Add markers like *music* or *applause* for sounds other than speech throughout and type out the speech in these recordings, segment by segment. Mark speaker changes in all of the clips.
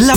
Speaker 1: La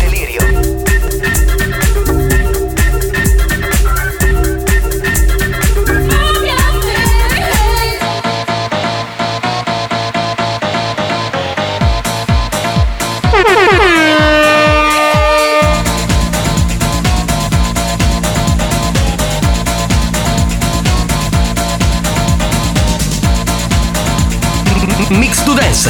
Speaker 1: Mix to Dance,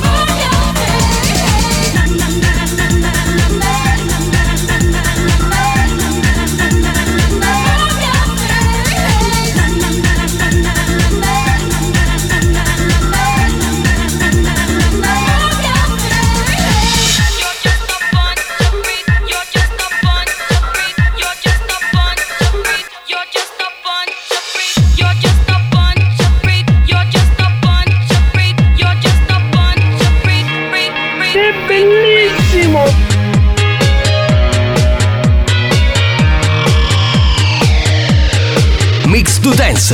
Speaker 2: È bellissimo!
Speaker 1: Mix to Dance,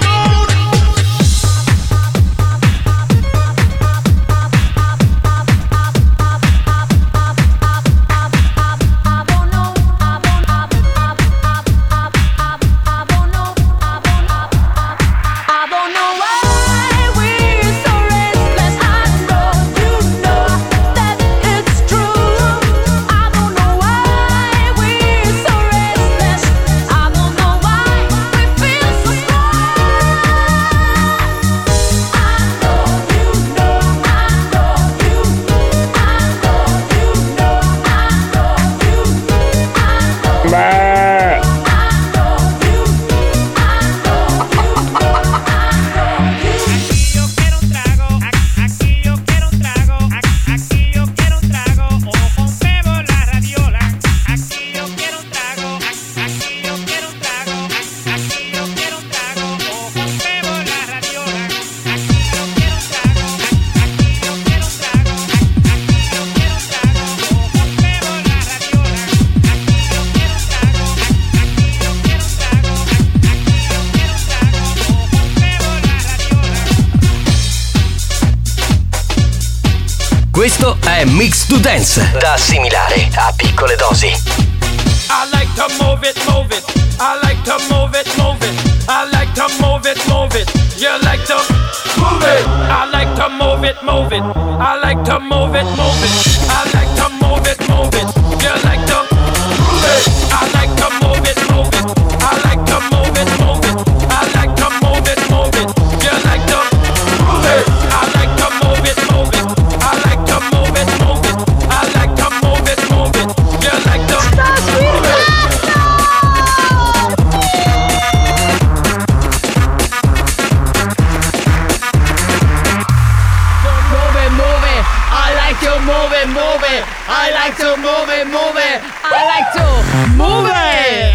Speaker 2: Beh,
Speaker 1: Questo è Mix to Dance, da assimilare a piccole dosi.
Speaker 3: I like to move it, move it. I like to move it, move it. I like to move it, move it. You like to move it. I like to move it, move it. I like to move it, move it. I like to move it, move it. You like to move it. I like to move it, move it. I like to move it, move it. I like to move it, move it. You like to move it. I like to move it, move it. I like to move it, move it. I like to move it, move it. You like to move it.
Speaker 4: Move it, move it. I like to move it, move it. I like to move it, move it. I like to move it.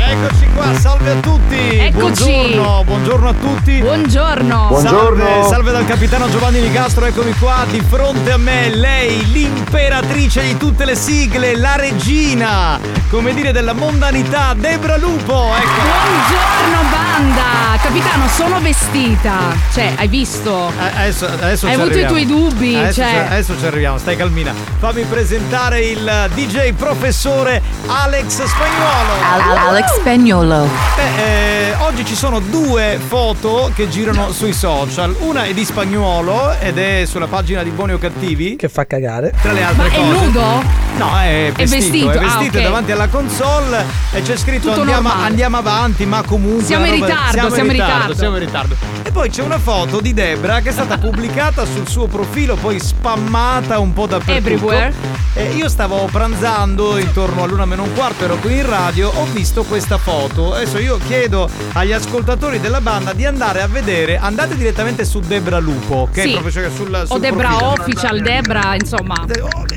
Speaker 5: Eccoci qua, salve a tutti!
Speaker 6: Eccoci.
Speaker 5: Buongiorno, buongiorno a tutti!
Speaker 6: Buongiorno.
Speaker 5: Salve, salve dal capitano Giovanni Nicastro, eccomi qua di fronte a me, lei, l'imperatrice di tutte le sigle, la regina, come dire, della mondanità, Debra Lupo, ecco.
Speaker 6: Buongiorno banda. Capitano, sono vestita. Cioè, hai visto?
Speaker 5: Eh, Adesso, adesso
Speaker 6: Hai
Speaker 5: ci
Speaker 6: avuto
Speaker 5: arriviamo.
Speaker 6: i tuoi dubbi,
Speaker 5: Adesso,
Speaker 6: cioè.
Speaker 5: ci, adesso ci arriviamo, stai calmina. Fammi presentare il DJ professore Alex Spagnuolo.
Speaker 6: Alex
Speaker 7: spagnolo.
Speaker 5: Beh, eh, oggi ci sono due foto che girano sui social. Una è di spagnolo ed è sulla pagina di Buoni o Cattivi. Che fa cagare. Tra le altre
Speaker 6: Ma è
Speaker 5: cose.
Speaker 6: nudo?
Speaker 5: No, è
Speaker 6: È
Speaker 5: vestito. È vestito,
Speaker 6: vestito, ah, ok.
Speaker 5: davanti alla console e c'è scritto
Speaker 6: Tutto
Speaker 5: andiamo,
Speaker 6: normale.
Speaker 5: andiamo avanti, ma comunque.
Speaker 6: Siamo in
Speaker 5: una roba-
Speaker 6: ritardo, siamo in ritardo.
Speaker 5: Siamo in ritardo. E poi c'è una foto di Debra che
Speaker 6: *laughs*
Speaker 5: è stata pubblicata sul suo profilo, poi spammata un po' dappertutto.
Speaker 6: Everywhere.
Speaker 5: Eh, io stavo pranzando intorno all'una meno un quarto, ero qui in radio, ho visto questa foto. Adesso io chiedo agli ascoltatori della banda di andare a vedere, andate direttamente su Debra Lupo, che
Speaker 6: Sì.
Speaker 5: è proprio cioè, sul,
Speaker 6: o
Speaker 5: sul
Speaker 6: Debra
Speaker 5: profilo. Eh, oh,
Speaker 6: Official, Debra, insomma.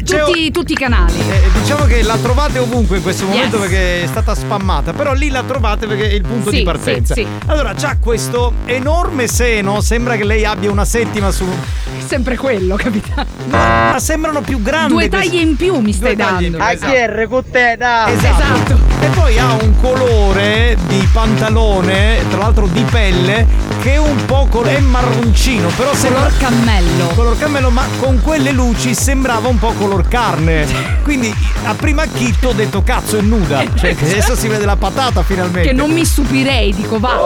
Speaker 5: c'è-
Speaker 6: Tutti, tutti i canali.
Speaker 5: Eh, diciamo che la trovate ovunque in questo momento
Speaker 6: Yes.
Speaker 5: perché è stata spammata, però lì la trovate perché è il punto
Speaker 6: Sì,
Speaker 5: di partenza.
Speaker 6: sì, sì.
Speaker 5: Allora, c'ha questo enorme seno, sembra che lei abbia una settima su.
Speaker 6: Sempre quello, capitano.
Speaker 5: Ma sembrano più grandi.
Speaker 6: Due
Speaker 5: questi-
Speaker 6: taglie in più mi stai
Speaker 5: Due tagli in
Speaker 6: dando.
Speaker 5: più, esatto. AGR,
Speaker 6: cuteta.
Speaker 5: Esatto. E poi ha un colore di pantalone, tra l'altro di pelle, che è un po' col- è marroncino, però sembra
Speaker 6: Color cammello.
Speaker 5: color cammello, ma con quelle luci sembrava un po'
Speaker 6: *laughs*
Speaker 5: color carne. Quindi a prima chitto ho detto cazzo è nuda. Cioè, che adesso si vede la patata finalmente.
Speaker 6: Esatto. Che non mi stupirei, dico va.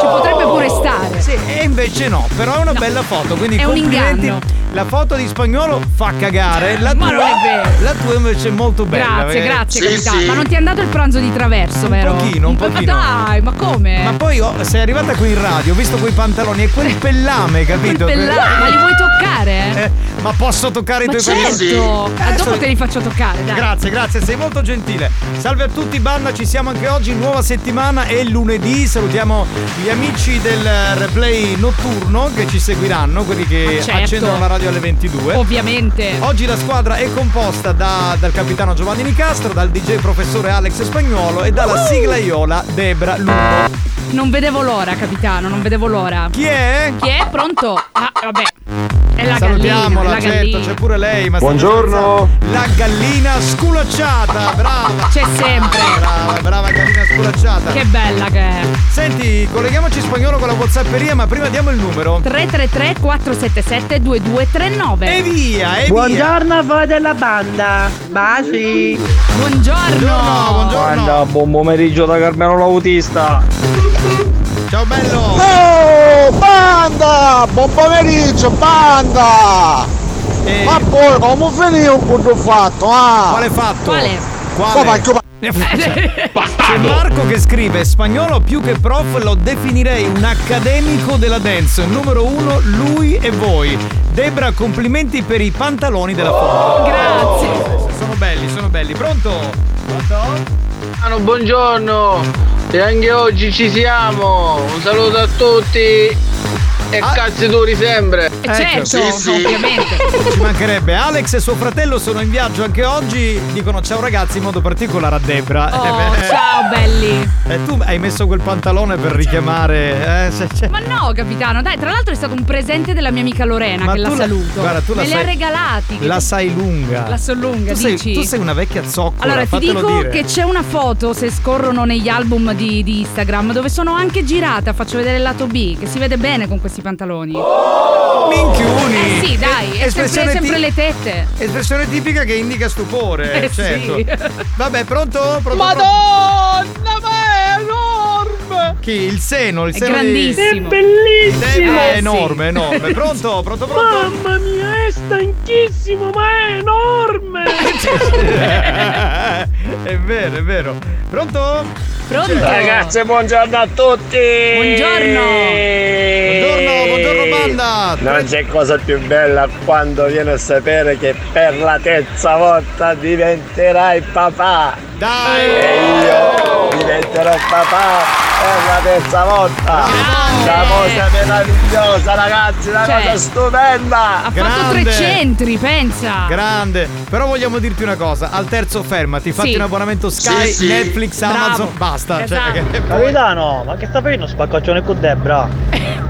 Speaker 6: Ci potrebbe pure stare.
Speaker 5: Sì, e invece no, però è una bella foto, quindi
Speaker 6: È un
Speaker 5: complimenti.
Speaker 6: inganno.
Speaker 5: La foto di spagnolo fa cagare, la
Speaker 6: Ma
Speaker 5: tua,
Speaker 6: non è vero.
Speaker 5: la tua invece è molto
Speaker 6: Grazie,
Speaker 5: bella. perché-
Speaker 6: grazie, capitano. Ma non ti è andato il pranzo di traverso, vero?
Speaker 5: pochino, Eh, un
Speaker 6: Ma
Speaker 5: pochino.
Speaker 6: dai, ma come?
Speaker 5: Ma poi oh, sei arrivata qui in radio, ho visto quei pantaloni e quel pellame, capito?
Speaker 6: Quel pella- ma li vuoi toccare?
Speaker 5: Eh, ma posso toccare
Speaker 6: ma
Speaker 5: i tuoi
Speaker 6: certo.
Speaker 5: pellami?
Speaker 6: Ma dopo te li faccio toccare, dai.
Speaker 5: Grazie, grazie, sei molto gentile. Salve a tutti, banda, ci siamo anche oggi, nuova settimana è lunedì. Salutiamo gli amici del replay notturno che ci seguiranno, quelli che
Speaker 6: Ma certo.
Speaker 5: accendono la radio alle 22.
Speaker 6: Ovviamente.
Speaker 5: Oggi la squadra è composta da- dal capitano Giovanni Nicastro, dal DJ professore Alex Spagnuolo e dalla sigla Iola Debra Lupo.
Speaker 6: Non vedevo l'ora, capitano, non vedevo l'ora.
Speaker 5: Chi è?
Speaker 6: Chi è? Pronto? Ah, vabbè. È la
Speaker 5: Salutiamola,
Speaker 6: gallina, è la
Speaker 5: certo,
Speaker 6: gallina.
Speaker 5: c'è pure lei. Ma Buongiorno! La gallina sculacciata, brava!
Speaker 6: C'è sempre.
Speaker 5: Brava, brava gallina sculacciata.
Speaker 6: Che bella che è.
Speaker 5: Senti, colleghiamoci spagnolo con la whatsapperia, ma prima diamo il numero.
Speaker 6: 333 477 2239.
Speaker 5: E via, e via!
Speaker 4: Buongiorno a voi della banda. Baci.
Speaker 6: Buongiorno.
Speaker 5: Buongiorno, buongiorno!
Speaker 4: buon pomeriggio da Carmelo l'autista.
Speaker 5: Ciao bello!
Speaker 4: Oh, banda! Buon pomeriggio, banda!
Speaker 5: Eh,
Speaker 4: Ma poi come finì un punto fatto, ah?
Speaker 5: quale fatto?
Speaker 6: Quale?
Speaker 5: Quale?
Speaker 4: Come
Speaker 6: *laughs*
Speaker 5: C'è Marco che scrive Spagnolo più che prof lo definirei un accademico della dance Numero uno, lui e voi Debra, complimenti per i pantaloni della foto
Speaker 6: Grazie.
Speaker 5: Sono belli, sono belli Pronto? Pronto?
Speaker 2: Buongiorno e anche oggi ci siamo. Un saluto a tutti e
Speaker 5: Ah.
Speaker 2: cazzi duri sempre.
Speaker 6: Eh, certo,
Speaker 5: Ecco.
Speaker 6: ovviamente.
Speaker 5: *laughs* Ci mancherebbe Alex e suo fratello sono in viaggio anche oggi Dicono ciao ragazzi in modo particolare a Debra
Speaker 6: Oh,
Speaker 5: *laughs* Eh, beh, eh,
Speaker 6: ciao belli.
Speaker 5: eh, Tu hai messo quel pantalone per richiamare eh, se- se-
Speaker 6: Ma no, capitano, dai, tra l'altro è stato un presente della mia amica Lorena,
Speaker 5: Ma
Speaker 6: che
Speaker 5: tu
Speaker 6: la
Speaker 5: la-
Speaker 6: saluto.
Speaker 5: guarda, tu la
Speaker 6: Me li ha
Speaker 5: sai-
Speaker 6: regalati. che-
Speaker 5: La sai lunga
Speaker 6: la so lunga,
Speaker 5: tu sei,
Speaker 6: dici?
Speaker 5: tu sei una vecchia zoccola
Speaker 6: Allora, ti
Speaker 5: fatelo
Speaker 6: dico
Speaker 5: dire.
Speaker 6: che c'è una foto, se scorrono negli album di, di Instagram, dove sono anche girata, faccio vedere il lato B, che si vede bene con questi pantaloni.
Speaker 5: Minchioni!
Speaker 6: eh sì, dai, è sempre,
Speaker 5: espressione
Speaker 6: sempre
Speaker 5: ti-
Speaker 6: le tette.
Speaker 5: Espressione tipica che indica stupore,
Speaker 6: Eh sì.
Speaker 5: certo. Vabbè, pronto? pronto pronto?
Speaker 2: Madonna, ma è enorme!
Speaker 5: Chi? Il seno, il
Speaker 6: È
Speaker 5: seno di...
Speaker 6: grandissimo.
Speaker 5: Il
Speaker 8: Bellissimo!
Speaker 5: seno
Speaker 6: Eh
Speaker 5: è
Speaker 6: sì.
Speaker 5: enorme, enorme. Pronto, pronto, pronto?
Speaker 8: Mamma mia, è stanchissimo, ma
Speaker 6: *laughs*
Speaker 8: è enorme!
Speaker 5: è vero, è vero. Pronto?
Speaker 6: Pronto?
Speaker 8: Ragazzi, buongiorno a tutti!
Speaker 5: Buongiorno, buongiorno banda.
Speaker 4: Non c'è cosa più bella quando viene a sapere che per la terza volta diventerai papà.
Speaker 5: Dai!
Speaker 4: Io diventerò papà per la terza volta. Una cosa meravigliosa ragazzi, una
Speaker 6: Cioè.
Speaker 4: cosa stupenda.
Speaker 6: Ha fatto
Speaker 5: Grande.
Speaker 6: tre centri, pensa. *laughs*
Speaker 5: Grande, però vogliamo dirti una cosa, al terzo fermati, fatti
Speaker 6: Sì.
Speaker 5: un abbonamento Sky,
Speaker 4: Sì, sì.
Speaker 5: Netflix,
Speaker 6: Bravo.
Speaker 5: Amazon, basta. Cioè,
Speaker 6: Esatto.
Speaker 5: che-
Speaker 4: Capitano, ma che sta facendo spaccaccione con Debra?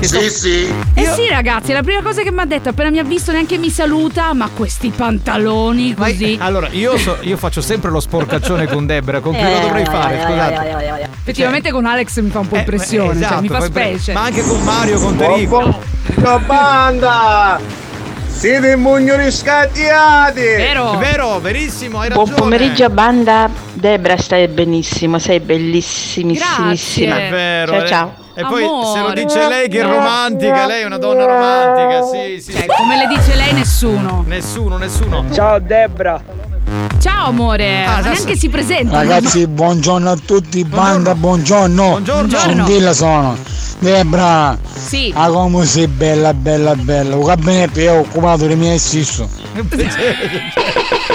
Speaker 4: sì, sì.
Speaker 6: Eh sì, ragazzi, la prima cosa che mi ha detto appena mi ha visto neanche mi saluta, ma questi pantaloni
Speaker 5: Ma-
Speaker 6: così.
Speaker 5: Allora, io, so- io faccio sempre lo sporcaccione con Debra, con chi
Speaker 6: Eh,
Speaker 5: lo dovrei fare? Scusate.
Speaker 6: Effettivamente con Alex mi fa un po'
Speaker 5: Eh,
Speaker 6: impressione,
Speaker 5: esatto,
Speaker 6: cioè, mi fa
Speaker 5: poi pre-
Speaker 6: specie.
Speaker 5: Ma anche con Mario, con Terico.
Speaker 4: banda! Siete mugnoriscattiati!
Speaker 6: Vero?
Speaker 9: eh!
Speaker 5: Vero, verissimo, hai ragione.
Speaker 10: Buon pomeriggio banda,
Speaker 11: Debra stai benissimo, sei bellissimissimissima.
Speaker 5: È vero.
Speaker 11: Ciao
Speaker 5: eh.
Speaker 11: ciao.
Speaker 5: E poi se lo dice lei che è romantica, lei è una donna romantica, sì, sì.
Speaker 6: Cioè, Come le dice lei nessuno.
Speaker 5: Nessuno, nessuno.
Speaker 6: Ciao Debra. Ciao
Speaker 5: Ah,
Speaker 6: amore. Ma neanche si presenta.
Speaker 12: Ragazzi, buongiorno a tutti, banda, buongiorno.
Speaker 6: Buongiorno.
Speaker 12: Scintilla sono. Debra.
Speaker 6: Sì.
Speaker 12: Ah, come sei bella, bella, bella. Un gabinetto io ho occupato le mie stesso.
Speaker 5: *laughs*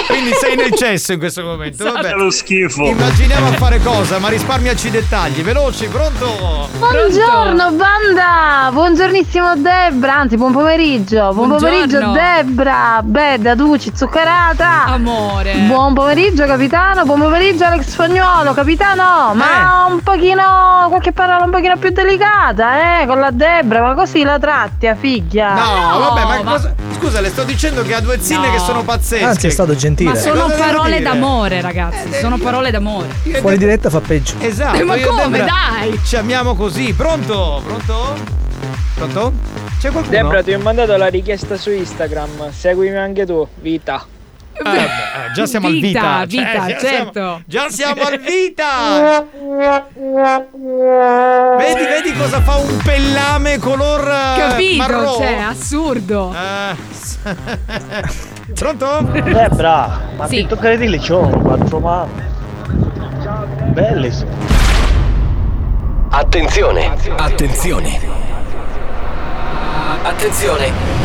Speaker 5: Quindi sei nel cesso in questo momento.
Speaker 12: Esatto.
Speaker 5: Vabbè.
Speaker 12: È
Speaker 5: lo schifo. Immaginiamo a fare cosa, ma risparmiaci i dettagli. Veloci, pronto?
Speaker 13: Buongiorno banda, buongiornissimo Debra, anzi buon pomeriggio, buon pomeriggio
Speaker 6: Buongiorno.
Speaker 13: Debra, bella Duci, zuccherata.
Speaker 6: Amore.
Speaker 13: Buon pomeriggio capitano, buon pomeriggio Alex Spagnuolo, capitano,
Speaker 5: Eh.
Speaker 13: ma un pochino, qualche parola un pochino più delicata, eh, con la Debra, ma così la tratti a figlia.
Speaker 5: No, vabbè, ma, cosa- Scusa, le sto dicendo che ha due zinne che sono pazzesche. Eh,
Speaker 14: Anzi, è stato gentile.
Speaker 6: Ma sono
Speaker 5: Cosa devo
Speaker 6: parole
Speaker 5: dire? Eh,
Speaker 6: d'amore, ragazzi. Sono parole d'amore.
Speaker 14: Fuori diretta fa peggio.
Speaker 5: Esatto.
Speaker 6: Ma
Speaker 5: io e
Speaker 6: come,
Speaker 5: Debra
Speaker 6: dai?
Speaker 5: Ci amiamo così. Pronto? Pronto? Pronto? C'è qualcuno?
Speaker 9: Debra, ti ho mandato la richiesta su Instagram. Seguimi anche tu, vita.
Speaker 5: Eh, già siamo
Speaker 9: Vita,
Speaker 5: al vita. cioè,
Speaker 9: vita,
Speaker 5: già siamo-
Speaker 9: certo.
Speaker 5: già siamo
Speaker 6: *laughs*
Speaker 5: al vita. Vedi, vedi cosa fa un pellame color eh,
Speaker 6: Capito?
Speaker 5: marrone?
Speaker 6: Cioè, assurdo.
Speaker 5: *laughs* Pronto?
Speaker 15: Debra, ma
Speaker 6: Sì.
Speaker 15: ti tocca di lì c'ho quattro mani. Bellissimo.
Speaker 1: Attenzione, attenzione. Attenzione.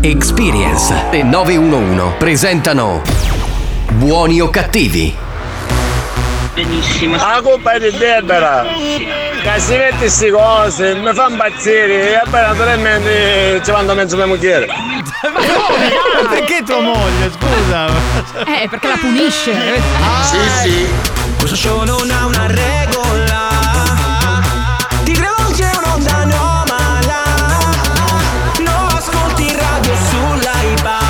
Speaker 1: Experience e 911 presentano Buoni o cattivi?
Speaker 15: Benissimo. La colpa è di Debra. Che si mette queste cose, mi fa impazzire. E poi naturalmente ci mando mezzo mia moglie.
Speaker 5: Ma perché tua moglie? Scusa.
Speaker 6: Eh, perché la punisce.
Speaker 5: Ah,
Speaker 15: Sì, sì.
Speaker 4: Questo show non ha una regola. Ti rivolge un'onda anomala. Non ascolti radio sull'iPad.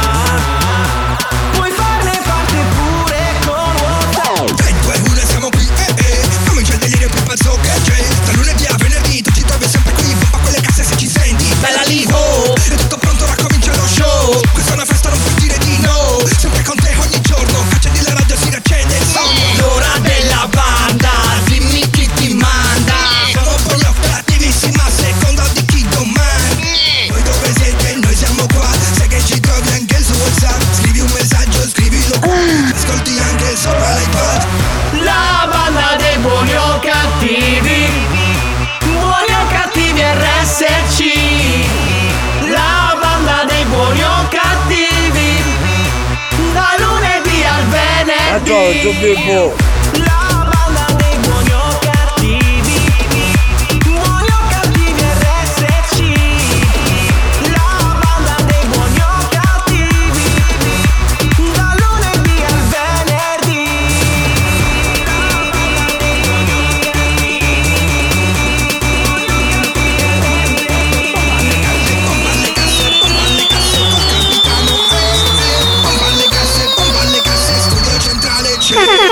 Speaker 4: Puoi farne parte pure con WhatsApp. Dai, due lune siamo qui, eh, eh. Comincia il delirio più pazzo che c'è. Da lunedì a venerdì tu ci trovi sempre qui. Pompa quelle casse se ci senti. Bella lì, oh. È tutto pronto, ora comincia lo show. Questa è una festa, non puoi dire di no. Sempre con te ogni giorno. Caccia di la radio, si raccende il sonno. L'ora della banda, dimmi chi ti manda. Siamo con gli attivissimi a seconda di chi domanda. Noi dove siete, noi siamo qua. Sai che ci trovi anche su WhatsApp. Scrivi un messaggio, scrivilo qua. Ascolti anche sopra l'iPad.
Speaker 2: La banda dei buoni o cattivi Buoni o cattivi RSC La banda dei buoni o cattivi Da lunedì al venerdì La banda dei buoni o cattivi Buoni o cattivi RSC La banda dei buoni o cattivi Da lunedì al venerdì *laughs*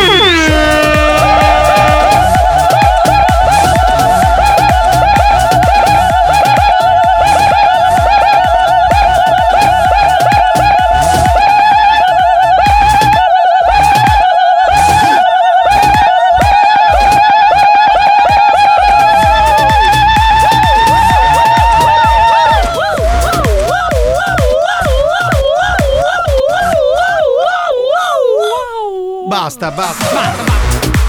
Speaker 5: Basta, basta, basta, basta.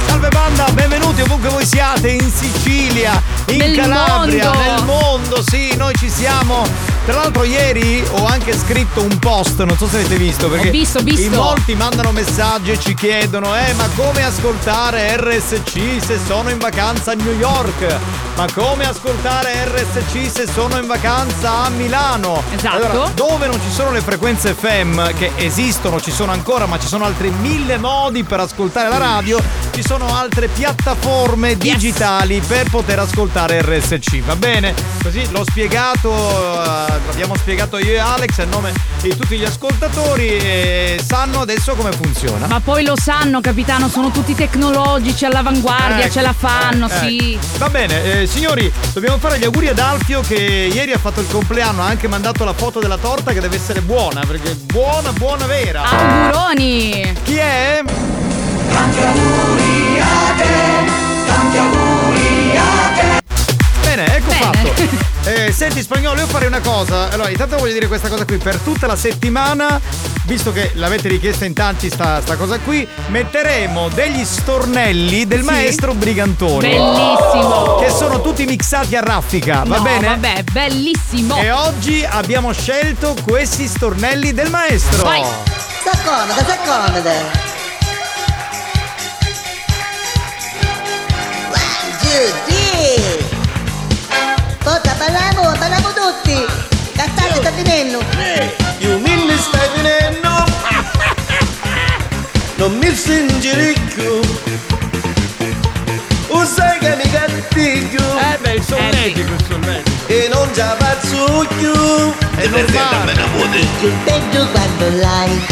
Speaker 5: Salve banda, benvenuti ovunque voi siate, in Sicilia, in
Speaker 2: Nel
Speaker 5: Calabria,
Speaker 2: mondo.
Speaker 5: nel mondo, sì, noi ci siamo Tra l'altro ieri ho anche scritto un post, non so se avete visto, perché
Speaker 6: Ho visto, ho visto.
Speaker 5: in molti mandano messaggi e ci chiedono, eh ma come ascoltare RSC se sono in vacanza a New York? Ma come ascoltare RSC se sono in vacanza a Milano?
Speaker 6: Esatto.
Speaker 5: Allora, dove non ci sono le frequenze FM, che esistono, ci sono ancora, ma ci sono altri mille modi per ascoltare la radio, ci sono altre piattaforme digitali per poter ascoltare RSC, va bene? Così l'ho spiegato, eh, l'abbiamo spiegato io e Alex a nome di tutti gli ascoltatori e sanno adesso come funziona.
Speaker 6: Ma poi lo sanno, capitano, sono tutti tecnologici, all'avanguardia,
Speaker 5: Ecco,
Speaker 6: ce la fanno,
Speaker 5: ecco.
Speaker 6: sì.
Speaker 5: Va bene, eh, signori, dobbiamo fare gli auguri ad Alfio che ieri ha fatto il compleanno, ha anche mandato la foto della torta che deve essere buona, perché buona, buona vera.
Speaker 6: Auguroni!
Speaker 5: Chi è? Bene, ecco fatto.
Speaker 6: *laughs*
Speaker 5: Eh, senti spagnolo, io farei una cosa. Allora, intanto voglio dire questa cosa qui. Per tutta la settimana, visto che l'avete richiesta in tanti sta, sta cosa qui, metteremo degli stornelli del maestro Brigantoni.
Speaker 6: Bellissimo.
Speaker 5: Che sono tutti mixati a raffica, Ah, va
Speaker 6: No,
Speaker 5: bene?
Speaker 6: Vabbè, bellissimo.
Speaker 5: E oggi abbiamo scelto questi stornelli del maestro.
Speaker 2: Vai. S'accomoda, s'accomoda. Giusti! Porta, parliamo, parliamo tutti! Castagne sta finendo!
Speaker 4: You mean mi stai finendo? Non mi singericco O sai che mi cattivo Eh beh, il sonnetico, il sonnetico E non ci faccio più E non
Speaker 2: Più peggio quando l'hai!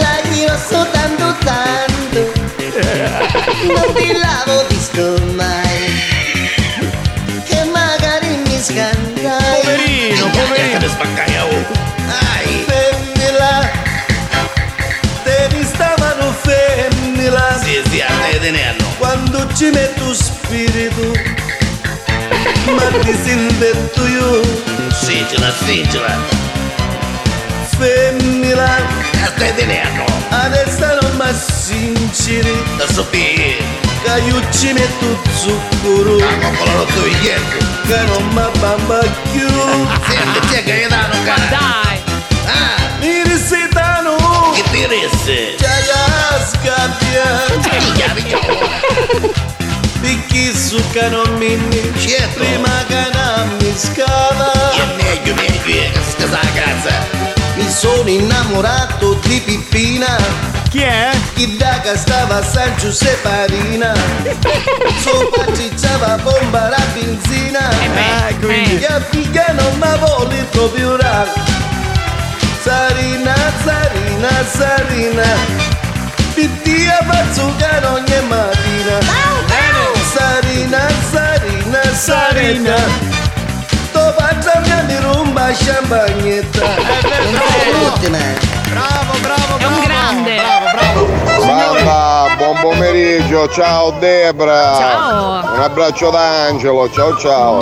Speaker 2: La io soltanto tanto! Non ti lavo visto mai! Che magari mi scandai!
Speaker 4: Poverino, poverino Ai Femmila Te mi stavano femmila Sì, sì, a te te ne hanno Quando ci metto spirito Ma ti sento io Sigila, sigila Femmila A te te ne hanno Adesso non mi sinceri Da sopire Che io ci metto zucchero Ma con la rotto Che non mi bamba più *laughs* Senti, c'è che io danno cara
Speaker 6: Dai
Speaker 4: Ah, mi risetano Che ti risse? Ciaia scabbia Picchi su canomini Certo Prima canami scala E meglio meglio Scusa casa Mi sono innamorato di Pippina
Speaker 5: Chi è?
Speaker 4: Chi da che stava a San Giuseppe Arina Sopra cicciava bomba la benzina
Speaker 2: beh,
Speaker 4: E quindi
Speaker 2: eh.
Speaker 4: Che figlia non mi vuole proprio raro Sarina, Sarina, Sarina Pitti a bazzucare ogni mattina Sarina, Sarina, Sarina Sto facciando di rumba sciambagnetta
Speaker 5: Eh,
Speaker 4: L'ultima
Speaker 5: Bravo,
Speaker 4: bravo
Speaker 5: bravo,
Speaker 4: È un grande Bravo, bravo
Speaker 1: Banda, buon pomeriggio, ciao Debra.
Speaker 4: Ciao.
Speaker 1: Un abbraccio da Angelo, ciao ciao.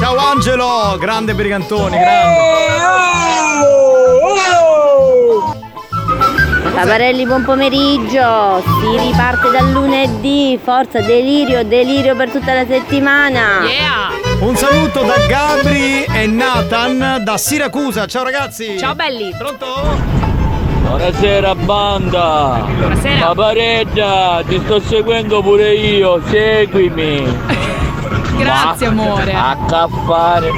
Speaker 5: Ciao Angelo, grande Brigantoni, grande.
Speaker 14: Paparelli, buon pomeriggio! Si riparte dal lunedì, forza, delirio, delirio per tutta la settimana!
Speaker 5: Ah. Un saluto da Gabri e Nathan da Siracusa. Ciao ragazzi. Ciao
Speaker 6: belli.
Speaker 5: Pronto?
Speaker 16: Buonasera banda! Buonasera! Papareggia, ti sto seguendo pure io, seguimi!
Speaker 6: Grazie, amore.
Speaker 16: A caffare!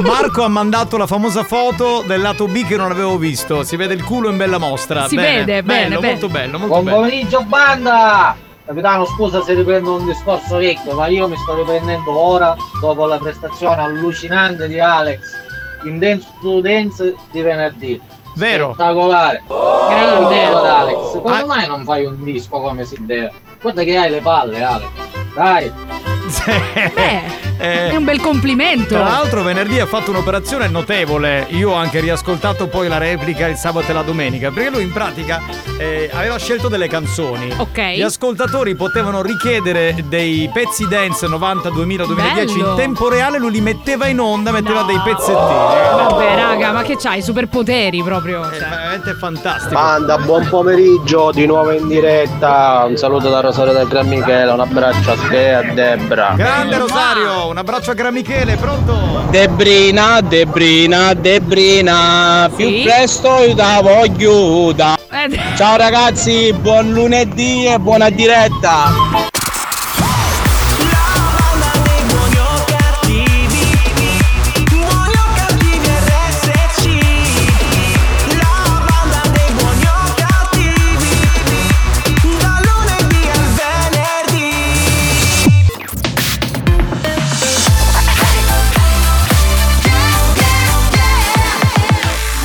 Speaker 5: Marco ha mandato la famosa foto del lato B che non avevo visto. Si vede il culo in bella mostra.
Speaker 16: Si
Speaker 5: Bene,
Speaker 16: vede, bene,
Speaker 5: bello,
Speaker 16: bene.
Speaker 5: molto bello, molto
Speaker 16: Buon
Speaker 5: bello.
Speaker 16: pomeriggio banda! Capitano scusa se riprendo un discorso vecchio, ma io mi sto riprendendo ora dopo la prestazione allucinante di Alex in Dance to Dance di venerdì.
Speaker 5: Vero.
Speaker 16: Spettacolare!
Speaker 5: Grande.
Speaker 16: Guarda, Alex, come mai non fai un disco come si deve? Guarda che hai le palle Alex! Dai!
Speaker 5: Eh,
Speaker 6: È un bel complimento.
Speaker 5: Tra l'altro venerdì ha fatto un'operazione notevole, io ho anche riascoltato poi la replica il sabato e la domenica, perché lui in pratica eh, aveva scelto delle canzoni.
Speaker 6: Ok.
Speaker 5: Gli ascoltatori potevano richiedere dei pezzi dance 90, 2000, 2010
Speaker 6: Bello.
Speaker 5: in tempo reale, lui li metteva in onda, metteva dei pezzettini.
Speaker 6: Vabbè, raga, ma che c'hai? Superpoteri proprio. cioè.
Speaker 5: È Eh, veramente fantastico.
Speaker 4: Manda, buon pomeriggio di nuovo in diretta. Un saluto da Rosario del Gran Michele, un abbraccio a te e a Debra.
Speaker 5: Grande Rosario, un abbraccio a Gran Michele, pronto?
Speaker 17: Debrina, Debrina, Debrina, più presto io la voglio da.
Speaker 6: Eh,
Speaker 17: Ciao ragazzi, buon lunedì e buona diretta.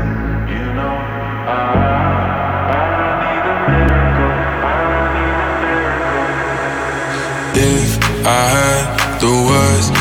Speaker 18: If I had the words,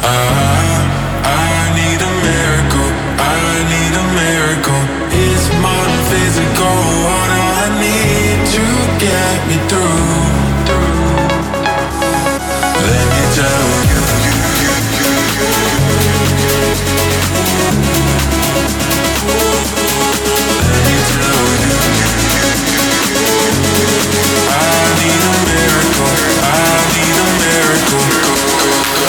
Speaker 18: I I need a miracle, I need a miracle. It's my physical, what I need to get me through. Let me tell you, you, you, you, you, Let me tell you, you, you, you, you. I need a miracle, I need a miracle.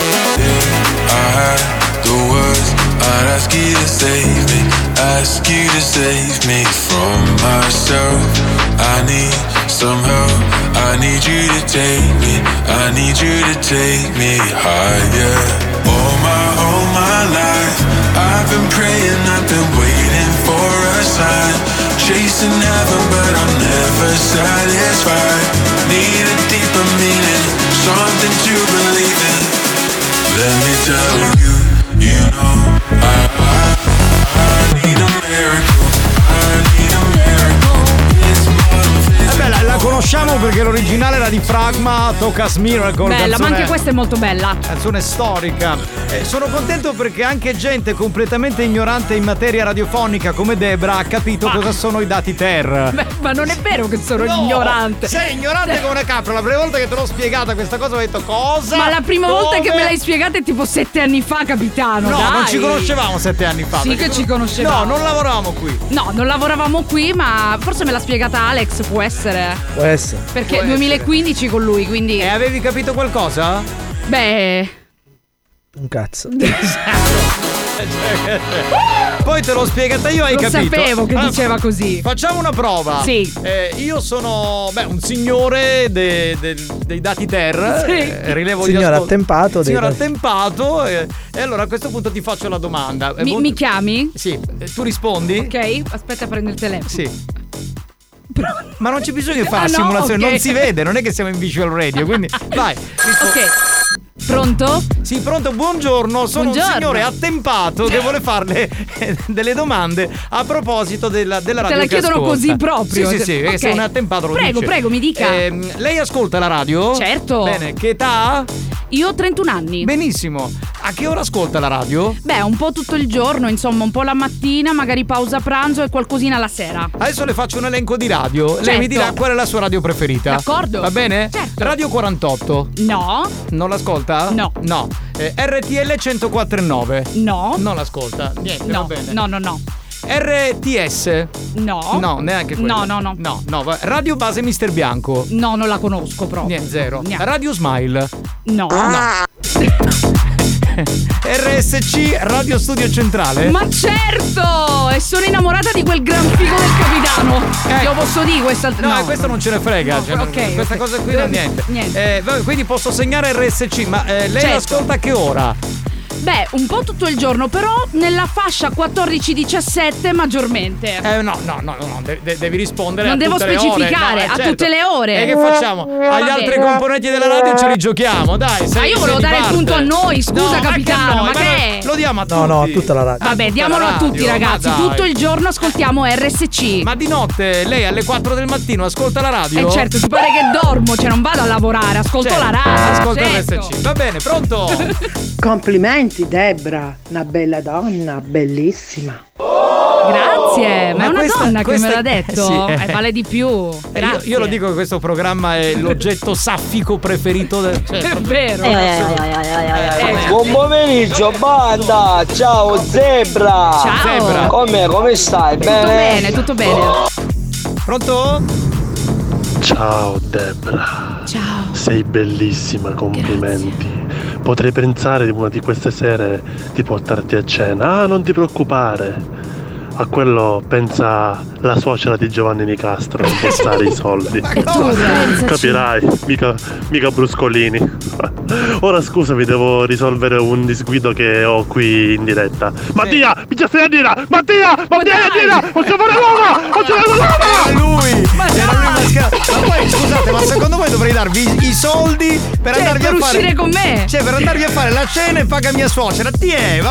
Speaker 18: I had the words. I'd ask you to save me, ask you to save me from myself. I need some help. I need you to take me. I need you to take me higher. All my, all my life, I've been praying. I've been waiting for a sign. Chasing heaven, but I'm never satisfied. Need a deeper meaning, something to believe in. Let me tell you, you know I, I, I need a miracle.
Speaker 5: Vabbè, la, la conosciamo perché l'originale era di Fragma, Tocas Miracle.
Speaker 6: Bella,
Speaker 5: canzone-
Speaker 6: ma anche questa è molto bella.
Speaker 5: Canzone storica. Eh, sono contento perché anche gente completamente ignorante in materia radiofonica come Debra ha capito cosa sono i dati TER.
Speaker 6: Beh, ma non è vero che sono
Speaker 5: No,
Speaker 6: ignorante. Cioè,
Speaker 5: Sei ignorante come una capra. La prima volta che te l'ho spiegata questa cosa ho detto cosa?
Speaker 6: Ma la prima volta che
Speaker 5: Dove?
Speaker 6: me l'hai spiegata è tipo sette anni fa, capitano.
Speaker 5: No,
Speaker 6: dai.
Speaker 5: non ci conoscevamo sette anni fa.
Speaker 6: Sì
Speaker 5: perché
Speaker 6: che
Speaker 5: tu-
Speaker 6: ci conoscevamo.
Speaker 5: No, non lavoravamo qui.
Speaker 6: No, non lavoravamo qui, ma forse me l'ha spiegata Alex, può essere.
Speaker 14: Può essere.
Speaker 6: Perché 2015 con lui, quindi.
Speaker 5: E avevi capito qualcosa?
Speaker 6: Beh.
Speaker 14: Un cazzo.
Speaker 5: *laughs* Poi te l'ho spiegata io, hai
Speaker 6: Lo
Speaker 5: capito.
Speaker 6: sapevo che
Speaker 5: Ah,
Speaker 6: diceva così.
Speaker 5: Facciamo una prova.
Speaker 6: Sì.
Speaker 5: Eh, io sono, beh, un signore de- de- dei dati TER.
Speaker 14: Sì.
Speaker 5: eh, rilevo
Speaker 14: Signor
Speaker 5: di ascol-
Speaker 14: attempato dei
Speaker 5: Signor
Speaker 14: dati-
Speaker 5: attempato. eh, e allora a questo punto ti faccio la domanda. Eh,
Speaker 6: Mi,
Speaker 5: molto-
Speaker 6: mi chiami?
Speaker 5: Sì. eh, Tu rispondi?
Speaker 6: Ok, aspetta, prendo il telefono.
Speaker 5: Sì. Ma non c'è bisogno di fare
Speaker 6: *laughs* Ah,
Speaker 5: la
Speaker 6: no?
Speaker 5: simulazione,
Speaker 6: Ok. *laughs*
Speaker 5: non si vede, non è che siamo in visual radio, quindi vai.
Speaker 6: Ok. Pronto?
Speaker 5: Sì, pronto, buongiorno. Sono
Speaker 6: Buongiorno.
Speaker 5: un signore attempato che vuole farle eh, delle domande a proposito della, della
Speaker 6: Te
Speaker 5: radio.
Speaker 6: la
Speaker 5: che
Speaker 6: chiedono
Speaker 5: ascolta.
Speaker 6: così proprio?
Speaker 5: Sì, sì, sì,
Speaker 6: Ok.
Speaker 5: perché se un attempato lo
Speaker 6: Prego,
Speaker 5: dice.
Speaker 6: prego, mi dica.
Speaker 5: Ehm, lei ascolta la radio?
Speaker 6: Certo.
Speaker 5: Bene, che età ha?
Speaker 6: Io ho 31 anni.
Speaker 5: Benissimo. A che ora ascolta la radio?
Speaker 6: Beh, un po' tutto il giorno, insomma, un po' la mattina, magari pausa pranzo e qualcosina la sera.
Speaker 5: Adesso le faccio un elenco di radio. Lei
Speaker 6: Certo.
Speaker 5: mi dirà qual è la sua radio preferita.
Speaker 6: D'accordo. Certo.
Speaker 5: Va bene? Radio 48.
Speaker 6: No.
Speaker 5: Non l'ascolta? No. No. Eh, RTL 1049.
Speaker 6: No.
Speaker 5: Non l'ascolta. Niente,
Speaker 6: no,
Speaker 5: va bene.
Speaker 6: no, no, no.
Speaker 5: RTS.
Speaker 6: No.
Speaker 5: No, neanche
Speaker 6: No,
Speaker 5: quella.
Speaker 6: no, no.
Speaker 5: No, no, va- Radio Base Mister Bianco.
Speaker 6: No, non la conosco proprio.
Speaker 5: Niente, zero.
Speaker 6: Neanche.
Speaker 5: Radio Smile.
Speaker 6: No.
Speaker 5: *laughs* RSC Radio Studio Centrale.
Speaker 6: Ma certo! E sono innamorata di quel gran figo del capitano.
Speaker 5: Eh.
Speaker 6: Glielo posso dire questa
Speaker 5: No, eh, questo non ce ne frega. cioè, non-
Speaker 6: ok,
Speaker 5: questa
Speaker 6: ok.
Speaker 5: cosa qui non è niente. Eh, vabbè, quindi posso segnare RSC, ma eh, lei
Speaker 6: Certo.
Speaker 5: l'ascolta a che ora?
Speaker 6: Beh, un po' tutto il giorno, però nella fascia 14-17 maggiormente.
Speaker 5: Eh, no, no, no, no, no, de- de- devi rispondere
Speaker 6: Non
Speaker 5: a
Speaker 6: devo
Speaker 5: tutte le ore.
Speaker 6: specificare,
Speaker 5: No, eh,
Speaker 6: a
Speaker 5: certo.
Speaker 6: tutte le ore.
Speaker 5: E che facciamo?
Speaker 6: Ah,
Speaker 5: Agli
Speaker 6: vabbè.
Speaker 5: altri componenti della radio ce li giochiamo, dai. sei-
Speaker 6: Ma io
Speaker 5: sei
Speaker 6: volevo
Speaker 5: di
Speaker 6: dare il
Speaker 5: parte.
Speaker 6: punto a noi,
Speaker 5: No,
Speaker 6: scusa
Speaker 5: ma che
Speaker 6: capitano,
Speaker 5: noi?
Speaker 6: ma che è?
Speaker 5: Lo diamo a tutti.
Speaker 19: No, no, a tutta la radio.
Speaker 6: Eh. Vabbè,
Speaker 5: tutta la
Speaker 6: diamolo a
Speaker 5: radio,
Speaker 6: tutti
Speaker 5: ma
Speaker 6: ragazzi,
Speaker 5: dai.
Speaker 6: tutto il giorno ascoltiamo RSC.
Speaker 5: Ma di notte lei alle 4 del mattino ascolta la radio?
Speaker 6: Eh certo, ti pare che dormo, cioè non vado a lavorare, ascolto
Speaker 5: Certo,
Speaker 6: la radio.
Speaker 5: Ascolta
Speaker 6: certo.
Speaker 5: RSC. Va bene, pronto?
Speaker 6: *laughs*
Speaker 20: Complimenti Debra, una bella donna, bellissima.
Speaker 6: Grazie, ma,
Speaker 20: Ma
Speaker 6: è una
Speaker 20: questa-
Speaker 6: donna che
Speaker 20: questa-
Speaker 6: me l'ha detto.
Speaker 20: sì, eh.
Speaker 6: Eh, vale di più.
Speaker 5: Eh, Io,
Speaker 6: Grazie.
Speaker 5: io lo dico che questo programma è l'oggetto saffico preferito del. Cioè,
Speaker 6: È
Speaker 5: proprio-
Speaker 6: vero.
Speaker 5: Eh.
Speaker 21: Buon pomeriggio, banda! Ciao Zebra!
Speaker 5: Ciao. Zebra.
Speaker 21: Come, come stai? Bene?
Speaker 6: Tutto bene, tutto bene.
Speaker 5: Pronto?
Speaker 22: Ciao Debra.
Speaker 6: Ciao.
Speaker 22: Sei bellissima, complimenti. Potrei pensare di una di queste sere di portarti a cena. Ah, non ti preoccupare. A quello pensa la suocera di Giovanni Nicastro, non postare i
Speaker 6: *laughs*
Speaker 22: soldi. Capirai, mica, mica bruscolini. *laughs* Ora scusami, devo risolvere un disguido che ho qui in diretta. Mattia, mi già stai a dire! Mattia, Mattia, a dire! Faccio fare l'uomo! Faccio fare l'uomo!
Speaker 5: Era lui! era lui mascherato. Ma poi scusate, ma secondo voi dovrei darvi i soldi per
Speaker 6: Cioè,
Speaker 5: andarvi
Speaker 6: per
Speaker 5: a fare.
Speaker 6: uscire con me.
Speaker 5: Cioè, per andarvi a fare la cena e paga mia suocera. Ti è, ma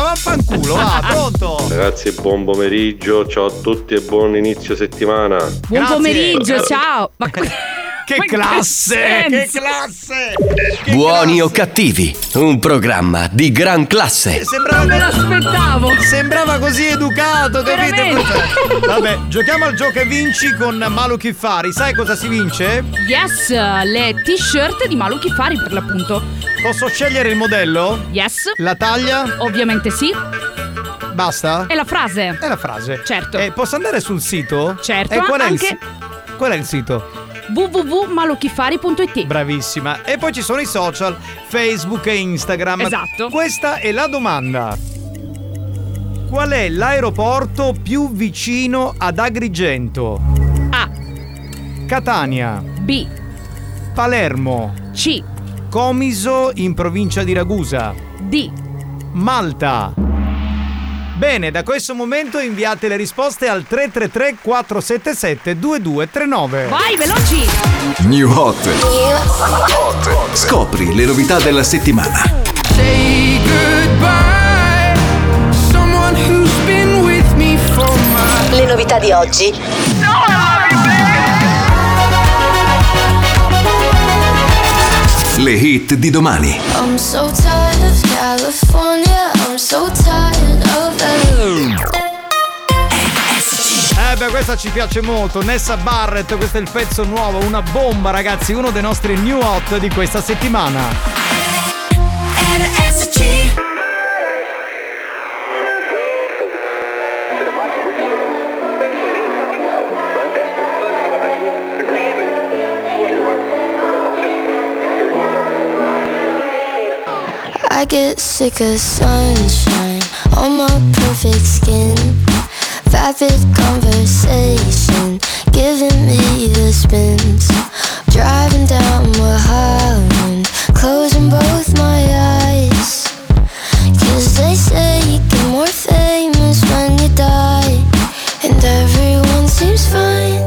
Speaker 6: *laughs*
Speaker 5: vaffanculo, va, pronto!
Speaker 23: Ragazzi, buon pomeriggio, ciao a tutti e buon inizio settimana.
Speaker 6: Buon
Speaker 5: Grazie.
Speaker 6: pomeriggio, ciao. *laughs* Ma
Speaker 5: Che classe! Che
Speaker 6: senso?
Speaker 5: classe!
Speaker 24: Buoni o cattivi, un programma di gran classe.
Speaker 5: Eh, Sembrava
Speaker 6: me l'aspettavo!
Speaker 5: Sembrava così educato, capito? Cioè, Vabbè, giochiamo al gioco e vinci con Malu Kiffari. Sai cosa si vince?
Speaker 6: Yes, le t-shirt di Malu Fari per l'appunto.
Speaker 5: Posso scegliere il modello?
Speaker 6: Yes.
Speaker 5: La taglia?
Speaker 6: Ovviamente sì.
Speaker 5: Basta?
Speaker 6: E la frase?
Speaker 5: È la frase.
Speaker 6: Certo.
Speaker 5: Eh, posso andare sul sito?
Speaker 6: Certo,
Speaker 5: E Eh, qual è, il
Speaker 6: anche-
Speaker 5: si- qual è il sito?
Speaker 6: www.maluchifari.it
Speaker 5: Bravissima. E poi ci sono i social, Facebook e Instagram.
Speaker 6: Esatto.
Speaker 5: Questa è la domanda. Qual è l'aeroporto più vicino ad Agrigento?
Speaker 6: A.
Speaker 5: Catania.
Speaker 6: B.
Speaker 5: Palermo.
Speaker 6: C.
Speaker 5: Comiso in provincia di Ragusa.
Speaker 6: D.
Speaker 5: Malta. Bene, da questo momento inviate le risposte al 333 477 2239.
Speaker 6: Vai, veloci!
Speaker 25: New Hot. Scopri le novità della settimana.
Speaker 2: Say goodbye, someone who's been with me for my
Speaker 26: Le novità di oggi.
Speaker 25: Le hit di domani.
Speaker 27: I'm so tired of California. I'm so tired of LA.
Speaker 5: Eh beh, questa ci piace molto. Nessa Barrett, questo è il pezzo nuovo, una bomba, ragazzi, uno dei nostri new hot di questa settimana.
Speaker 27: I get sick of sunshine on my perfect skin. Vapid conversation giving me the spins. Driving down Mulholland, closing both my eyes. Cause they say you get more famous when you die. And everyone seems fine.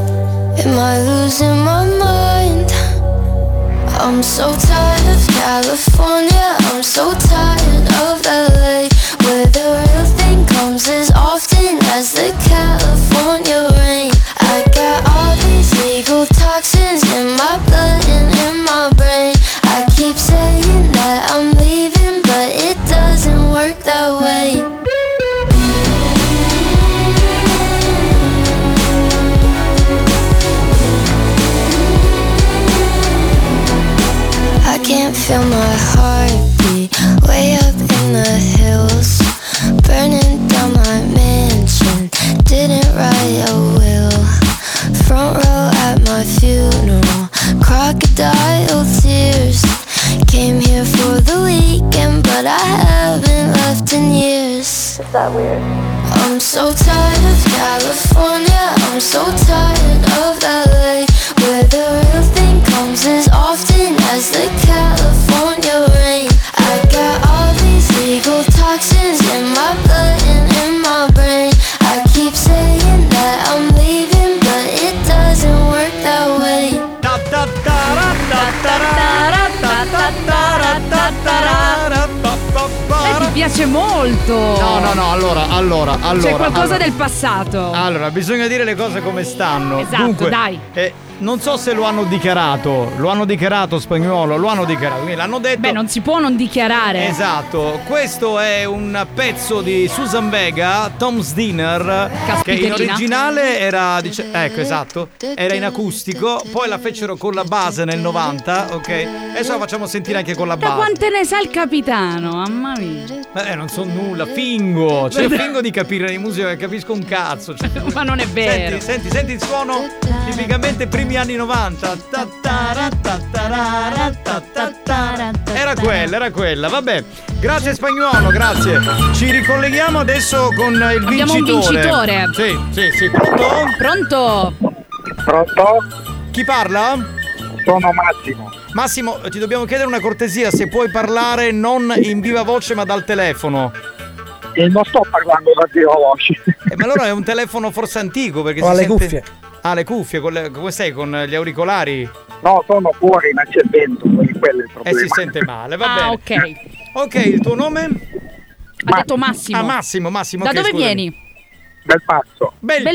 Speaker 27: Am I losing my mind? I I'm so tired of California. I'm so tired of LA. Where the real thing comes as often as the California rain. I got all these legal toxins in my blood and in my brain. I keep saying that I'm leaving, but it doesn't work that way. I can't feel my heartbeat way up in the hills, burning down my mansion. Didn't write a will. Front row at my funeral, crocodile tears. Came here for the weekend, but I haven't left in years. Is that weird? I'm so tired of California. I'm so tired of LA, where the real thing comes as often as the California rain. I got all these legal toxins in my blood and in my brain. I keep saying that I'm leaving, but it doesn't work that way.
Speaker 6: Beh, ti piace molto.
Speaker 5: No, no, no, allora, allora, allora.
Speaker 6: Oh. C'è qualcosa
Speaker 5: allora.
Speaker 6: del passato.
Speaker 5: Allora, bisogna dire le cose come stanno.
Speaker 6: Esatto,
Speaker 5: Dunque,
Speaker 6: dai.
Speaker 5: eh, non so se lo hanno dichiarato, lo hanno dichiarato spagnolo, lo hanno dichiarato, quindi l'hanno detto.
Speaker 6: Beh, non si può non dichiarare.
Speaker 5: Esatto, questo è un pezzo di Susan Vega, Tom's Dinner, che in
Speaker 6: Caspiterina.
Speaker 5: originale era, dice- ecco esatto, era in acustico, poi la fecero con la base nel 90, ok? Adesso la facciamo sentire anche con la
Speaker 6: Da
Speaker 5: base.
Speaker 6: quante ne sa il capitano, mamma mia.
Speaker 5: Ma eh, non so nulla,
Speaker 6: *laughs*
Speaker 5: fingo, cioè
Speaker 6: Vabbè.
Speaker 5: fingo di capire di musica, che capisco un cazzo. cioè.
Speaker 6: *laughs* Ma non è vero.
Speaker 5: Senti, senti, senti il suono tipicamente primi anni 90. Ta ta ra ta ta ra ra ta ta ta ra ta Era quella, era quella, vabbè. Grazie spagnolo, grazie. Ci ricolleghiamo adesso con il
Speaker 6: Abbiamo un
Speaker 5: vincitore.
Speaker 6: vincitore.
Speaker 5: Sì, sì, sì, pronto?
Speaker 6: Pronto?
Speaker 5: Pronto? Chi parla? Sono Massimo. Massimo, ti dobbiamo chiedere una cortesia, se puoi parlare non in viva voce ma dal telefono.
Speaker 8: E non sto parlando da viva voce.
Speaker 5: Eh, ma allora è un telefono forse antico perché
Speaker 8: Ho
Speaker 5: si
Speaker 8: le
Speaker 5: sente-
Speaker 8: cuffie.
Speaker 5: Ah, le cuffie, con le- come sei, con gli auricolari?
Speaker 8: No, sono fuori in accendento, quindi quello è il
Speaker 5: E
Speaker 8: problema.
Speaker 5: si sente male, va
Speaker 6: Ah,
Speaker 5: bene.
Speaker 6: ok.
Speaker 5: Ok, il tuo nome?
Speaker 6: Ha detto Massimo.
Speaker 5: Ah, Massimo, Massimo.
Speaker 6: Da
Speaker 5: ok,
Speaker 6: dove
Speaker 5: scusami.
Speaker 6: vieni?
Speaker 8: Belpasso.
Speaker 5: Belpasso.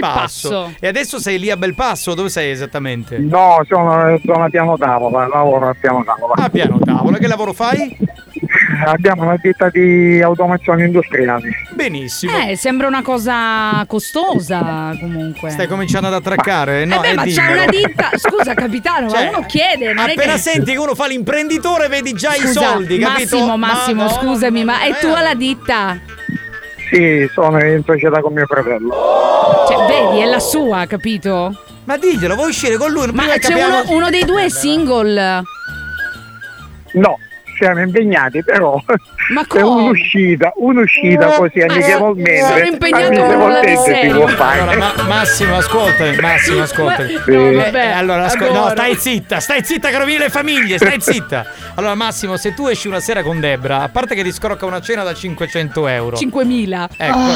Speaker 8: Belpasso.
Speaker 5: E adesso sei lì a Belpasso, dove sei esattamente?
Speaker 8: No, sono, sono a piano tavola, lavoro a piano tavola.
Speaker 5: A piano tavola, che lavoro fai?
Speaker 8: Eh, Abbiamo una ditta di automazione industriale.
Speaker 5: Benissimo.
Speaker 6: Eh, sembra una cosa costosa comunque.
Speaker 5: Stai cominciando ad attraccare? No,
Speaker 6: eh beh,
Speaker 5: eh,
Speaker 6: ma c'è
Speaker 5: dimmelo.
Speaker 6: una ditta. Scusa, capitano,
Speaker 5: Cioè,
Speaker 6: ma uno chiede. Non è
Speaker 5: Appena
Speaker 6: che...
Speaker 5: senti che uno fa l'imprenditore, vedi già i
Speaker 6: Scusa,
Speaker 5: soldi, capito?
Speaker 6: Massimo,
Speaker 5: Ma
Speaker 6: Massimo,
Speaker 5: no. eh.
Speaker 6: scusami, ma è tua la ditta?
Speaker 8: Sì, sono in società con mio fratello.
Speaker 6: Cioè, vedi, è la sua, capito?
Speaker 5: Ma diglielo, vuoi uscire con lui?
Speaker 6: Ma
Speaker 8: prima
Speaker 6: c'è
Speaker 8: capiamo-
Speaker 6: uno, uno dei due è single.
Speaker 8: No, siamo impegnati, però *laughs* è un'uscita, un'uscita così
Speaker 6: Ma
Speaker 8: amichevolmente.
Speaker 6: sono- sono impegnato
Speaker 8: amichevolmente
Speaker 6: con la
Speaker 8: si
Speaker 6: miseria.
Speaker 8: può fare.
Speaker 5: Allora, ma- Massimo, ascoltami, Massimo, ascoltami.
Speaker 8: Sì. no, vabbè,
Speaker 5: Eh, allora, ascol- no,
Speaker 8: adoro.
Speaker 5: stai zitta, stai zitta che rovini le famiglie,
Speaker 8: *laughs*
Speaker 5: stai zitta. Allora, Massimo, se tu esci una sera con Debra, a parte che ti scrocca una cena da 500 euro.
Speaker 6: 5.000.
Speaker 5: Ecco.
Speaker 6: Ah.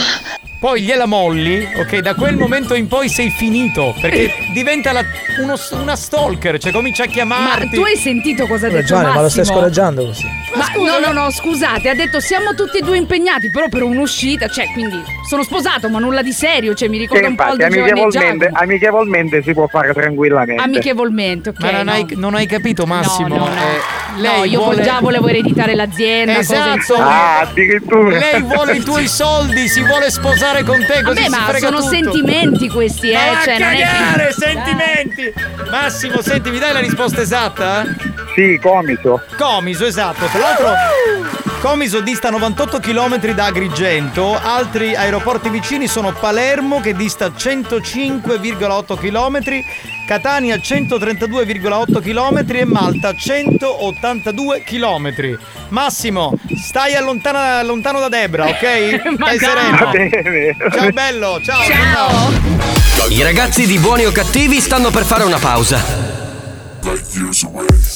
Speaker 5: Poi gliela molli, ok? Da quel momento in poi sei finito.
Speaker 6: Eh.
Speaker 5: Perché diventa la- uno- una stalker, cioè comincia a
Speaker 6: Ma
Speaker 5: chiamarti.
Speaker 6: tu hai sentito cosa ha detto
Speaker 19: Giovanni, ma lo stai
Speaker 6: Massimo?
Speaker 19: scoraggiando così.
Speaker 6: Ma no, no, no, scusate, ha detto siamo tutti e due impegnati, però per un'uscita, cioè, quindi sono sposato, ma nulla di serio, cioè mi
Speaker 8: Sì,
Speaker 6: ricorda un po' il
Speaker 8: infatti,
Speaker 6: Giovanni Giacomo.
Speaker 8: amichevolmente, amichevolmente si può fare tranquillamente.
Speaker 6: Amichevolmente, ok.
Speaker 5: Ma non,
Speaker 6: no.
Speaker 5: hai, non hai capito, Massimo? Eh,
Speaker 6: No, io
Speaker 5: vuole-
Speaker 6: già volevo ereditare l'azienda, cose
Speaker 5: Esatto.
Speaker 6: insomma.
Speaker 8: addirittura.
Speaker 5: Lei vuole i tuoi soldi, si vuole sposare con te così
Speaker 6: Vabbè,
Speaker 5: si
Speaker 6: ma
Speaker 5: frega
Speaker 6: sono
Speaker 5: tutto.
Speaker 6: sentimenti questi, eh,
Speaker 5: Ma
Speaker 6: cioè, non è che- *laughs*
Speaker 5: cagare, sentimenti! Massimo, senti, mi dai la risposta esatta?
Speaker 8: Sì, comiso.
Speaker 5: Comiso, esatto. Tra l'altro Comiso dista 98 km da Agrigento, altri aeroporti vicini sono Palermo che dista 105,8 km, Catania 132,8 km e Malta 182 km. Massimo, stai allontana- lontano da Debra,
Speaker 6: *laughs*
Speaker 5: ok? Stai sereno. Ciao bello, ciao. Ciao.
Speaker 24: I ragazzi di buoni o cattivi stanno per fare una pausa.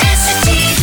Speaker 4: RSC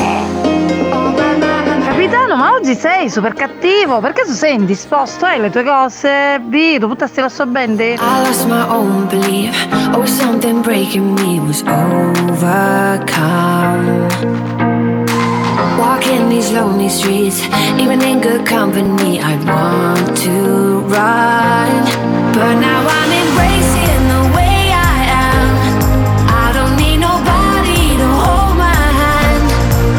Speaker 13: Capitano, ma oggi sei super cattivo. Perché tu sei indisposto? Hai le tue cose? B, tu buttasti la sua bende?
Speaker 2: I lost my own belief. Oh, something breaking me was overcome. Walking these lonely streets, even in good company, I want to run. But now I'm embracing the way I am. I don't need nobody to hold my hand.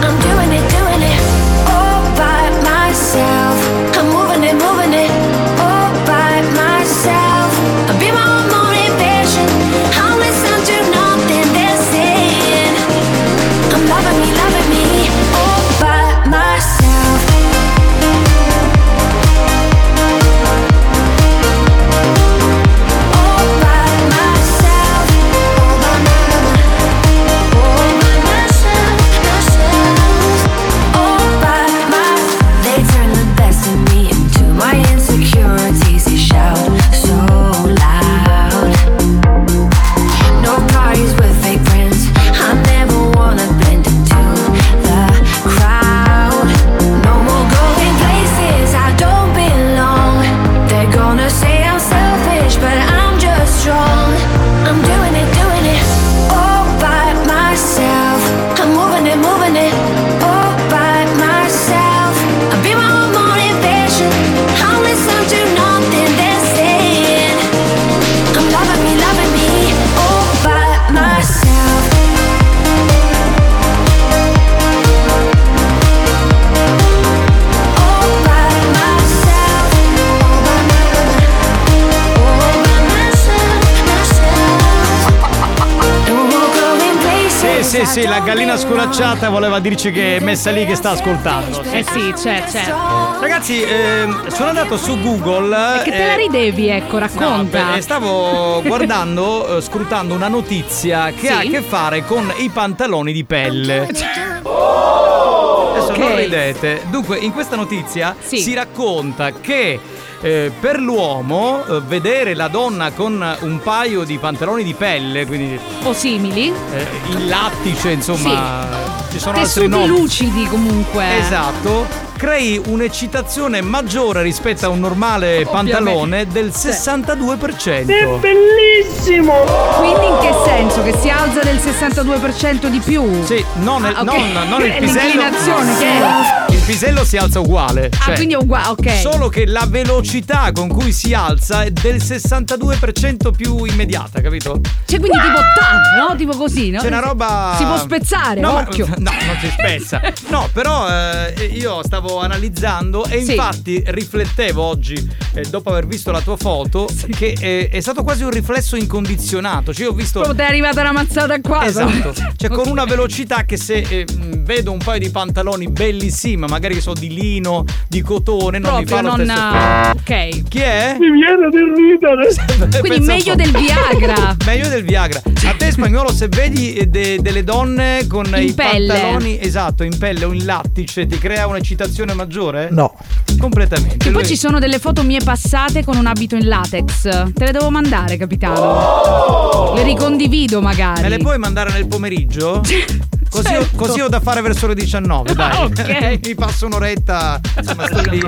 Speaker 2: I'm doing it, doing it all by myself. I'm moving it, moving it all by myself. I'll be my own motivation. I'll listen to nothing they're saying. I'm loving me, loving me all by myself. All by myself. All by myself. All by myself. Myself. All by myself. They turn the best in me into my insecurities. They shout so loud. No parties with fake friends. I never wanna blend into the crowd. No more going places I don't belong. They're gonna say I'm selfish, but I'm just strong. I'm doing it, doing it all by myself. I'm moving it, moving it all by myself. I'll be my own motivation. I'll listen to nothing they're saying. I'm loving me, loving me all by myself.
Speaker 5: Sì, sì, sì, la gallina sculacciata voleva dirci che è messa lì che sta ascoltando.
Speaker 6: Eh sì, c'è, c'è.
Speaker 5: Ragazzi, ehm, sono andato su Google.
Speaker 6: Certo. Che te la
Speaker 5: eh,
Speaker 6: ridevi, ecco,
Speaker 5: No,
Speaker 6: racconta.
Speaker 5: beh,
Speaker 6: *laughs*
Speaker 5: stavo guardando, eh, scrutando una notizia che ha a che fare con i pantaloni di pelle. Adesso non
Speaker 4: Ok.
Speaker 5: ridete. Dunque, in questa notizia
Speaker 4: Sì.
Speaker 5: si racconta che eh, per l'uomo eh, vedere la donna con un paio di pantaloni di pelle, quindi
Speaker 6: O simili.
Speaker 5: eh, il lattice, insomma, ci sono altri
Speaker 6: Tessuti
Speaker 5: nomi.
Speaker 6: lucidi comunque.
Speaker 5: Esatto, crei un'eccitazione maggiore rispetto a un normale pantalone del 62%.
Speaker 6: bellissimo! Quindi in che senso? Che si alza del 62% di più?
Speaker 5: Sì, non,
Speaker 6: Ah, ok.
Speaker 5: Eh, non-
Speaker 6: *laughs*
Speaker 5: non il pisello.
Speaker 6: L'inclinazione che è. Ah,
Speaker 5: Il pisello si alza uguale. cioè,
Speaker 6: quindi è uguale, ok.
Speaker 5: Solo che la velocità con cui si alza è del 62% più immediata, capito?
Speaker 6: Cioè, quindi tipo tac, no? Tipo così, no?
Speaker 5: C'è una roba.
Speaker 6: Si può spezzare,
Speaker 5: no, ma-
Speaker 6: occhio.
Speaker 5: *laughs* No, non si spezza. No, però eh, io stavo analizzando e infatti riflettevo oggi, eh, dopo aver visto la tua foto, che eh, è stato quasi un riflesso incondizionato. Cioè, io ho visto.
Speaker 6: Proprio ti è arrivata la mazzata qua.
Speaker 5: Esatto, cioè
Speaker 6: *laughs*
Speaker 5: con una velocità che se eh, mh, vedo un paio di pantaloni bellissimi, ma magari che so di lino, di cotone, non mi
Speaker 6: Proprio
Speaker 5: fa lo
Speaker 6: non. eh,
Speaker 5: stesso
Speaker 6: Ok.
Speaker 5: Chi è?
Speaker 6: Mi
Speaker 5: viene del *laughs* ridere.
Speaker 6: Quindi meglio del Viagra.
Speaker 5: *laughs* meglio del Viagra. A te spagnolo se vedi eh, de- delle donne con
Speaker 6: In
Speaker 5: i
Speaker 6: pelle.
Speaker 5: pantaloni, esatto, in pelle o in lattice ti crea un'eccitazione maggiore?
Speaker 28: No.
Speaker 5: Completamente.
Speaker 6: Che poi
Speaker 5: Lui-
Speaker 6: ci sono delle foto mie passate con un abito in latex. Te le devo mandare, capitano. Le ricondivido magari. *laughs*
Speaker 5: Me le puoi mandare nel pomeriggio? Così, ho, così ho da fare verso le 19, dai.
Speaker 2: Ah, ok.
Speaker 5: *laughs* Mi passo un'oretta. Insomma, sto lì.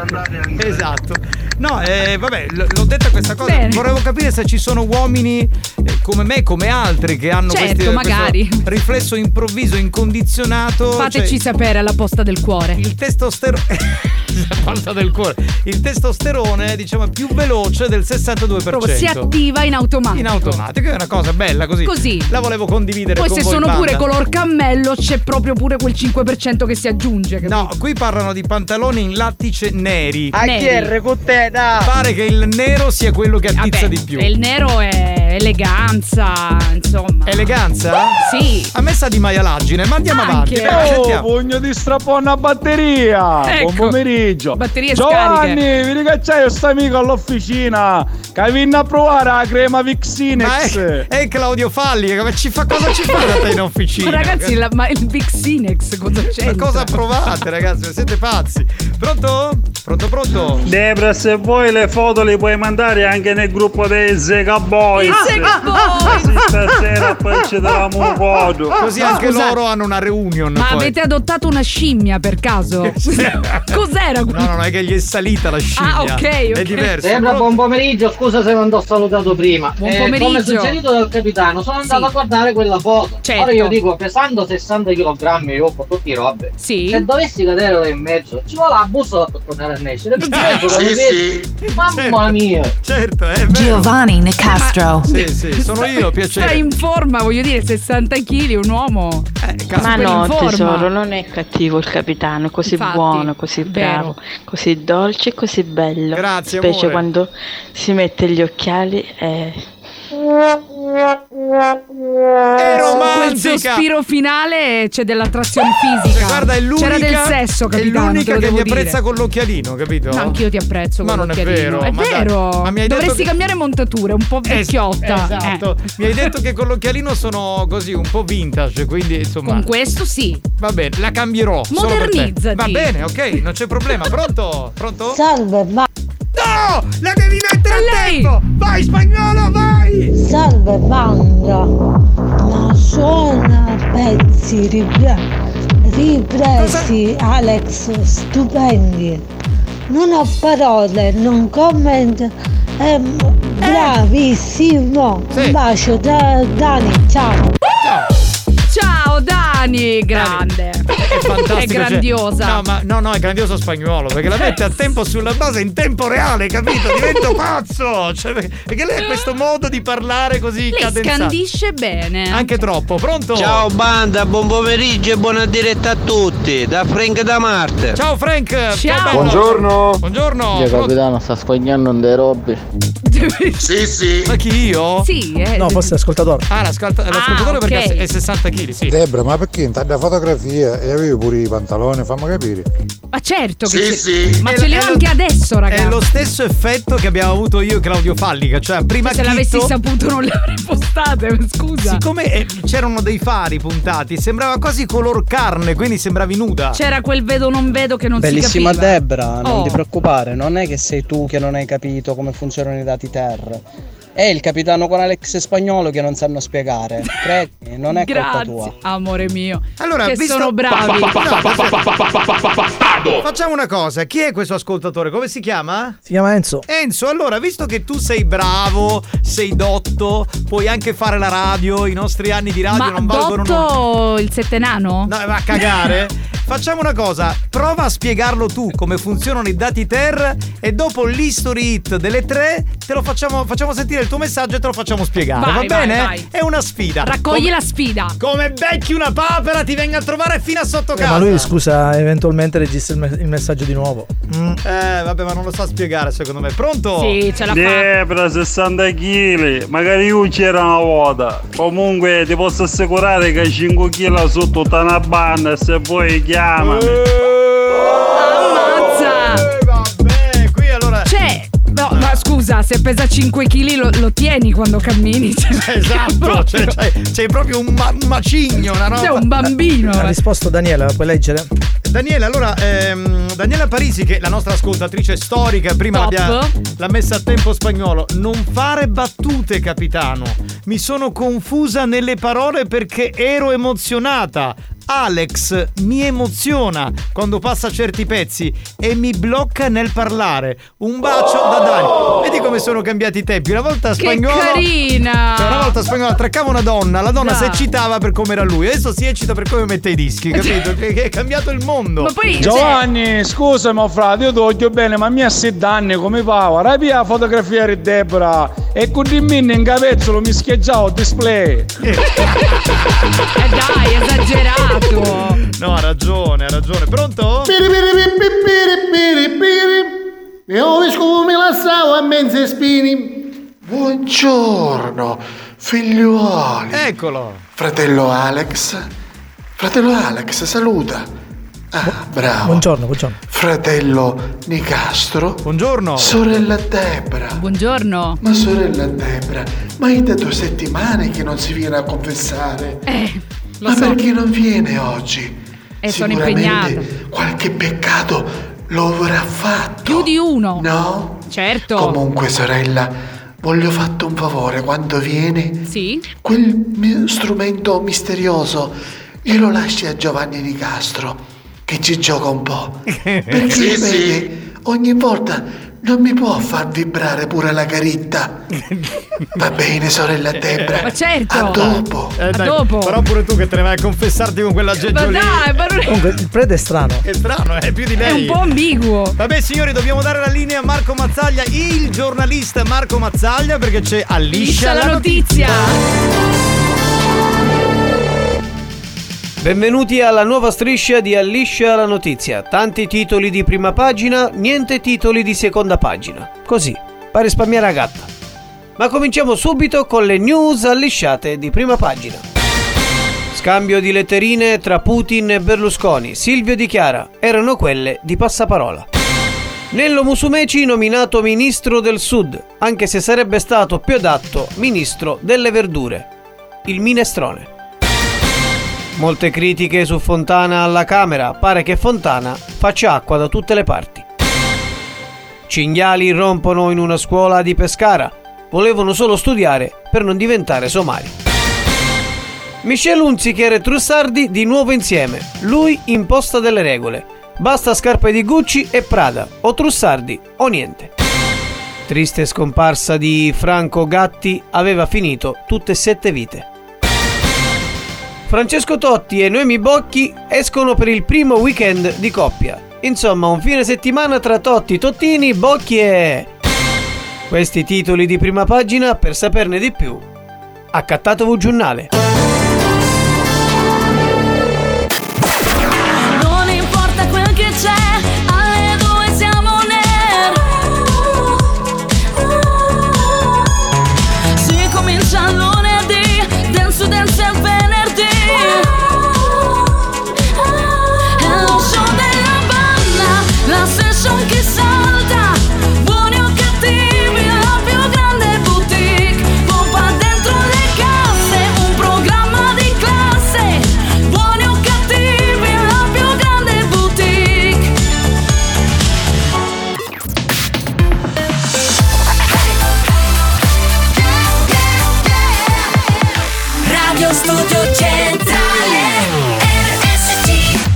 Speaker 5: Esatto. No, eh, vabbè, l- l'ho detta questa cosa.
Speaker 2: Bene.
Speaker 5: Volevo capire se ci sono uomini eh, come me, come altri, che hanno
Speaker 6: Certo,
Speaker 5: questi- questo
Speaker 6: magari.
Speaker 5: riflesso improvviso, incondizionato.
Speaker 6: Fateci
Speaker 5: cioè-
Speaker 6: sapere alla posta del cuore.
Speaker 5: Il testosterone. la porta del cuore. Il testosterone, diciamo, è più veloce del 62%.
Speaker 6: Proprio si attiva in automatico.
Speaker 5: in automatico, è una cosa bella così.
Speaker 6: Così.
Speaker 5: La volevo condividere
Speaker 6: Poi
Speaker 5: con
Speaker 6: se
Speaker 5: voi,
Speaker 6: sono pure
Speaker 5: banda.
Speaker 6: color cammello c'è proprio pure quel 5% che si aggiunge.
Speaker 5: No, qui parlano di pantaloni in lattice neri.
Speaker 6: Ah, Neri. chi è,
Speaker 5: recuteta? Ah. Pare che il nero sia quello che attizza di più.
Speaker 6: E il nero è eleganza, insomma.
Speaker 5: Eleganza?
Speaker 6: Sì.
Speaker 5: A me sa di maialaggine, ma andiamo avanti.
Speaker 6: Anche.
Speaker 5: dai,
Speaker 6: Oh,
Speaker 5: sentiamo.
Speaker 29: Voglio di strappare una batteria.
Speaker 6: Ecco.
Speaker 29: Buon pomeriggio.
Speaker 6: Batterie
Speaker 29: Giovanni,
Speaker 6: scariche.
Speaker 29: vi ricacciai sto amico all'officina. Che vinna a provare la crema Vixinex.
Speaker 5: Ma è, è Claudio Falli, come ci fa cosa ci fa da te in officina?
Speaker 6: Ma ragazzi, la- ma il Big Sinex cosa c'entra?
Speaker 5: Ma cosa provate, ragazzi? Siete pazzi. Pronto? Pronto, pronto?
Speaker 30: Debra, se vuoi le foto le puoi mandare anche nel gruppo dei Zega Boys. Ah,
Speaker 5: I Zega
Speaker 6: Ah,
Speaker 5: Boys!
Speaker 30: Così Stasera poi ci diamo
Speaker 22: Ah,
Speaker 30: un voto.
Speaker 5: Così anche
Speaker 6: Scusate.
Speaker 5: loro hanno una reunion.
Speaker 6: Ah, Ma
Speaker 5: *laughs* poi.
Speaker 6: avete adottato una scimmia per caso? *laughs* Cos'era?
Speaker 5: No, no, no, è che gli è salita la scimmia.
Speaker 6: Ah, ok,
Speaker 5: È
Speaker 6: ok.
Speaker 5: diverso.
Speaker 16: Sembra
Speaker 5: Pronto?
Speaker 16: buon pomeriggio, scusa se non t'ho salutato prima. Eh,
Speaker 6: Buon
Speaker 16: Come
Speaker 6: pomeriggio.
Speaker 16: suggerito dal capitano, sono andato a guardare quella foto.
Speaker 6: Certo.
Speaker 16: Ora io dico, pesando 60 kg, io ho tutti i robe.
Speaker 6: Sì.
Speaker 16: Se dovessi cadere là in mezzo, ci vuole la bussola per tornare a
Speaker 6: *laughs*
Speaker 16: nascere. Perché ecco, la
Speaker 2: Sì,
Speaker 16: vedi? Mamma mia.
Speaker 5: Certo, è
Speaker 4: Giovanni Nicastro.
Speaker 5: Ah, Sì, sì, sono io, piacere.
Speaker 6: Stai in forma, voglio dire, 60 kg, un uomo.
Speaker 13: Ma
Speaker 5: Eh,
Speaker 6: super in
Speaker 13: no,
Speaker 6: forma.
Speaker 13: tesoro, non è cattivo il capitano, è così
Speaker 6: Infatti,
Speaker 13: buono, così bravo, così dolce e così bello.
Speaker 5: Grazie,
Speaker 13: Specie
Speaker 5: amore.
Speaker 13: quando si mette gli occhiali e...
Speaker 6: Quel
Speaker 5: romantica.
Speaker 6: sospiro finale c'è dell'attrazione fisica.
Speaker 5: Cioè, guarda, è l'unica.
Speaker 6: C'era del sesso,
Speaker 5: è
Speaker 6: capitano. te
Speaker 5: l'unica
Speaker 6: lo
Speaker 5: che
Speaker 6: devo
Speaker 5: mi
Speaker 6: dire.
Speaker 5: apprezza con l'occhialino, capito?
Speaker 6: No, anch'io ti apprezzo.
Speaker 5: Ma
Speaker 6: con
Speaker 5: non è
Speaker 6: l'occhialino.
Speaker 5: vero.
Speaker 6: È
Speaker 5: ma dai,
Speaker 6: vero.
Speaker 5: ma mi hai detto
Speaker 6: Dovresti
Speaker 5: che-
Speaker 6: cambiare montature, un po'
Speaker 5: Es-
Speaker 6: vecchiotta. eh.
Speaker 5: esatto. Mi hai detto che con l'occhialino sono così un po' vintage, quindi insomma.
Speaker 6: Con questo sì.
Speaker 5: Va bene, la cambierò. solo per te.
Speaker 6: Modernizzati.
Speaker 5: Va bene, ok, non c'è problema. Pronto? Pronto?
Speaker 31: Salve, va.
Speaker 5: No! La devi mettere
Speaker 31: a
Speaker 5: tempo! Vai, spagnolo, vai!
Speaker 31: Salve, banda. Ma suona eh, pezzi ripre- ripresi, Alex, stupendi. Non ho parole, non comment. È
Speaker 6: Eh.
Speaker 31: bravissimo. Un bacio da Dani, ciao.
Speaker 6: Ciao Dani, grande.
Speaker 5: È fantastico.
Speaker 6: È grandiosa.
Speaker 5: cioè, no, ma, no, no, è grandioso spagnolo, perché la mette a tempo sulla base in tempo reale, capito? Divento pazzo! Cioè, perché perché lei ha questo modo di parlare così
Speaker 6: Lei
Speaker 5: cadenzato.
Speaker 6: scandisce bene.
Speaker 5: Anche troppo, pronto?
Speaker 32: Ciao banda, buon pomeriggio e buona diretta a tutti, da Frank da Marte.
Speaker 5: Ciao Frank! che Certo, bello. Buongiorno!
Speaker 21: sta scognando un dei robbi.
Speaker 5: Sì, sì. Ma chi io?
Speaker 6: Sì, eh.
Speaker 19: No, forse l'ascoltatore.
Speaker 5: Ah, l'ascolta- l'ascoltatore perché
Speaker 19: ok.
Speaker 5: è 60 kg, sì.
Speaker 12: Debra, ma perché in tanta fotografia e avevi pure i pantaloni, fammi capire.
Speaker 6: Ma certo che
Speaker 12: Sì,
Speaker 6: ce-
Speaker 12: sì.
Speaker 6: Ma
Speaker 5: È
Speaker 6: ce
Speaker 5: lo-
Speaker 6: li ho
Speaker 5: è lo-
Speaker 6: anche adesso, ragazzi.
Speaker 5: È lo stesso effetto che abbiamo avuto io e Claudio Fallica, cioè prima
Speaker 6: Se l'avessi saputo non le avrei postate, *laughs* scusa.
Speaker 5: Siccome eh, c'erano dei fari puntati, sembrava quasi color carne, quindi sembravi nuda.
Speaker 6: C'era quel vedo non vedo che non
Speaker 17: Bellissima
Speaker 6: si capiva.
Speaker 17: Debra, non
Speaker 6: Oh.
Speaker 17: ti preoccupare, non è che sei tu che non hai capito come funzionano i dati TER. È il capitano con Alex Spagnolo che non sanno spiegare. Credimi, non è colpa tua.
Speaker 6: Grazie, amore mio.
Speaker 5: Allora,
Speaker 6: che
Speaker 5: visto-
Speaker 6: sono bravi.
Speaker 5: Ah, Facciamo una cosa, chi è questo ascoltatore? Come si chiama?
Speaker 19: Si chiama Enzo.
Speaker 5: Enzo, allora, visto che tu sei bravo, sei dotto, puoi anche fare la radio, i nostri anni di radio
Speaker 6: Ma
Speaker 5: non valgono nulla.
Speaker 6: Dotto il settenano?
Speaker 5: No, va a cagare. Facciamo una cosa, prova a spiegarlo tu come funzionano i dati TER e dopo l'history hit delle tre te lo facciamo, facciamo sentire il tuo messaggio e te lo facciamo spiegare,
Speaker 6: Vai,
Speaker 5: va
Speaker 6: vai,
Speaker 5: bene?
Speaker 6: vai.
Speaker 5: È una sfida.
Speaker 6: Raccogli
Speaker 5: Come-
Speaker 6: la sfida.
Speaker 5: Come becchi una papera ti venga a trovare fino a sotto casa.
Speaker 19: Eh, Ma lui, scusa, eventualmente registra il, me- il messaggio di nuovo.
Speaker 5: Eh, vabbè, ma non lo sa spiegare, secondo me. Pronto?
Speaker 30: Debra, 60 kg, magari io c'era una volta. Comunque ti posso assicurare che 5 kg sotto tutta una banna se vuoi chiamami.
Speaker 6: *laughs* Ammazza!
Speaker 5: Oh, eh, vabbè, qui allora.
Speaker 6: Cioè, no, ma scusa, se pesa 5 kg lo, lo tieni quando
Speaker 5: *laughs*
Speaker 6: cammini. Cioè,
Speaker 5: Esatto, cioè, cioè, sei proprio un, ma- un macigno, una roba. Eh,
Speaker 6: Sei un bambino.
Speaker 19: Ha risposto Daniela, la puoi leggere?
Speaker 5: Daniela, allora, ehm, Daniela Parisi, che è la nostra ascoltatrice storica, prima
Speaker 19: Top.
Speaker 5: l'abbia- l'ha messa a tempo spagnolo. Non fare battute, capitano. Mi sono confusa nelle parole perché ero emozionata. Alex mi emoziona quando passa certi pezzi e mi blocca nel parlare. Un bacio da Dani. Vedi come sono cambiati i tempi. Una volta
Speaker 6: Che
Speaker 5: spagnolo.
Speaker 6: carina!
Speaker 5: Cioè, una volta spagnolo attraccava una donna, la donna
Speaker 6: Dai.
Speaker 5: si eccitava per come era lui. Adesso si eccita per come mette i
Speaker 6: *laughs*
Speaker 5: dischi, capito? che, che è cambiato il mondo.
Speaker 6: Ma poi- cioè
Speaker 4: Giovanni, scusami, oh, frate, io ti voglio bene, ma mi ha sei danni come va? Rapi la fotografia di Debra e con il minno in capezzolo mi schiacciavo il display.
Speaker 6: Eh dai, esagerato.
Speaker 5: No, ha ragione, ha ragione. Pronto?
Speaker 31: Piri piri piri piri piri piri. E ove scumi la sao a mezze spini. Buongiorno, figliuoli.
Speaker 5: Eccolo.
Speaker 31: Fratello Alex. Fratello Alex, saluta. Ah, bravo.
Speaker 33: Buongiorno, buongiorno.
Speaker 31: Fratello Nicastro.
Speaker 5: Buongiorno.
Speaker 31: Sorella Debra.
Speaker 6: Buongiorno.
Speaker 31: Ma sorella Debra, ma è da due settimane che non si viene a confessare.
Speaker 6: Eh,
Speaker 5: Eh,
Speaker 6: lo
Speaker 31: ma
Speaker 6: so.
Speaker 31: perché non viene oggi?
Speaker 6: Eh, sono
Speaker 31: Sicuramente
Speaker 6: impegnata.
Speaker 31: Qualche peccato lo avrà fatto.
Speaker 6: Più di uno.
Speaker 31: No?
Speaker 6: Certo.
Speaker 31: Comunque, sorella, voglio fatto un favore. Quando viene,
Speaker 6: Sì?
Speaker 31: quel mi- strumento misterioso glielo lasci a Giovanni Di Castro, che ci gioca
Speaker 6: *laughs*
Speaker 31: un po'. Perché
Speaker 12: Sì,
Speaker 31: vedi, ogni volta non mi può far vibrare pure la caritta. Va bene, sorella Debra.
Speaker 6: Ma certo.
Speaker 31: A dopo.
Speaker 5: Eh, dai, Però pure tu che te ne vai a confessarti con quella Eh,
Speaker 6: Ma
Speaker 5: geggiolina.
Speaker 6: dai, ma non Ah, è...
Speaker 33: Comunque, il prete è strano.
Speaker 5: È strano, è più di
Speaker 6: È
Speaker 5: lei.
Speaker 6: un po' ambiguo.
Speaker 5: Vabbè signori, dobbiamo dare la linea a Marco Mazzaglia, il giornalista Marco Mazzaglia, perché c'è Alliscia
Speaker 6: Liscia la notizia.
Speaker 14: Benvenuti alla nuova striscia di Alliscia la notizia. Tanti titoli di prima pagina, niente titoli di seconda pagina. Così, pare risparmiare a gatta. Ma cominciamo subito con le news allisciate di prima pagina. Scambio di letterine tra Putin e Berlusconi. Silvio dichiara, erano quelle di passaparola. Nello Musumeci nominato ministro del sud, anche se sarebbe stato più adatto ministro delle verdure. Il minestrone. Molte critiche su Fontana alla Camera, pare che Fontana faccia acqua da tutte le parti. Cinghiali rompono in una scuola di Pescara, volevano solo studiare per non diventare somari. Michel Unzicher e Trussardi di nuovo insieme, lui imposta delle regole, basta scarpe di Gucci e Prada, o Trussardi o niente. Triste scomparsa di Franco Gatti aveva finito tutte e sette vite. Francesco Totti e Noemi Bocchi escono per il primo weekend di coppia. Insomma, un fine settimana tra Totti, Tottini, Bocchi e... Questi titoli di prima pagina, per saperne di più, accattatevi giornale.
Speaker 24: Non importa quel che c'è, alle due siamo nel Si comincia lunedì, dance dance è venerdì È lo show della banda, la session che salta Buoni o cattivi, la più grande boutique Pompa dentro le casse, un programma di classe Buoni o cattivi, la più grande boutique. Radio Studio Centrale. RSC.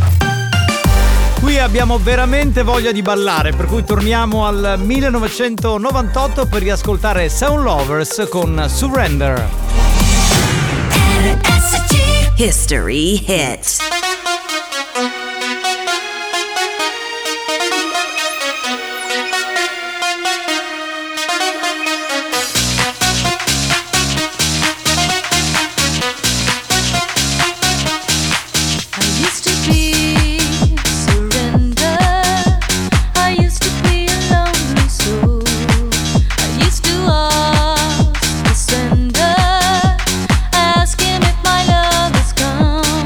Speaker 5: Qui abbiamo veramente voglia di ballare, per cui torniamo al 1998 per riascoltare Sound Lovers con Surrender.
Speaker 2: History hits.
Speaker 24: I used to be surrender. I used to be a lonely soul. I used to ask the sender, asking if my love has come.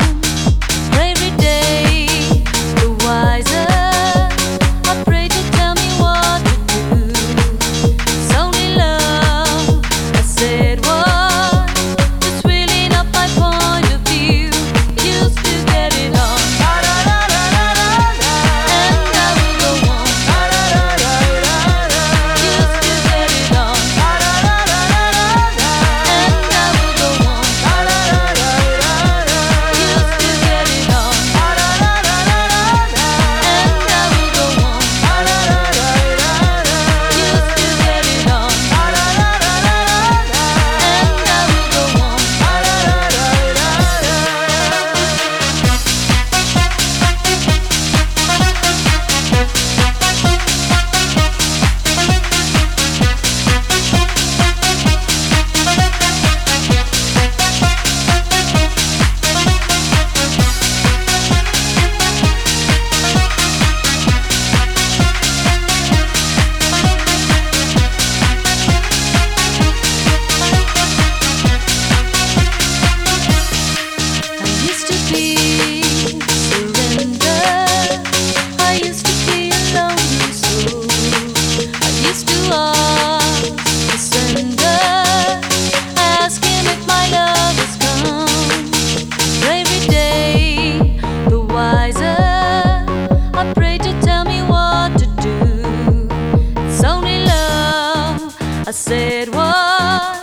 Speaker 24: said why.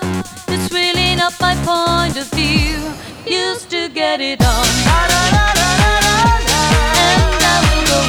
Speaker 24: It's really not my point of view. Used to get it on.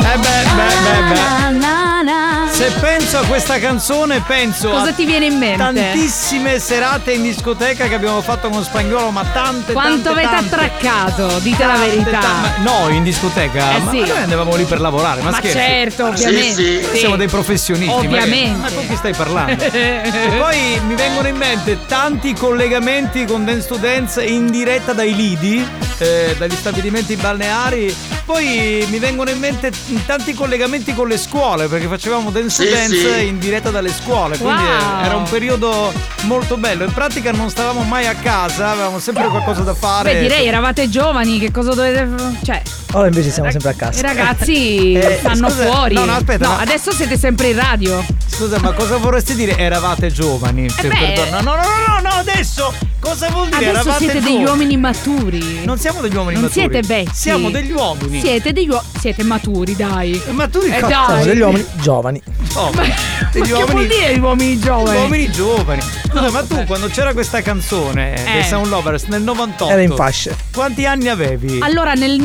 Speaker 5: Eh beh, beh, beh, beh.
Speaker 6: Ah, Na, na.
Speaker 5: Se penso a questa canzone penso
Speaker 6: Cosa
Speaker 5: a
Speaker 6: ti viene in mente?
Speaker 5: tantissime serate in discoteca che abbiamo fatto con Spagnolo, ma tante
Speaker 6: Quanto
Speaker 5: tante,
Speaker 6: avete
Speaker 5: tante.
Speaker 6: attraccato? Dite la
Speaker 5: Tante,
Speaker 6: verità.
Speaker 5: tante- ma- No, in discoteca,
Speaker 6: Eh
Speaker 5: ma
Speaker 6: sì.
Speaker 5: noi andavamo lì per lavorare, ma,
Speaker 6: Ma
Speaker 5: scherzi.
Speaker 6: certo, ovviamente. Sì, sì.
Speaker 5: Siamo dei professionisti, ma che-
Speaker 6: Ovviamente.
Speaker 5: Ma con chi
Speaker 6: *laughs*
Speaker 5: stai parlando? e poi mi vengono in mente tanti collegamenti con Dance to Dance in diretta dai lidi, eh, dagli stabilimenti balneari. Poi mi vengono in mente t- tanti collegamenti con le scuole, perché facevamo Dance
Speaker 27: Sì,
Speaker 5: to Dance
Speaker 27: sì.
Speaker 5: in diretta dalle scuole. Quindi
Speaker 27: Wow.
Speaker 5: eh, era un periodo molto bello. In pratica non stavamo mai a casa, avevamo sempre qualcosa da fare.
Speaker 6: Beh, direi eravate giovani, che cosa dovete. Cioè,
Speaker 19: Ora invece siamo sempre a
Speaker 6: i
Speaker 19: casa.
Speaker 6: ragazzi
Speaker 5: Eh,
Speaker 6: stanno
Speaker 5: scusa,
Speaker 6: fuori.
Speaker 5: no, no, aspetta, ma-
Speaker 6: adesso siete sempre in radio. Eh,
Speaker 5: Scusa, ma cosa vorresti dire? Eravate giovani. Se
Speaker 6: beh,
Speaker 5: perdono- No, no, no, no, no, adesso cosa vuol dire?
Speaker 6: Adesso
Speaker 5: Eravate
Speaker 6: siete
Speaker 5: giovani.
Speaker 6: degli uomini maturi.
Speaker 5: Non siamo degli uomini
Speaker 6: Non
Speaker 5: maturi.
Speaker 6: siete vecchi.
Speaker 5: Siamo degli uomini.
Speaker 6: eh Siete degli uomini. Siete maturi, dai.
Speaker 5: Maturi
Speaker 6: eh,
Speaker 5: cosa?
Speaker 6: dai.
Speaker 19: Siamo degli uomini *laughs* giovani.
Speaker 5: Oh,
Speaker 6: ma che vuol dire gli uomini giovani?
Speaker 5: Gli uomini giovani. Scusa, ma tu quando c'era questa canzone
Speaker 6: Eh.
Speaker 5: dei Sound Lovers nel 98
Speaker 19: Era in fasce.
Speaker 5: Quanti anni avevi?
Speaker 6: Allora, nel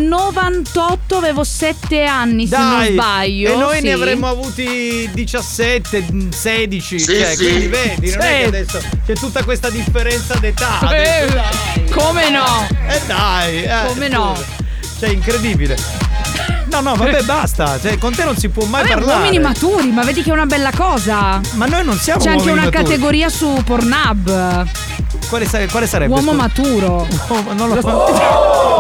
Speaker 6: 98 avevo 7 anni, se non
Speaker 5: Dai,
Speaker 6: sbaglio.
Speaker 5: E noi
Speaker 6: sì.
Speaker 5: ne avremmo avuti 17, 16.
Speaker 27: Sì,
Speaker 5: cioè,
Speaker 27: sì.
Speaker 5: quindi vedi, non è che
Speaker 27: Sì.
Speaker 5: adesso c'è tutta questa differenza d'età.
Speaker 27: Eh,
Speaker 5: adesso, dai.
Speaker 27: come no?
Speaker 5: Eh dai, eh,
Speaker 27: Come no?
Speaker 5: scusa. Cioè, incredibile. No,
Speaker 6: *laughs*
Speaker 5: no, vabbè, basta. Cioè, con te non si può mai
Speaker 6: Vabbè,
Speaker 5: parlare.
Speaker 6: uomini maturi, ma vedi che è una bella cosa.
Speaker 5: Ma noi non siamo
Speaker 6: C'è anche
Speaker 5: uomini
Speaker 6: una
Speaker 5: maturi.
Speaker 6: categoria su Pornhub.
Speaker 5: Quale, sa- quale sarebbe?
Speaker 6: Uomo
Speaker 5: scusa?
Speaker 6: maturo.
Speaker 5: non lo so.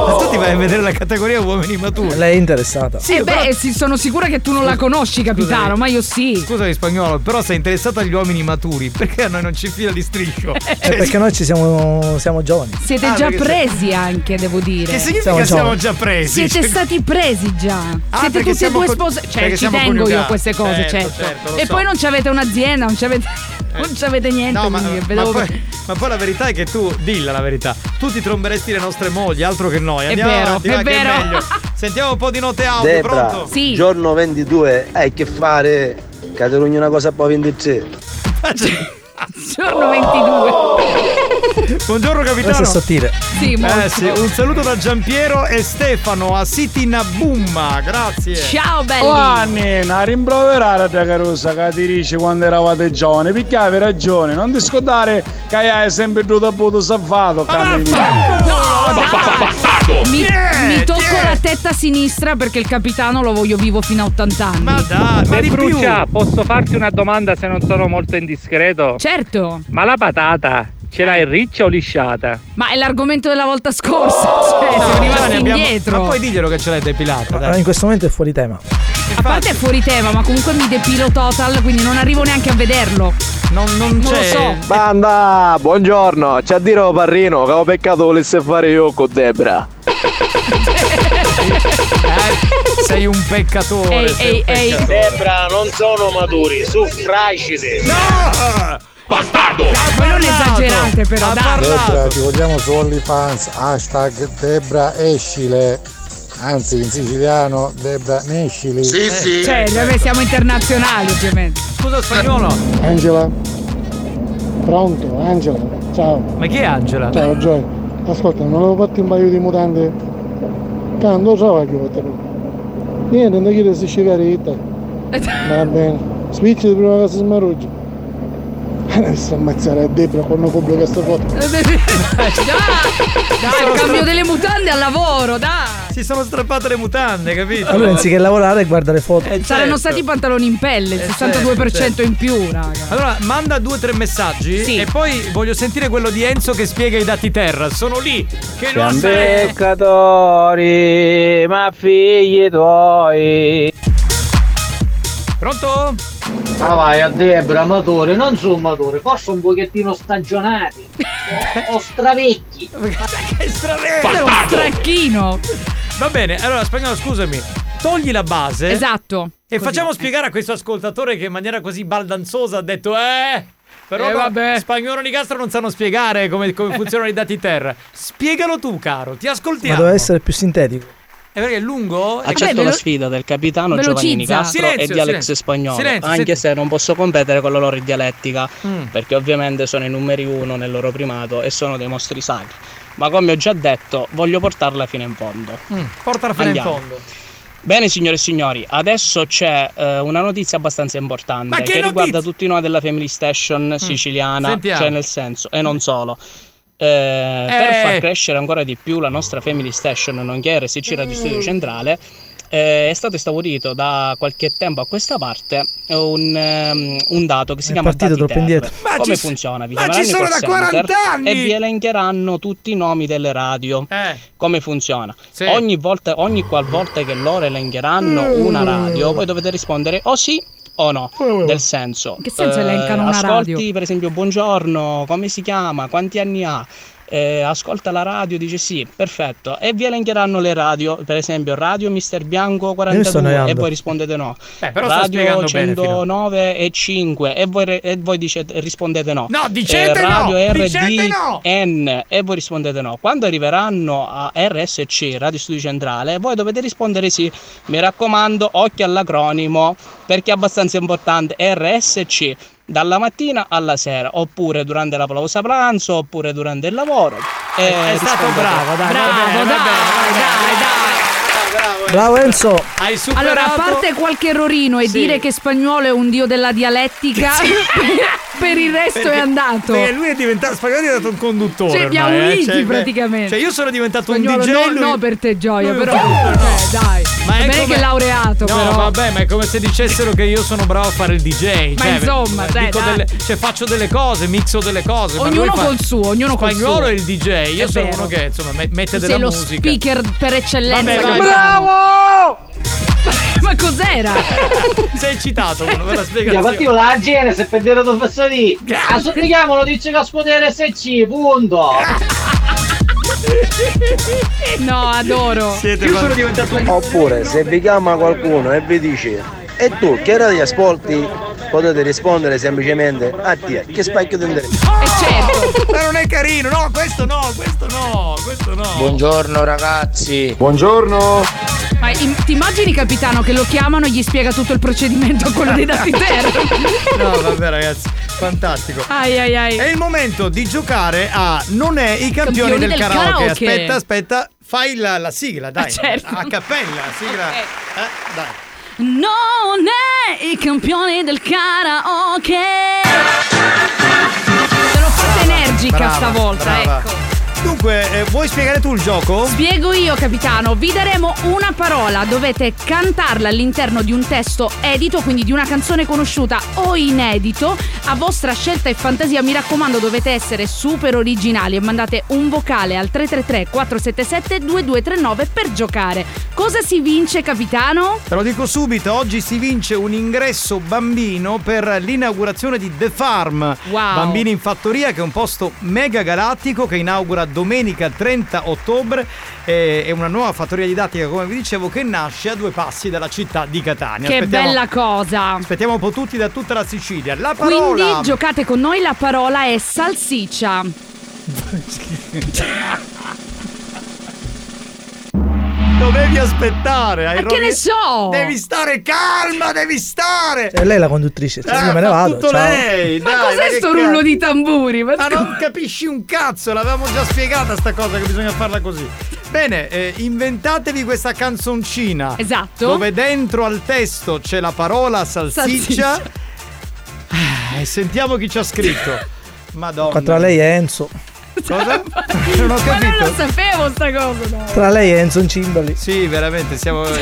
Speaker 5: Ma tu ti vai a vedere la categoria uomini maturi.
Speaker 19: Lei è interessata.
Speaker 6: *laughs*
Speaker 5: Eh,
Speaker 6: Sì, beh, sì, sono sicura che tu non la conosci, capitano, ma io sì.
Speaker 5: Scusami spagnolo, però sei interessato agli uomini maturi, perché a noi non ci fila
Speaker 6: *laughs*
Speaker 5: di striscio? Cioè,
Speaker 19: Eh, perché noi ci siamo, siamo giovani.
Speaker 6: Siete
Speaker 5: Ah,
Speaker 6: già
Speaker 5: perché
Speaker 6: presi anche, devo dire.
Speaker 5: Che significa Siamo siamo giovani. già presi?
Speaker 6: Siete
Speaker 5: *laughs* Cioè-
Speaker 6: stati presi già.
Speaker 5: Ah,
Speaker 6: siete tutti
Speaker 5: perché
Speaker 6: e
Speaker 5: siamo
Speaker 6: due
Speaker 5: co-
Speaker 6: sposi. Cioè,
Speaker 5: perché
Speaker 6: ci
Speaker 5: siamo
Speaker 6: tengo io a
Speaker 5: coniugati.
Speaker 6: queste cose,
Speaker 5: Certo,
Speaker 6: certo.
Speaker 5: certo, lo
Speaker 6: e
Speaker 5: so. Eh.
Speaker 6: poi non c'avete un'azienda, non c'avete. Non c'avete niente.
Speaker 5: No, ma,
Speaker 6: quindi
Speaker 5: ma
Speaker 6: vedevo-
Speaker 5: poi, ma poi la verità è che tu, dilla la verità, tu ti tromberesti le nostre mogli, altro che noi.
Speaker 6: È
Speaker 5: Andiamo
Speaker 6: vero,
Speaker 5: avanti,
Speaker 6: è
Speaker 5: va, che
Speaker 6: vero.
Speaker 5: meglio. Sentiamo un po' di note audio,
Speaker 32: Debra,
Speaker 5: pronto?
Speaker 32: giorno 22, hai che fare? Catalogna una cosa poi 23.
Speaker 6: Giorno
Speaker 5: *laughs*
Speaker 6: 22.
Speaker 5: *laughs* Buongiorno capitano.
Speaker 32: Questo è sottile.
Speaker 6: Sì, molto.
Speaker 5: eh, sì, un saluto da Giampiero e Stefano a City Nabumma, grazie.
Speaker 26: Oh, Anni, una rimproverare te carusa che ti dice quando eravate giovani, perché avevi ragione, non ti scordare che hai sempre tu da puto salvato,
Speaker 5: Ah,
Speaker 6: Mi,
Speaker 26: Yeah,
Speaker 6: mi tocco
Speaker 26: yeah.
Speaker 6: la testa sinistra perché il capitano lo voglio vivo fino a 80 anni. Ma
Speaker 5: dai,
Speaker 8: Petruccia, posso farti una domanda se non sono molto indiscreto?
Speaker 6: Certo.
Speaker 8: Ma la patata ce l'hai riccia o lisciata?
Speaker 6: Ma è l'argomento della volta scorsa. Cioè, siamo rimasti
Speaker 5: Ne Oh. abbiamo-
Speaker 6: indietro.
Speaker 5: Ma poi diglielo che ce l'hai depilata,
Speaker 19: Allora,
Speaker 5: dai.
Speaker 19: in questo momento è fuori tema.
Speaker 6: A parte è fuori tema, ma comunque mi depilo total, quindi non arrivo neanche a vederlo.
Speaker 5: Non,
Speaker 6: lo
Speaker 5: Cioè,
Speaker 6: so.
Speaker 20: Banda, buongiorno, c'è a dire lo Parrino che ho peccato volesse fare io con Debra.
Speaker 5: Sei un peccatore.
Speaker 20: Ehi,
Speaker 5: sei un
Speaker 20: ehi, ehi.
Speaker 5: peccatore.
Speaker 20: Debra, non
Speaker 16: Oh,
Speaker 20: sono maturi, suffragite. No! Bastardo!
Speaker 6: Ma non esagerate però, dai.
Speaker 12: Debra, ti vogliamo su OnlyFans, hashtag Debra escile. Anzi, in siciliano, Debra nescili.
Speaker 6: Eh, Cioè, vabbè, siamo internazionali ovviamente.
Speaker 5: Scusa spagnolo.
Speaker 12: Angela. Pronto, Angela. Ciao.
Speaker 5: Ma chi è Angela?
Speaker 12: Ciao Joy. Ascolta, non avevo fatto un paio di mutande. Quando ciao che ho Niente, non chiede se ci carita.
Speaker 5: *laughs*
Speaker 12: Va bene. Switch di prima cosa smaruggia. Adesso ammazzare a Debra quando pubblica questa foto.
Speaker 6: dai, dai, cambio delle mutande al lavoro, dai.
Speaker 5: Si sono strappate le mutande, capito?
Speaker 19: Allora, anziché lavorare, guarda le foto.
Speaker 5: certo.
Speaker 6: Saranno stati i pantaloni in pelle, il
Speaker 5: Eh,
Speaker 6: 62%
Speaker 5: certo, certo.
Speaker 6: in più, raga.
Speaker 5: Allora, manda due o tre messaggi e poi voglio sentire quello di Enzo che spiega i dati terra. Sono lì che lo ha sempre-
Speaker 20: Peccatori, ma figli tuoi.
Speaker 5: Pronto?
Speaker 16: Ma vai a Debra, amatore, non sono amatore, forse un pochettino stagionati. o, o
Speaker 6: *laughs*
Speaker 16: stravecchi.
Speaker 5: che
Speaker 17: Eh,
Speaker 6: Quello è
Speaker 5: stravecchi!
Speaker 6: un stracchino.
Speaker 5: Va bene, allora spagnolo, scusami. Togli la base.
Speaker 6: Esatto.
Speaker 5: E
Speaker 6: Così,
Speaker 5: facciamo
Speaker 6: eh.
Speaker 5: spiegare a questo ascoltatore che in maniera così baldanzosa ha detto eh però
Speaker 6: Eh,
Speaker 5: no,
Speaker 6: vabbè." Eh.
Speaker 5: spagnolo di Castro non sanno spiegare come, come funzionano i dati terra. Spiegalo tu, caro. Ti
Speaker 19: Ma
Speaker 5: ascoltiamo. Eh,
Speaker 19: doveva essere più sintetico.
Speaker 27: È perché è lungo?
Speaker 17: Accetto la sfida del capitano
Speaker 27: velocizza.
Speaker 17: Giovannini Castro e
Speaker 27: Silenzio,
Speaker 17: di Alex
Speaker 27: silenzio.
Speaker 17: Spagnolo,
Speaker 27: Silenzio,
Speaker 17: anche
Speaker 27: silenzio.
Speaker 17: se non posso competere con la loro dialettica,
Speaker 27: Mm.
Speaker 17: perché ovviamente sono i numeri uno nel loro primato e sono dei mostri sacri. Ma come ho già detto, voglio portarla fino in fondo.
Speaker 5: Mm,
Speaker 27: Portala fino in
Speaker 17: Andiamo.
Speaker 27: fondo.
Speaker 17: Bene signore e signori, adesso c'è eh, una notizia abbastanza importante
Speaker 27: Ma che
Speaker 17: riguarda tutti noi della Family
Speaker 19: Mm.
Speaker 17: Station siciliana,
Speaker 27: sentiamo.
Speaker 17: cioè nel senso, e non solo. Eh, Per
Speaker 27: Eh.
Speaker 17: far crescere ancora di più la nostra Family Station, nonché RSC Radio
Speaker 19: Mm.
Speaker 17: Studio Centrale, eh, è stato esaurito da qualche tempo a questa parte un, ehm, un dato che si
Speaker 19: È
Speaker 17: chiama
Speaker 19: partito
Speaker 17: Dati
Speaker 19: troppo
Speaker 17: Terra.
Speaker 19: indietro. Ma
Speaker 17: Come
Speaker 19: ci-
Speaker 17: funziona? Vi
Speaker 19: ma ci
Speaker 17: chiameranno i
Speaker 19: sono
Speaker 17: call
Speaker 19: da
Speaker 17: center
Speaker 19: 40 anni!
Speaker 17: E vi elencheranno tutti i nomi delle radio.
Speaker 27: Eh.
Speaker 17: Come funziona? Ogni volta, ogni qualvolta che loro elencheranno
Speaker 27: Mm.
Speaker 17: una radio, voi dovete rispondere o sì o no. Nel senso,
Speaker 6: Mm.
Speaker 17: Eh,
Speaker 6: che senso elencano una
Speaker 17: ascolti,
Speaker 6: radio?
Speaker 17: per esempio, buongiorno, come si chiama, quanti anni ha? Eh, ascolta la radio, dice sì, perfetto. E vi elencheranno le radio, per esempio, radio Mister Bianco
Speaker 19: sto
Speaker 17: 42
Speaker 19: annoiando.
Speaker 17: e voi rispondete no.
Speaker 27: Eh, però sta
Speaker 17: radio
Speaker 27: spiegando bene, Filo.
Speaker 17: 109 e 5 e voi, re- e voi dicete- rispondete no. Eh,
Speaker 27: No, dicete no,
Speaker 17: radio
Speaker 27: dicete no.
Speaker 17: RDN e voi rispondete no. Quando arriveranno a RSC, Radio Studio Centrale, voi dovete rispondere sì. Mi raccomando, occhio all'acronimo perché è abbastanza importante. RSC dalla mattina alla sera, oppure durante la pausa pranzo, oppure durante il lavoro. E
Speaker 27: È stato
Speaker 17: rispondete.
Speaker 27: bravo, dai.
Speaker 17: Bravo,
Speaker 19: Bravo Enzo.
Speaker 27: Hai superato.
Speaker 6: Allora, a parte qualche errorino e dire che spagnolo è un dio della dialettica,
Speaker 5: Sì.
Speaker 6: *laughs* per il resto
Speaker 5: Perché-
Speaker 6: è andato.
Speaker 5: Perché lui è diventato spagnolo, è diventato un conduttore.
Speaker 6: Cioè, abbiamo
Speaker 5: ormai, eh.
Speaker 6: uniti
Speaker 5: Cioè, beh,
Speaker 6: praticamente.
Speaker 5: Cioè, io sono diventato
Speaker 6: Spagnolo,
Speaker 5: un DJ.
Speaker 6: no,
Speaker 5: lui-
Speaker 6: no per te gioia,
Speaker 5: lui-
Speaker 6: però
Speaker 5: No,
Speaker 6: eh, dai. Va
Speaker 5: Ma è
Speaker 6: bene
Speaker 5: come-
Speaker 6: che è laureato,
Speaker 5: No,
Speaker 6: però.
Speaker 5: vabbè, ma è come se dicessero che io sono bravo a fare il DJ.
Speaker 6: Ma
Speaker 5: cioè,
Speaker 6: insomma, dai,
Speaker 5: dico
Speaker 6: dai.
Speaker 5: delle- cioè, faccio delle cose, mixo delle cose. ma
Speaker 6: Ognuno
Speaker 5: lui fa-
Speaker 6: col suo, ognuno col
Speaker 5: Spagnolo
Speaker 6: suo.
Speaker 5: è il DJ, io
Speaker 6: È
Speaker 5: sono
Speaker 6: vero.
Speaker 5: uno che insomma me-
Speaker 6: Tu
Speaker 5: mette della
Speaker 6: sei lo
Speaker 5: musica.
Speaker 6: speaker per eccellenza.
Speaker 5: Vabbè, vai.
Speaker 6: *laughs* Ma
Speaker 5: *laughs*
Speaker 6: cos'era?
Speaker 5: Sei eccitato, uno,
Speaker 16: Io
Speaker 5: per la
Speaker 16: partivo
Speaker 5: spiegazione.
Speaker 16: la genere se perdere lo professori. Assolutiamolo, dice che ha scuotere SC, punto.
Speaker 6: No, adoro.
Speaker 7: Oppure se vi chiama qualcuno e vi dice e tu che radio ascolti? Potete rispondere semplicemente a te, che specchio ti interessa?"
Speaker 6: Certo.
Speaker 5: Ma non è carino, no, questo no, questo no, questo no.
Speaker 7: Buongiorno ragazzi. Buongiorno.
Speaker 6: Ma im- ti immagini, capitano, che lo chiamano e gli spiega tutto il procedimento, quello dei
Speaker 5: *laughs*
Speaker 6: dati terra?
Speaker 5: No, vabbè, ragazzi, fantastico.
Speaker 6: Ai, ai, ai.
Speaker 5: È il momento di giocare a Non è i
Speaker 6: Campioni
Speaker 5: campioni, del,
Speaker 6: del
Speaker 5: karaoke.
Speaker 6: karaoke.
Speaker 5: Aspetta, aspetta, fai la, la sigla, dai.
Speaker 6: Ah, certo.
Speaker 5: A cappella, sigla. Eh, dai.
Speaker 6: Non è i campioni del karaoke. Sono fatta energica
Speaker 5: Brava,
Speaker 6: stavolta,
Speaker 5: brava.
Speaker 6: ecco.
Speaker 5: Dunque, eh, vuoi spiegare tu il gioco?
Speaker 6: Spiego io, capitano. Vi daremo una parola. Dovete cantarla all'interno di un testo edito, quindi di una canzone conosciuta o inedito, a vostra scelta e fantasia. Mi raccomando, dovete essere super originali e mandate un vocale al 333-477-2239 per giocare. Cosa si vince, capitano?
Speaker 5: Te lo dico subito, oggi si vince un ingresso bambino per l'inaugurazione di The Farm. Bambini in fattoria che è un posto mega galattico che inaugura domenica 30 ottobre. Eh, È una nuova fattoria didattica, come vi dicevo, che nasce a due passi dalla città di Catania.
Speaker 6: Che
Speaker 5: Aspettiamo-
Speaker 6: bella cosa!
Speaker 5: Aspettiamo un po' tutti da tutta la Sicilia. La
Speaker 6: Quindi
Speaker 5: parola...
Speaker 6: giocate con noi, la parola è salsiccia.
Speaker 5: *laughs* Dovevi aspettare, hai
Speaker 6: Ma che ne so?
Speaker 5: Devi stare calma, devi stare!
Speaker 19: Cioè, lei è la conduttrice, cioè, io me ne vado.
Speaker 5: Ah, tutto
Speaker 19: ciao.
Speaker 5: lei,
Speaker 6: Ma
Speaker 5: dai,
Speaker 6: cos'è
Speaker 5: che
Speaker 6: sto
Speaker 5: cazzo?
Speaker 6: rullo di tamburi? Ma,
Speaker 5: Ma non capisci un cazzo, l'avevamo già spiegata sta cosa che bisogna farla così. Bene, eh, inventatevi questa canzoncina.
Speaker 6: Esatto.
Speaker 5: Dove dentro al testo c'è la parola salsiccia.
Speaker 6: Salsiccia.
Speaker 5: Ah, E sentiamo chi ci ha scritto.
Speaker 6: *laughs*
Speaker 5: Madonna.
Speaker 19: Qua tra lei e Enzo.
Speaker 5: Cosa? non ho
Speaker 6: Ma non
Speaker 5: capito.
Speaker 6: lo sapevo sta cosa, no.
Speaker 19: Tra lei e Enzo Cimbali.
Speaker 5: Sì, veramente, siamo. eh,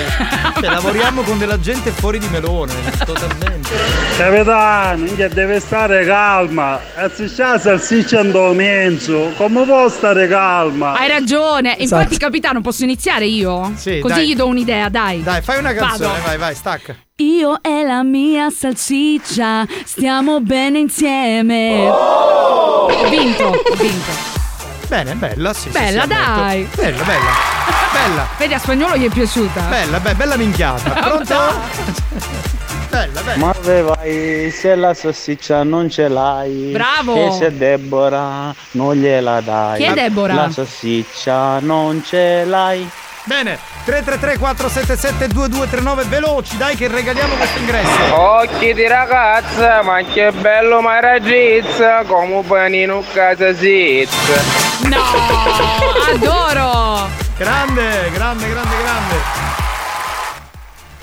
Speaker 5: cioè, lavoriamo con della gente fuori di melone, totalmente.
Speaker 30: Capitano, minchia, deve stare calma. Assiccia salsiccia andomenzo. Come può stare calma?
Speaker 6: Hai ragione.
Speaker 5: Esatto.
Speaker 6: Infatti, capitano, posso iniziare io?
Speaker 30: Sì,
Speaker 6: Così
Speaker 30: dai.
Speaker 6: gli do un'idea, dai.
Speaker 5: Dai, fai una canzone,
Speaker 6: Vado.
Speaker 5: vai, vai, stacca.
Speaker 6: Io e la mia salsiccia stiamo bene insieme.
Speaker 5: Oh!
Speaker 6: Ho vinto, ho vinto.
Speaker 5: Bene, bella, sì. sì,
Speaker 6: Bella,
Speaker 5: sì, molto.
Speaker 6: dai.
Speaker 5: Bella, bella. Bella.
Speaker 6: Vedi, a spagnolo gli è piaciuta. *laughs*
Speaker 5: Bella, be- bella minchiata. Pronto? bella, bella.
Speaker 4: Ma dove vai se la salsiccia non ce l'hai?
Speaker 6: Bravo.
Speaker 4: Che se Debora non gliela dai.
Speaker 6: Chi è Deborah?
Speaker 4: La salsiccia non ce l'hai.
Speaker 5: Bene, 333 477 2239 veloci, dai che regaliamo questo ingresso.
Speaker 8: Occhi di ragazza, ma che bello maragizza, come un panino casa sit.
Speaker 6: Adoro!
Speaker 5: Grande, grande, grande, grande.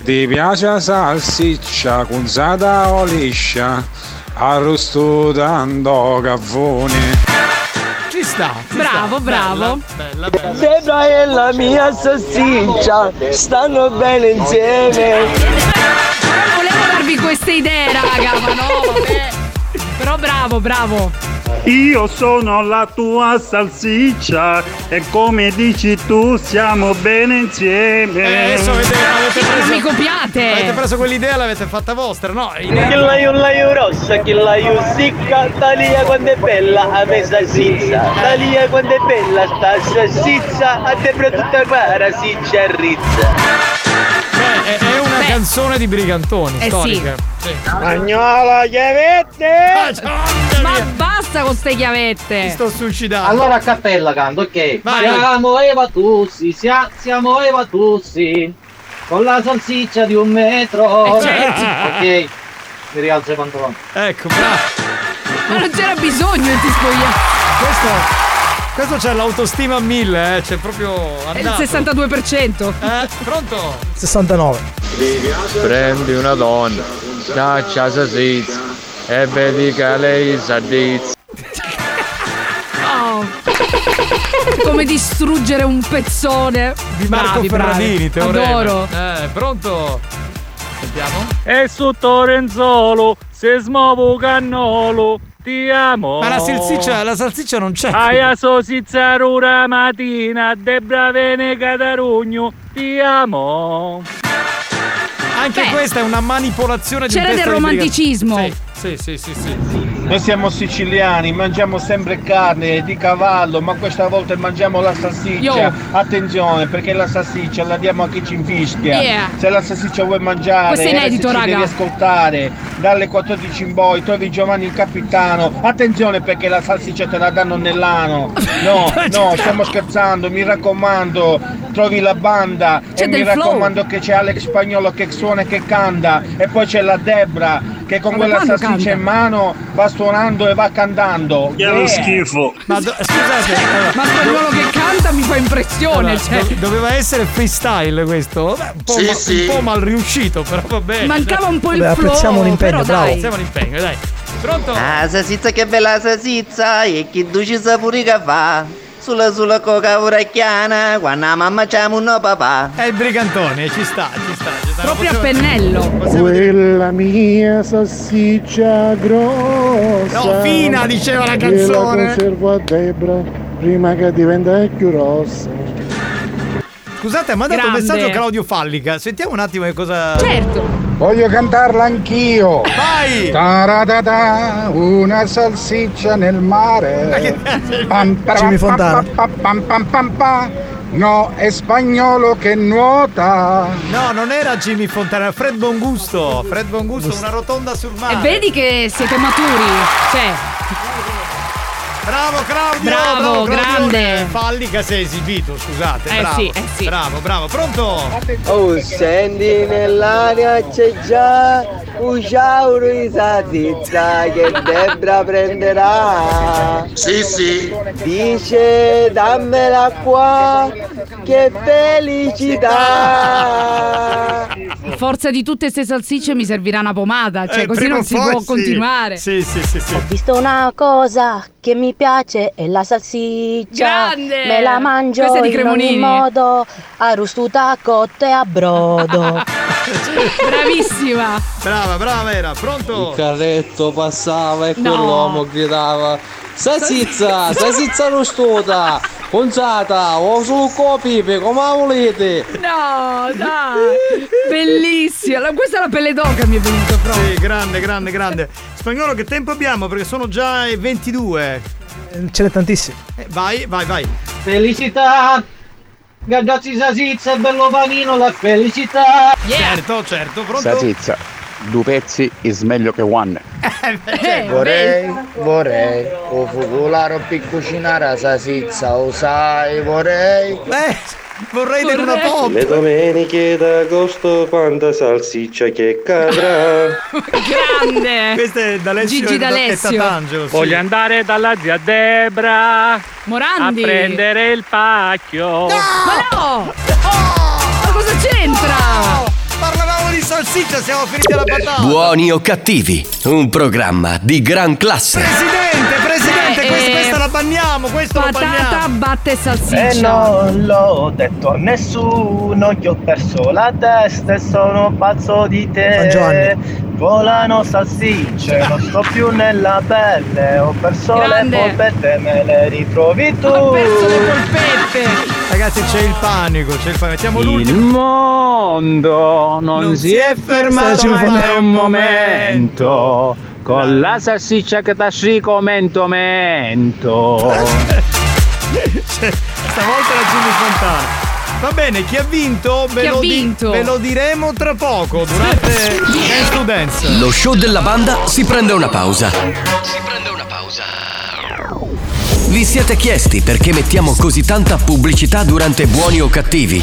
Speaker 26: Ti piace la salsiccia cunzata o liscia? Arrostutando caffone.
Speaker 5: Ci sta.
Speaker 6: bravo, bravo.
Speaker 5: Bella,
Speaker 2: Debra e la mia salsiccia stanno bene insieme.
Speaker 6: Volevo darvi queste idee, raga, ma no, vabbè. Però bravo, bravo.
Speaker 30: Io sono la tua salsiccia e come dici tu siamo bene insieme.
Speaker 5: Eh, adesso avete, avete preso.
Speaker 6: mi copiate.
Speaker 5: Avete preso quell'idea e l'avete fatta vostra, no?
Speaker 2: Che la io la io rossa, che la io sicca, talia eh, quando è bella a me salsiccia, talia quando è bella sta salsiccia, a te per tutta para si c'è rizza.
Speaker 5: È, è una canzone di Brigantoni,
Speaker 6: Eh, sì.
Speaker 5: storica.
Speaker 2: Magnola
Speaker 5: Ah,
Speaker 2: chiavette!
Speaker 6: Ma basta con ste chiavette. Mi
Speaker 5: sto suicidando.
Speaker 16: Allora a cappella canto, ok.
Speaker 6: Vai.
Speaker 16: Siamo Eva Tussi, sia- siamo Eva Tussi, con la salsiccia di un
Speaker 2: Oh,
Speaker 16: metro.
Speaker 6: Eh, certo.
Speaker 16: Ok, mi rialzo i pantaloni.
Speaker 5: Ecco, bravo.
Speaker 6: Ma non c'era bisogno di spoglia.
Speaker 5: Questo, questo c'è l'autostima a mille, eh. C'è proprio.
Speaker 6: È il
Speaker 5: andato.
Speaker 6: 62%.
Speaker 5: Eh, pronto?
Speaker 19: 69.
Speaker 13: Prendi una donna, caccia salsiccia e vedi che lei salsiccia.
Speaker 6: Oh. Come distruggere un pezzone.
Speaker 5: Di Marco
Speaker 6: Bravi, bravi.
Speaker 5: Ferradini, teorema.
Speaker 6: Adoro.
Speaker 5: Eh, pronto? Sentiamo.
Speaker 8: E su Torenzolo, se smuovo cannolo, ti amo.
Speaker 5: Ma la salsiccia, la salsiccia non c'è.
Speaker 8: Hai a sosizzarura mattina, Debra Vene Catarugno, ti amo.
Speaker 5: Anche questa è una manipolazione di un
Speaker 6: Eh. C'era del
Speaker 5: testo di Brigantoni.
Speaker 6: romanticismo.
Speaker 5: Sì, sì, sì, sì.
Speaker 4: Noi siamo siciliani, mangiamo sempre carne di cavallo, ma questa volta mangiamo la salsiccia.
Speaker 6: Yo.
Speaker 4: Attenzione, perché la salsiccia la diamo a chi ci infischia.
Speaker 6: Yeah.
Speaker 4: Se la salsiccia vuoi mangiare,
Speaker 6: Questo è inedito,
Speaker 4: la salsiccia
Speaker 6: raga.
Speaker 4: devi ascoltare. Dalle 14 in poi trovi Giovanni il capitano. Attenzione perché la salsiccia te la danno nell'ano.
Speaker 6: *laughs*
Speaker 4: No, no, stiamo scherzando, mi raccomando, trovi la banda
Speaker 6: C'è
Speaker 4: e mi
Speaker 6: del flow.
Speaker 4: raccomando che c'è Alex Spagnolo che suona e che canta e poi c'è la Debra che con
Speaker 6: Ma
Speaker 4: quella
Speaker 6: quando
Speaker 4: salsiccia
Speaker 6: canta?
Speaker 4: in mano va suonando e va cantando. Eh.
Speaker 30: Che è uno schifo.
Speaker 5: Ma do- scusate, allora,
Speaker 6: eh, Ma spagnolo che canta mi fa impressione.
Speaker 5: allora,
Speaker 6: cioè.
Speaker 5: do- doveva essere freestyle questo. Beh, un, po
Speaker 6: Sì,
Speaker 5: ma-
Speaker 6: sì.
Speaker 5: un po' mal riuscito, però va bene.
Speaker 6: Mancava un po' il
Speaker 19: Vabbè, apprezziamo flow, l'impegno, però bravo. dai.
Speaker 5: Apprezziamo l'impegno, dai. Pronto?
Speaker 32: Ah, salsiccia che bella salsiccia e che dolce sapore che fa. Sulla sulla coca uracchiana, quando la mamma c'ha un papà.
Speaker 5: È il brigantone, ci sta, ci sta. Ci sta.
Speaker 6: Proprio a pennello.
Speaker 12: Quella mia salsiccia grossa.
Speaker 5: No, fina, diceva la canzone.
Speaker 12: Che la conservo a Debra prima che diventa più rossa.
Speaker 5: Scusate, ha mandato un
Speaker 12: Grande.
Speaker 5: messaggio Claudio Fallica. Sentiamo un attimo che cosa.
Speaker 6: Certo.
Speaker 21: Voglio cantarla anch'io.
Speaker 5: Vai!
Speaker 21: Taradada, una salsiccia nel mare. Pam, pam,
Speaker 19: Jimmy
Speaker 21: pam,
Speaker 19: Fontana.
Speaker 21: pam, pam, pam, pam, pam. No, è spagnolo che nuota.
Speaker 5: No, non era Jimmy Fontana, era Fred Bongusto. Fred Bongusto, una rotonda sul mare.
Speaker 6: E vedi che siete maturi. Cioè,
Speaker 5: Bravo Claudio!
Speaker 6: Bravo, grande.
Speaker 5: Eh, Fallica si è esibito, scusate.
Speaker 2: Eh
Speaker 5: bravo.
Speaker 2: sì, eh sì.
Speaker 5: Bravo, bravo. Pronto?
Speaker 2: Oh, scendi nell'aria, c'è già un ciauro di salsiccia che Debra prenderà.
Speaker 21: Sì, sì.
Speaker 2: Dice dammela qua, che felicità!
Speaker 6: a forza di tutte ste salsicce mi servirà una pomata. Cioè,
Speaker 2: Eh,
Speaker 6: così
Speaker 2: prima
Speaker 6: non
Speaker 2: o
Speaker 6: si
Speaker 2: poi
Speaker 6: può
Speaker 2: sì.
Speaker 6: continuare.
Speaker 5: Sì, sì, sì, sì.
Speaker 29: Ho visto una cosa che mi piace è la salsiccia.
Speaker 6: Grande!
Speaker 29: Me la mangio
Speaker 6: Questa è di
Speaker 29: in ogni
Speaker 6: Cremonini.
Speaker 29: modo, arrostuta, cotta e a
Speaker 6: *laughs*
Speaker 29: brodo.
Speaker 6: Bravissima.
Speaker 5: Brava, brava era. Pronto?
Speaker 32: carretto passava e
Speaker 5: No.
Speaker 32: quell'uomo gridava Salsizza, salsizza rostuta, ponzata, o succo pipe, come la volete?
Speaker 6: No, dai. Bellissima. La- Questa è la pelle d'oca mi è venuta proprio.
Speaker 5: Sì, grande, grande, grande. Spagnolo, che tempo abbiamo? Perché sono già eh, 22.
Speaker 19: Eh, Ce n'è tantissimi.
Speaker 5: Eh, vai, vai, vai.
Speaker 16: Felicità! Gaggazzi salsiccia, bello panino, la felicità!
Speaker 5: Certo, certo, pronto?
Speaker 22: Salsiccia, due pezzi is meglio che one.
Speaker 21: Cioè,
Speaker 5: Eh,
Speaker 21: Vorrei, vorrei, o focolare o piccocinare la salsiccia, o sai, vorrei.
Speaker 5: Eh, Vorrei vedere una pop.
Speaker 30: Le domeniche d'agosto quanta salsiccia che *laughs* cadrà.
Speaker 5: *laughs*
Speaker 6: Grande!
Speaker 5: Questo è D'Alessio
Speaker 34: Gigi
Speaker 5: e-
Speaker 34: D'Alessio.
Speaker 5: e Tatangelo. sì.
Speaker 34: Voglio andare dalla zia Debra
Speaker 6: Morandi.
Speaker 34: a prendere il pacchio.
Speaker 6: Ma no! ma cosa c'entra?
Speaker 5: Oh!
Speaker 6: Eh.
Speaker 5: Parlavamo di salsiccia, siamo finiti alla patata.
Speaker 1: Buoni o cattivi, un programma di gran classe.
Speaker 5: Presidente, presidente,
Speaker 6: Eh,
Speaker 5: quest-
Speaker 6: eh,
Speaker 5: questa la banniamo, questa la
Speaker 6: Patata
Speaker 5: banniamo.
Speaker 6: batte salsiccia.
Speaker 4: E non l'ho detto a nessuno, io ho perso la testa e sono pazzo di
Speaker 17: San
Speaker 4: te. Volano salsicce, non sto più nella pelle, ho perso
Speaker 5: Grande.
Speaker 4: le polpette, me le ritrovi tu.
Speaker 5: Ragazzi, c'è il panico, c'è il panico. Mettiamo l'ultimo. *laughs*
Speaker 35: mondo non, si è fermato
Speaker 5: si è
Speaker 35: mai
Speaker 5: fermato.
Speaker 35: per un momento con la salsiccia che tasci comento mento
Speaker 5: Cioè, stavolta la Jimmy Fontana. Va bene, chi ha vinto? Ve,
Speaker 6: Chi ha
Speaker 5: lo, di-
Speaker 6: vinto?
Speaker 5: ve lo diremo tra poco, durante Dance to Dance.
Speaker 1: Lo show della banda si prende una pausa.
Speaker 24: Si prende una pausa.
Speaker 1: Vi siete chiesti perché mettiamo così tanta pubblicità durante buoni o cattivi?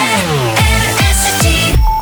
Speaker 24: RSC.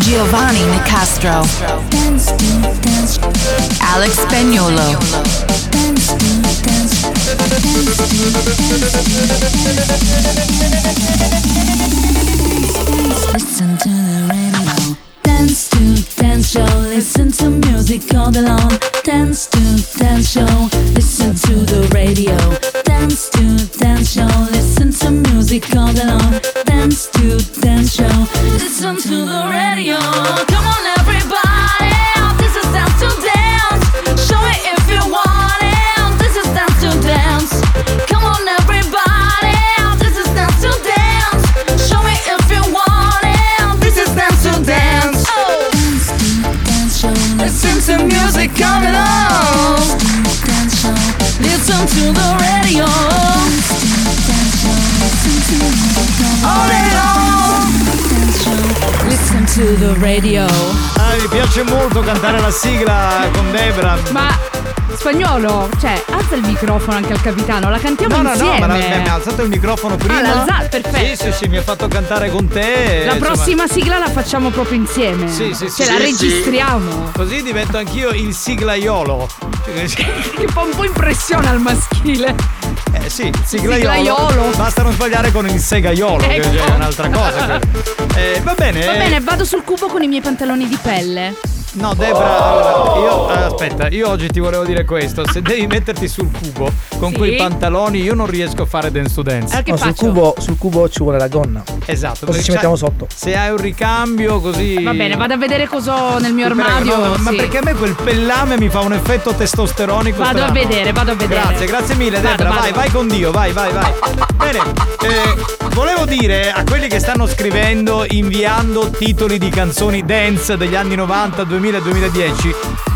Speaker 2: Giovanni Nicastro. Alex Spagnolo.
Speaker 24: Listen to the radio. Dance to dance show. Listen to music all day long. Dance to dance show. Listen to the radio. Dance to dance show. Listen to music all day long. Dance to dance show. Listen to the radio. Come on everybody, oh, this is dance to dance. Show it if you want it. oh, This is dance to dance. Come on everybody, oh, this is dance to dance. Show it if you want it. oh, This is dance to dance. Oh. Listen to music coming on. Listen to the radio. All day long. Listen to the radio.
Speaker 5: Ah, mi piace molto cantare la sigla con Debra.
Speaker 6: Ma spagnolo, cioè, alza il microfono anche al capitano, la cantiamo
Speaker 5: No, no, no,
Speaker 6: insieme. Ah,
Speaker 5: ma la- eh, mi ha alzato il microfono prima.
Speaker 6: l'ha alzato, perfetto.
Speaker 5: Sì, sì, sì, mi ha fatto cantare con te.
Speaker 6: la
Speaker 5: eh, insomma.
Speaker 6: prossima sigla la facciamo proprio insieme.
Speaker 5: Sì, sì, sì.
Speaker 6: Ce la
Speaker 5: Sì, sì.
Speaker 6: registriamo.
Speaker 5: Così divento anch'io
Speaker 6: *laughs*
Speaker 5: il siglaiolo.
Speaker 6: Che fa un po' impressione al maschile.
Speaker 5: Eh sì, il siglaiolo.
Speaker 6: Siglaiolo.
Speaker 5: Basta non sbagliare con il segaiolo,
Speaker 6: Ecco.
Speaker 5: che è un'altra cosa. quella.
Speaker 6: *laughs*
Speaker 5: Eh, va bene.
Speaker 6: Va bene, vado sul cubo con i miei pantaloni di pelle.
Speaker 5: No, Debra, allora, io eh, aspetta, io oggi ti volevo dire questo. Se devi metterti sul cubo con
Speaker 6: Sì. Eh,
Speaker 5: quei pantaloni, io non riesco a fare dance to dance.
Speaker 17: No, Oh, sul, cubo, sul cubo ci vuole la gonna.
Speaker 5: Esatto,
Speaker 17: Cosa
Speaker 5: perché
Speaker 17: ci
Speaker 5: c'ha-
Speaker 17: mettiamo sotto?
Speaker 5: Se hai un ricambio così.
Speaker 6: Va bene, vado a vedere cosa ho nel mio
Speaker 5: Ti prego,
Speaker 6: armadio.
Speaker 5: no, Ma
Speaker 6: sì.
Speaker 5: perché a me quel pellame mi fa un effetto testosteronico?
Speaker 6: Vado
Speaker 5: strano.
Speaker 6: a vedere, vado a vedere.
Speaker 5: Grazie, grazie mille,
Speaker 6: Vado,
Speaker 5: Debra.
Speaker 6: vado.
Speaker 5: Vai, vai con Dio, vai, vai, vai. Bene, eh, volevo dire a quelli che stanno scrivendo, inviando titoli di canzoni dance degli anni 90, 2000 2010,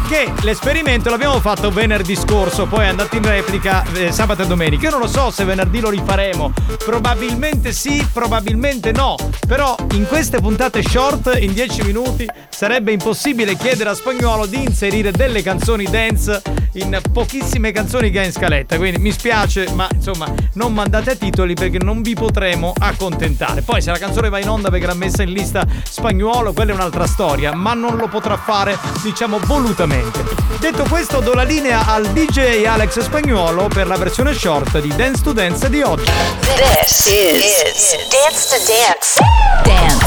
Speaker 5: che l'esperimento l'abbiamo fatto venerdì scorso, poi è andato in replica eh, sabato e domenica. Io non lo so se venerdì lo rifaremo, probabilmente sì, probabilmente no, però in queste puntate short, in 10 minuti, sarebbe impossibile chiedere a Spagnolo di inserire delle canzoni dance in pochissime canzoni che ha in scaletta, quindi mi spiace, ma insomma non mandate titoli perché non vi potremo accontentare. Poi se la canzone va in onda perché l'ha messa in lista Spagnuolo, quella è un'altra storia, ma non lo potrà fare, diciamo, volutamente. esattamente. Detto questo, do la linea al DJ Alex Spagnuolo per la versione short di Dance to Dance di oggi.
Speaker 2: This is, Dance to Dance. Dance.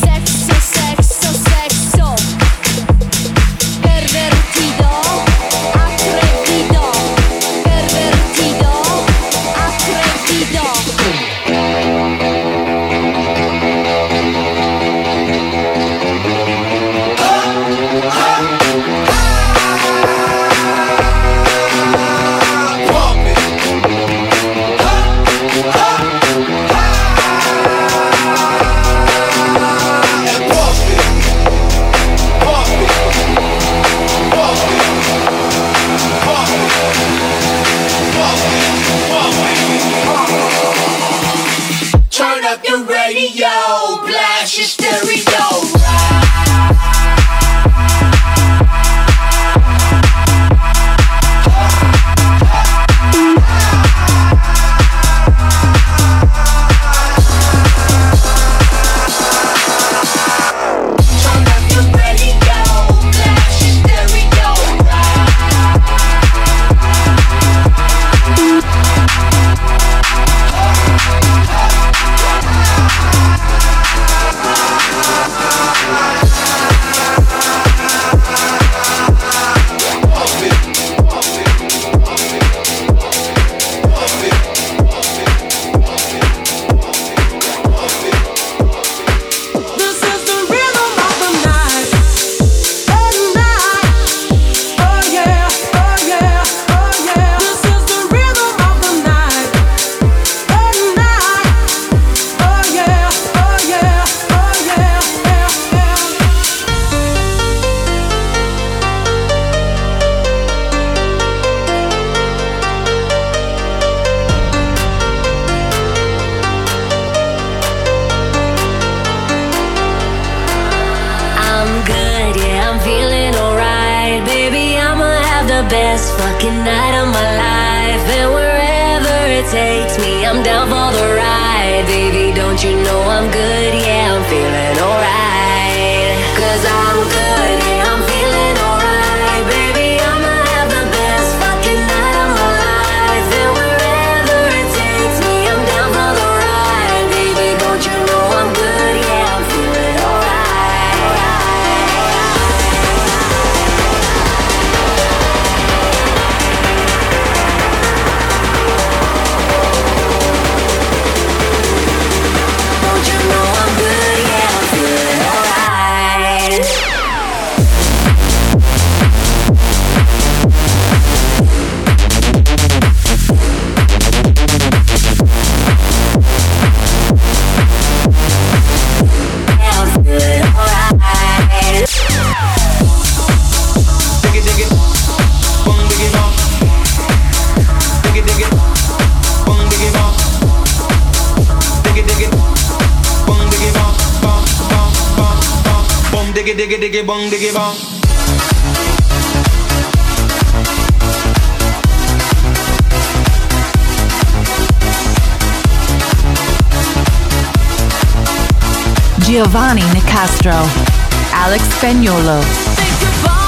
Speaker 2: Sexo, sexo, sexo. Pervertido. Atrevido. Pervertido. Atrevido. Turn up your radio, blast your stereo. This is the rhythm of the night. At night. Oh yeah, oh yeah, oh yeah. This is the rhythm of the night. At night. Oh yeah, oh yeah, oh yeah, yeah, yeah.
Speaker 24: I'm good, yeah, I'm feeling alright. Baby, I'ma have the best fucking night of my life. And wherever it takes me, I'm down for the ride. Baby, don't you know I'm good, yeah, I'm feeling alright. Cause I'm good, yeah, I'm feeling alright. Baby, I'ma have the best fucking night of my life. And wherever it takes me, I'm down for the ride. Baby, don't you know I'm good, yeah, I'm feeling alright.
Speaker 2: Boom, diggy, diggy, diggy, boom, diggy, boom.
Speaker 23: Giovanni Nicastro. Alex Spagnolo.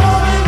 Speaker 2: Baby,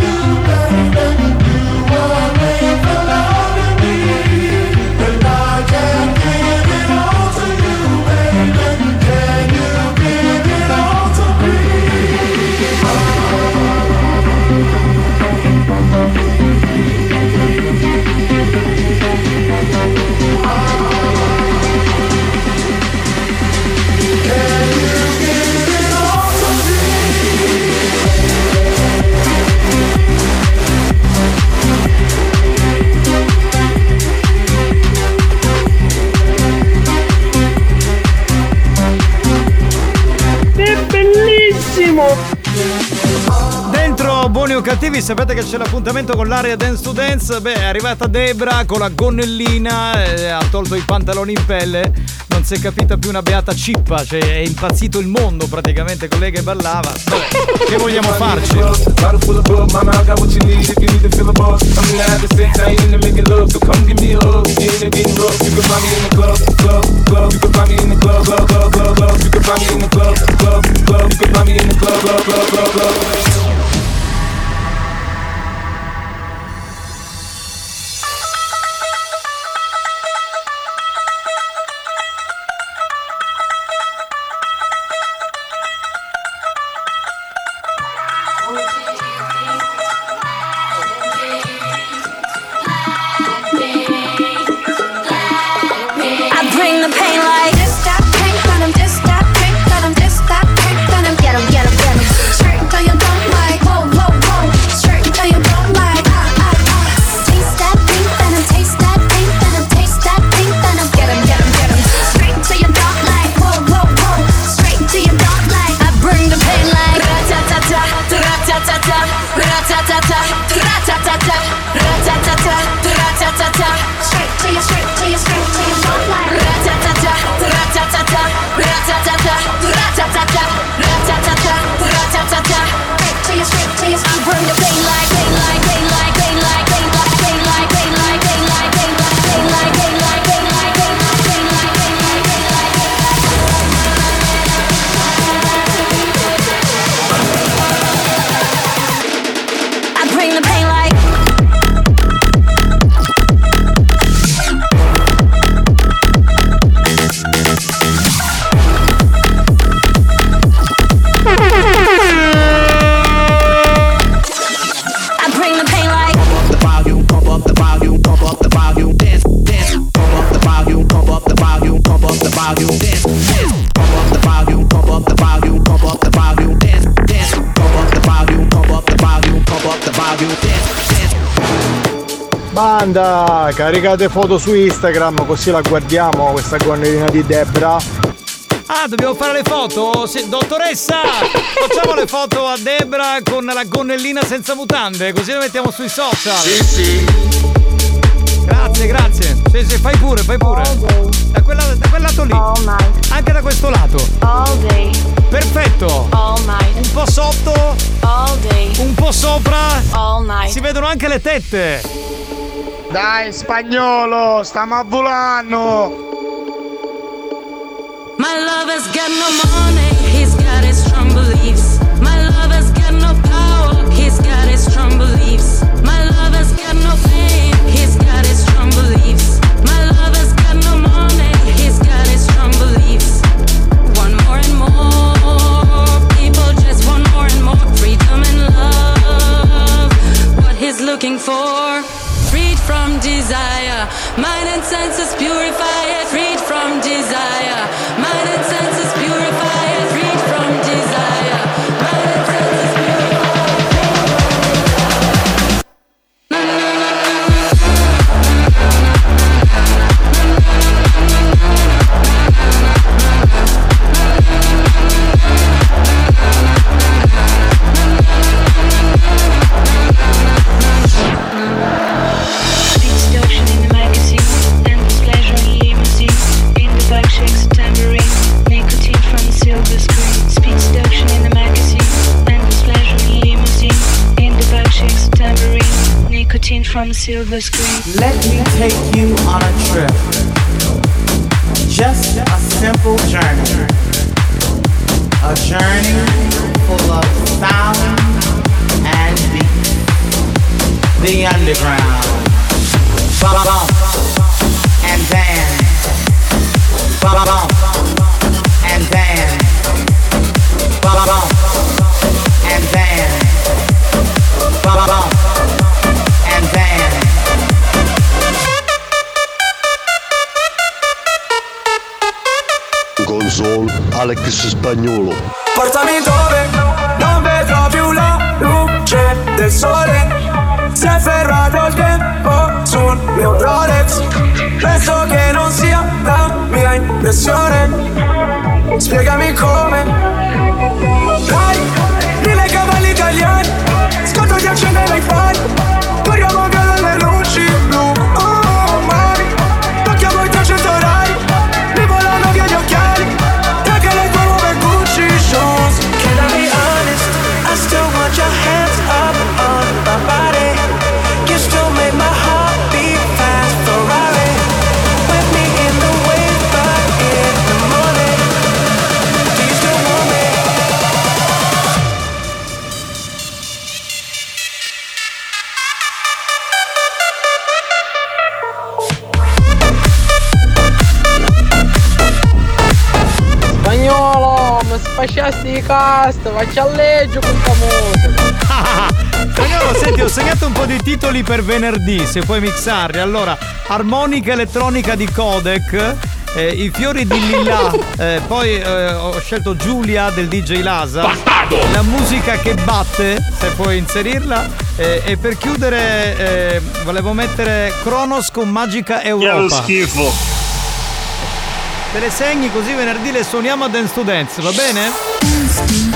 Speaker 5: cattivi, sapete che c'è l'appuntamento con l'area Dance to Dance. Beh, è arrivata Debra con la gonnellina, eh, ha tolto i pantaloni in pelle. Non si è capita più una beata cippa, cioè è impazzito il mondo praticamente con lei che ballava. Vabbè, che vogliamo farci?
Speaker 24: I bring the pain like
Speaker 27: Just stop, drink, let 'em just stop, drink, let 'em just stop, drink, let 'em get 'em, get 'em, get 'em. Straight to your dome like, whoa, whoa, whoa. Straight to your dome like, ah, ah, ah. Taste that pink, let 'em taste that pink, let 'em taste that pink, let 'em get 'em, get 'em, get 'em. Straight to your dome like, whoa, whoa, whoa. Straight to your dome like, I bring the pain like, ra-ta-ta-ta, ra-ta-ta-ta, ra-ta-ta-ta, ra-ta-ta-ta, ra-ta-ta-ta, ra-ta-ta-ta. Straight to your, straight to your, straight to your dome like, ra-ta-ta-ta, ra-ta-ta-ta, ra-ta-ta-ta, ra-ta-ta-ta, ra-ta-ta-ta, ra-ta-ta-ta. Straight to your, straight to your, I bring the pain like, pain like, pain like, pain like, pain like, pain like, pain like, pain like, pain like, pain like, pain like, pain like, pain like. I bring the pain like I bring the pain like
Speaker 2: the volume, pump up the volume, pump up the volume, dance, dance, pump up the volume, pump up the volume, pump up the volume, dance, dance, pump up the volume, pump up the volume, pump up the volume, dance, dance, pump up the volume, pump up the volume, pump up the volume, dance, dance.
Speaker 21: Banda, caricate foto su Instagram così la guardiamo questa gonnellina di Debra.
Speaker 5: Ah, dobbiamo fare le foto? Sì, dottoressa! Facciamo le foto a Debra con la gonnellina senza mutande, così le mettiamo sui social. Sì, sì. Grazie, grazie. Sì, sì, fai pure, fai pure. Da, quella- da quel lato lì.
Speaker 4: Oh,
Speaker 5: Anche da questo lato. Perfetto. Un po' sotto. Un po' sopra. Si vedono anche le tette.
Speaker 4: Dai spagnolo, stiamo a volano.
Speaker 24: My lover's got no money, he's got his strong beliefs. My lover's got no power, he's got his strong beliefs. My lover's got no fame, he's got his strong beliefs. My lover's got no money, he's got his strong beliefs. One more and more, people just want more and more freedom and love. What he's looking for, freed from desire, mind and senses purify it, freed from desire, mind and senses purify it, freed from desire.
Speaker 26: Beats the ocean in the magazine, endless pleasure in limousine, in the bike shakes a tambourine, nicotine from the silver screen. Speeds the ocean in the magazine, endless pleasure in limousine, in the bike shakes a tambourine, nicotine from the silver screen.
Speaker 2: Let me take you on a trip. Just a simple journey. A journey full of sound and beat. The underground. Bump and dance. Bump and dance. Bump and dance. Bump and dance.
Speaker 7: Gonzol Alex Spagnolo.
Speaker 2: Portami dove non vedrò più la luce del sole Si è fermato il tempo sul mio Rolex Penso che non sia la mia impressione Spiegami come Dai, mille cavalli italiani Sconto 10
Speaker 8: facessi cast, faccia leggio con famoso.
Speaker 5: Spagnolo, senti, ho segnato un po' di titoli per venerdì, se puoi mixarli. Allora, armonica elettronica di Codec. eh, I fiori di
Speaker 30: *laughs*
Speaker 5: Lilla, eh, poi eh, ho scelto Giulia del DJ Lasa. La musica che batte, se puoi inserirla. eh, e per chiudere, eh, volevo mettere Kronos con Magica Europa.
Speaker 30: lo schifo.
Speaker 5: Te le segni così venerdì le suoniamo a Dance to Dance, va bene?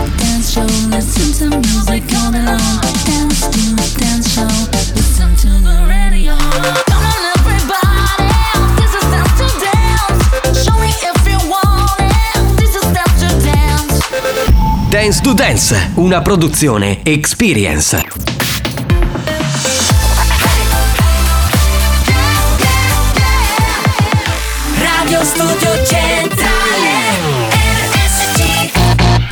Speaker 1: Dance to Dance, una produzione Experience.
Speaker 24: Radio Studio Centrale RSC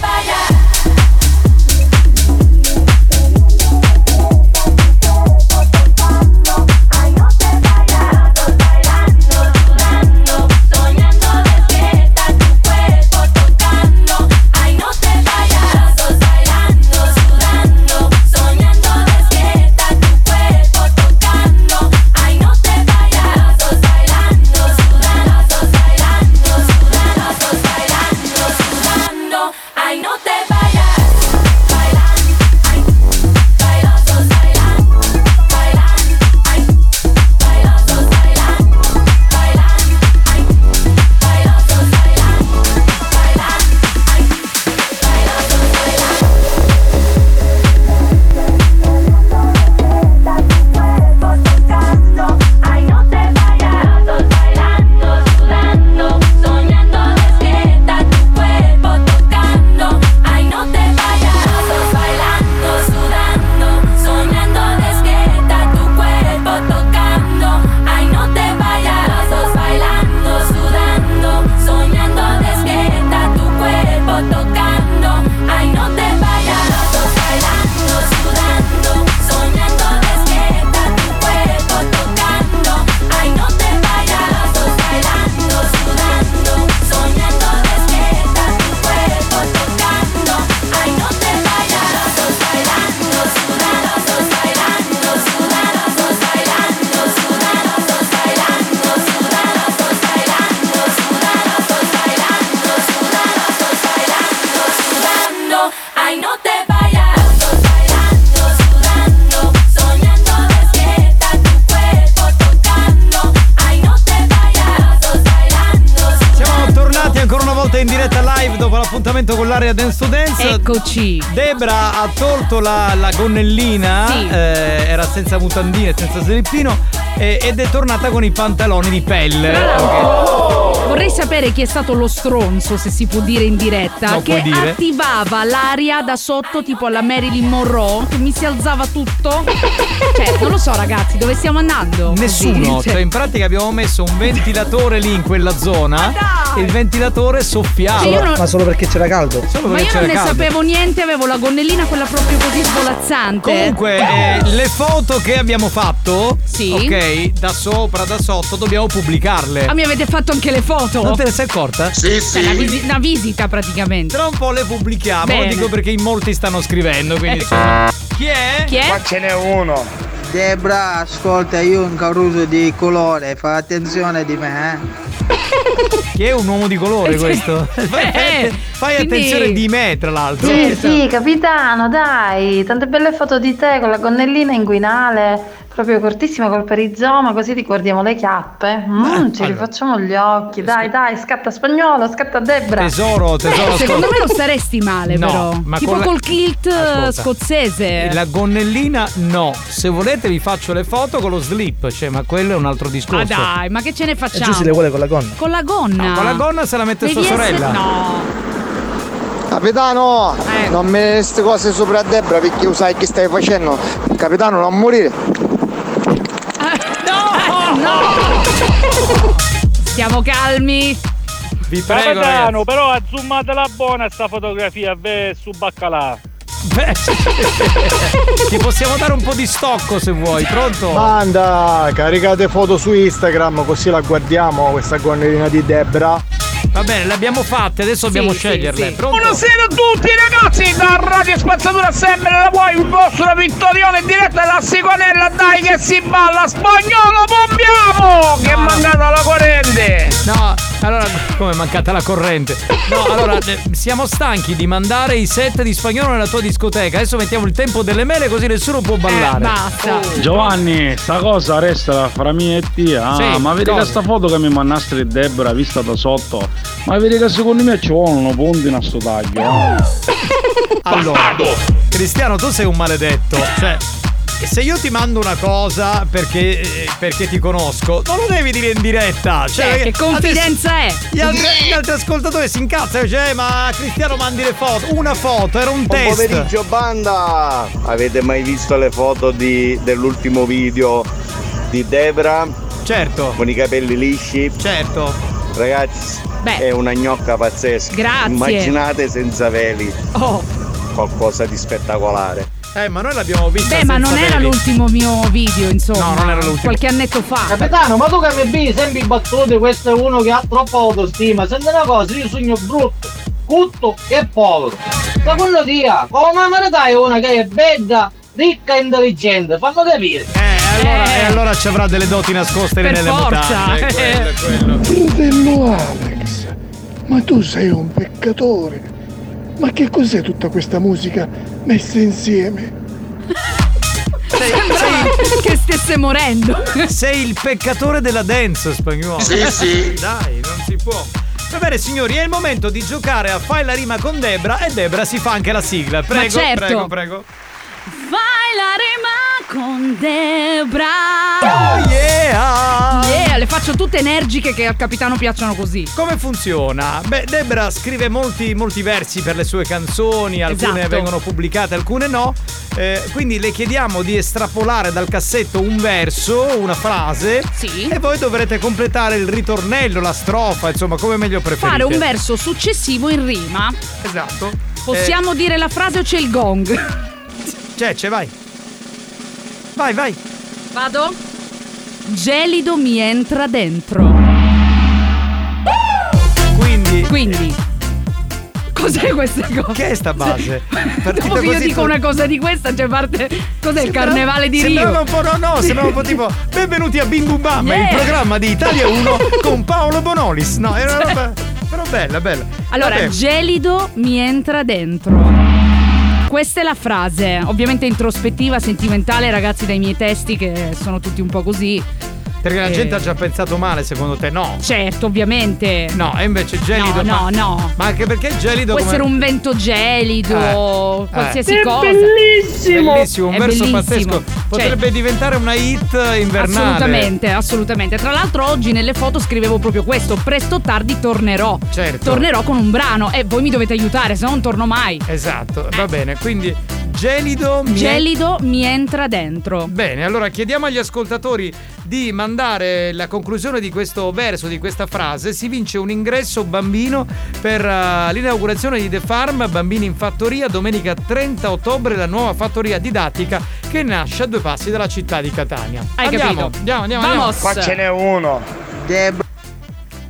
Speaker 24: vayas Ay, no te vayas Sos bailando, sudando Soñando despierta tu cuerpo tocando Ay, no te vayas Sos bailando, sudando Sos bailando, sudando Sos bailando, sudando Ay, no te vayas Ay, no te vayas, sos bailando, sudando, soñando, despierta tu cuerpo tocando. Ay, no te vayas, sos bailando, sudando, soñando, despierta tu cuerpo tocando. Ay, no te vayas, sos bailando, sudando, soñando, despierta tu cuerpo tocando. Ay, no te vayas, sos bailando, sudando, soñando, despierta tu cuerpo tocando. Ay, no te vayas, sos bailando, sudando, soñando, despierta tu cuerpo tocando. Ay, no te vayas, sos bailando, sudando, sos bailando, sudando, sos bailando, sudando, sos bailando, sudando, sos bailando, sudando, sos bailando, sudando, sos bailando, sudando. Ay, no te vayas.
Speaker 5: Siamo tornati ancora una volta in diretta live dopo l'appuntamento con l'area Dance to Dance.
Speaker 6: Eccoci.
Speaker 5: Debra ha tolto la, la gonnellina,
Speaker 6: Sì.
Speaker 5: eh, era senza mutandine, senza slippino eh, ed è tornata con i pantaloni di pelle.
Speaker 6: Vorrei sapere chi è stato lo stronzo, se si può dire in diretta,
Speaker 5: No,
Speaker 6: che
Speaker 5: puoi dire.
Speaker 6: attivava l'aria da sotto, tipo alla Marilyn Monroe, che mi si alzava tutto. cioè, non lo so, ragazzi, dove stiamo andando?
Speaker 5: Nessuno,
Speaker 6: Così,
Speaker 5: cioè in pratica abbiamo messo un ventilatore lì in quella zona e il ventilatore soffiava.
Speaker 6: Cioè, io non- Ma
Speaker 5: solo perché c'era caldo. Solo
Speaker 6: Ma
Speaker 5: perché
Speaker 6: io non
Speaker 5: c'era
Speaker 6: ne
Speaker 5: caldo.
Speaker 6: sapevo niente, avevo la gonnellina quella proprio così svolazzante.
Speaker 5: Comunque, eh, le foto che abbiamo fatto, ok, da sopra, da sotto, dobbiamo pubblicarle.
Speaker 6: Ah, mi avete fatto anche le foto.
Speaker 5: Non te ne sei accorta? Sì,
Speaker 6: Certo. Cioè, una, visi- una visita praticamente.
Speaker 5: Tra un po' le pubblichiamo. Ma Lo
Speaker 6: Bene. Eh.
Speaker 5: dico perché in molti stanno scrivendo, quindi insomma. Chi è?
Speaker 6: Chi è?
Speaker 5: Qua ce n'è uno.
Speaker 8: Debra, ascolta, io un caruso di colore, fa attenzione di me, eh.
Speaker 5: Che è un uomo di
Speaker 6: Eh,
Speaker 5: colore questo?
Speaker 6: certo.
Speaker 5: *laughs* Fai, fai
Speaker 8: quindi-
Speaker 5: attenzione di me, tra l'altro.
Speaker 13: Sì, sì, capitano, dai, tante belle foto di te con la gonnellina inguinale, proprio cortissima col perizoma, così ti guardiamo le chiappe. Mm,
Speaker 5: Ah,
Speaker 13: ci rifacciamo gli occhi. Dai, dai, scatta spagnolo, scatta Eh, Debra.
Speaker 5: Tesoro, tesoro.
Speaker 6: Beh, secondo
Speaker 5: ascolta.
Speaker 6: me non staresti male,
Speaker 5: No,
Speaker 6: però.
Speaker 5: ma
Speaker 6: tipo
Speaker 5: con la-
Speaker 6: col kilt eh,
Speaker 5: Ascolta.
Speaker 6: scozzese.
Speaker 5: La gonnellina no. Se volete vi faccio le foto con lo slip, cioè, ma quello è un altro discorso.
Speaker 6: Ah dai, ma che ce ne
Speaker 5: E
Speaker 6: facciamo?
Speaker 5: Giussi le vuole con la gonna.
Speaker 6: Con la gonna.
Speaker 5: No, con la gonna se la mette
Speaker 6: Devi
Speaker 5: sua
Speaker 6: essere-
Speaker 5: sorella.
Speaker 6: No. *laughs* Ecco.
Speaker 20: Capitano, Ah, non me queste cose sopra Debra perché io sai che stai facendo. Capitano, non morire.
Speaker 6: No! Stiamo calmi.
Speaker 5: Vi prego,
Speaker 16: Capitano,
Speaker 5: ragazzi.
Speaker 16: però azzumatela buona sta fotografia, beh, su baccalà.
Speaker 5: Ti possiamo dare un po' di stocco
Speaker 20: *laughs*
Speaker 5: se vuoi, pronto?
Speaker 20: Manda, caricate foto su Instagram così la guardiamo questa gonnellina di Debra.
Speaker 5: Va bene, le abbiamo fatte, adesso dobbiamo
Speaker 20: sì,
Speaker 5: sceglierle.
Speaker 20: sì.
Speaker 5: Pronto?
Speaker 2: Buonasera a tutti ragazzi da Radio Spazzatura sempre la vuoi un vostro vittorione in diretta dalla Sigonella dai che si balla spagnolo bombiamo
Speaker 5: Ah.
Speaker 2: che è mancata la corrente
Speaker 5: No, allora, come è mancata la corrente? No, allora, eh, siamo stanchi di mandare i set di spagnolo nella tua discoteca. Adesso mettiamo il tempo delle mele così nessuno può ballare.
Speaker 6: Eh, basta.
Speaker 29: Giovanni, sta cosa resta fra me e te. Ah,
Speaker 5: Sì,
Speaker 29: ma vedi
Speaker 5: cosa?
Speaker 29: che sta foto che mi manastri Debra vista da sotto. Ma vedi che secondo me ci vogliono punti in sto taglio. ah.
Speaker 5: Allora, Cristiano, tu sei un maledetto.
Speaker 6: Eh.
Speaker 5: Cioè, se io ti mando una cosa perché, eh, perché ti conosco, non lo devi dire in diretta. Cioè,
Speaker 6: Cioè, che confidenza è? Eh.
Speaker 5: Gli altri, gli altri ascoltatori si incazzano, cioè, ma Cristiano mandi le foto. Una foto, era un test.
Speaker 22: pomeriggio, banda! Avete mai visto le foto di- dell'ultimo video di Debra?
Speaker 5: Certo.
Speaker 22: Con i capelli lisci?
Speaker 5: Certo.
Speaker 22: Ragazzi,
Speaker 6: Beh.
Speaker 22: è una gnocca pazzesca.
Speaker 6: Grazie.
Speaker 22: Immaginate senza veli.
Speaker 6: Oh.
Speaker 22: Qualcosa di spettacolare.
Speaker 5: Eh, ma noi l'abbiamo vista.
Speaker 6: Beh, ma
Speaker 5: senza
Speaker 6: non era
Speaker 5: veli.
Speaker 6: l'ultimo mio video, insomma.
Speaker 5: No, non era l'ultimo.
Speaker 6: Qualche annetto fa.
Speaker 25: Capitano, Ah, ma tu che mi bevi sempre i battute, questo è uno che ha troppa autostima. Senti una cosa, io sogno brutto, cutto e povero. Da quello dia, come me ne dai una che è bella, ricca e intelligente, fammi capire.
Speaker 5: Allora,
Speaker 6: eh.
Speaker 5: e Eh, allora ci avrà delle doti nascoste
Speaker 25: Per
Speaker 5: nelle
Speaker 25: forza.
Speaker 5: mutande.
Speaker 6: Eh.
Speaker 5: Quello, è quello.
Speaker 31: Fratello Alex, ma tu sei un peccatore. Ma che cos'è tutta questa musica messa insieme?
Speaker 6: Sembrava che stesse morendo. *laughs*
Speaker 5: Sei il peccatore della dance spagnolo.
Speaker 2: Sì, sì.
Speaker 5: *laughs* Dai, non si può. Va bene signori, è il momento di giocare a Fai la rima con Debra e Debra si fa anche la sigla. Prego,
Speaker 6: certo.
Speaker 5: prego, prego.
Speaker 6: Fai la rima con Debra.
Speaker 5: Oh, yeah.
Speaker 6: Yeah, le faccio tutte energiche che al capitano piacciono così.
Speaker 5: Come funziona? Beh, Debra scrive molti, molti versi per le sue canzoni, alcune
Speaker 6: Esatto.
Speaker 5: vengono pubblicate, alcune no. Eh, quindi le chiediamo di estrapolare dal cassetto un verso, una frase. E voi dovrete completare il ritornello, la strofa, insomma, come meglio preferite.
Speaker 6: Fare un verso successivo in rima.
Speaker 5: Esatto.
Speaker 6: Possiamo dire la frase o c'è il gong?
Speaker 5: C'è, c'è, Cioè, vai. Vai, vai.
Speaker 6: Vado. Gelido mi entra dentro.
Speaker 5: Quindi.
Speaker 6: Quindi. Cos'è questa cosa?
Speaker 5: Che è sta base?
Speaker 6: *laughs*
Speaker 5: Partita
Speaker 6: Dopo che io
Speaker 5: così
Speaker 6: dico
Speaker 5: fu-
Speaker 6: una cosa di questa, c'è parte. Cos'è il carnevale di Rio?
Speaker 5: Sembrava un po' no, no, sembrava un po' tipo Benvenuti a Bim Bum Bam,
Speaker 6: Yeah.
Speaker 5: il programma di
Speaker 6: *laughs*
Speaker 5: Italia 1 con Paolo Bonolis. No, era una
Speaker 6: Cioè.
Speaker 5: roba però bella, bella.
Speaker 6: Allora,
Speaker 5: Vabbè.
Speaker 6: gelido mi entra dentro. Questa è la frase, ovviamente introspettiva, sentimentale, ragazzi, dai miei testi che sono tutti un po' così.
Speaker 5: perché la
Speaker 6: eh.
Speaker 5: gente ha già pensato male, secondo te? No.
Speaker 6: Certo, ovviamente.
Speaker 5: No, e invece gelido.
Speaker 6: No, no,
Speaker 5: ma-
Speaker 6: no.
Speaker 5: Ma anche perché gelido
Speaker 6: Può
Speaker 5: come-
Speaker 6: essere un vento gelido,
Speaker 5: Eh,
Speaker 6: qualsiasi
Speaker 5: eh. È
Speaker 6: cosa.
Speaker 5: bellissimo! Bellissimo, un
Speaker 6: È
Speaker 5: verso
Speaker 6: bellissimo. Cioè
Speaker 5: pazzesco. Potrebbe diventare una hit invernale.
Speaker 6: Assolutamente, assolutamente. Tra l'altro oggi nelle foto scrivevo proprio questo, presto o tardi tornerò.
Speaker 5: Certo.
Speaker 6: Tornerò con un brano e voi mi dovete aiutare, se no non torno mai.
Speaker 5: Esatto, va bene, quindi gelido mi-
Speaker 6: Gelido mi entra dentro.
Speaker 5: Bene, allora chiediamo agli ascoltatori di mandare la conclusione di questo verso, di questa frase. Si vince un ingresso bambino per eh, l'inaugurazione di The Farm Bambini in Fattoria domenica 30 ottobre, la nuova fattoria didattica che nasce a due passi dalla città di Catania.
Speaker 22: Hai
Speaker 5: andiamo,
Speaker 22: capito.
Speaker 5: andiamo, andiamo,
Speaker 22: Qua ce n'è uno.
Speaker 8: Debra.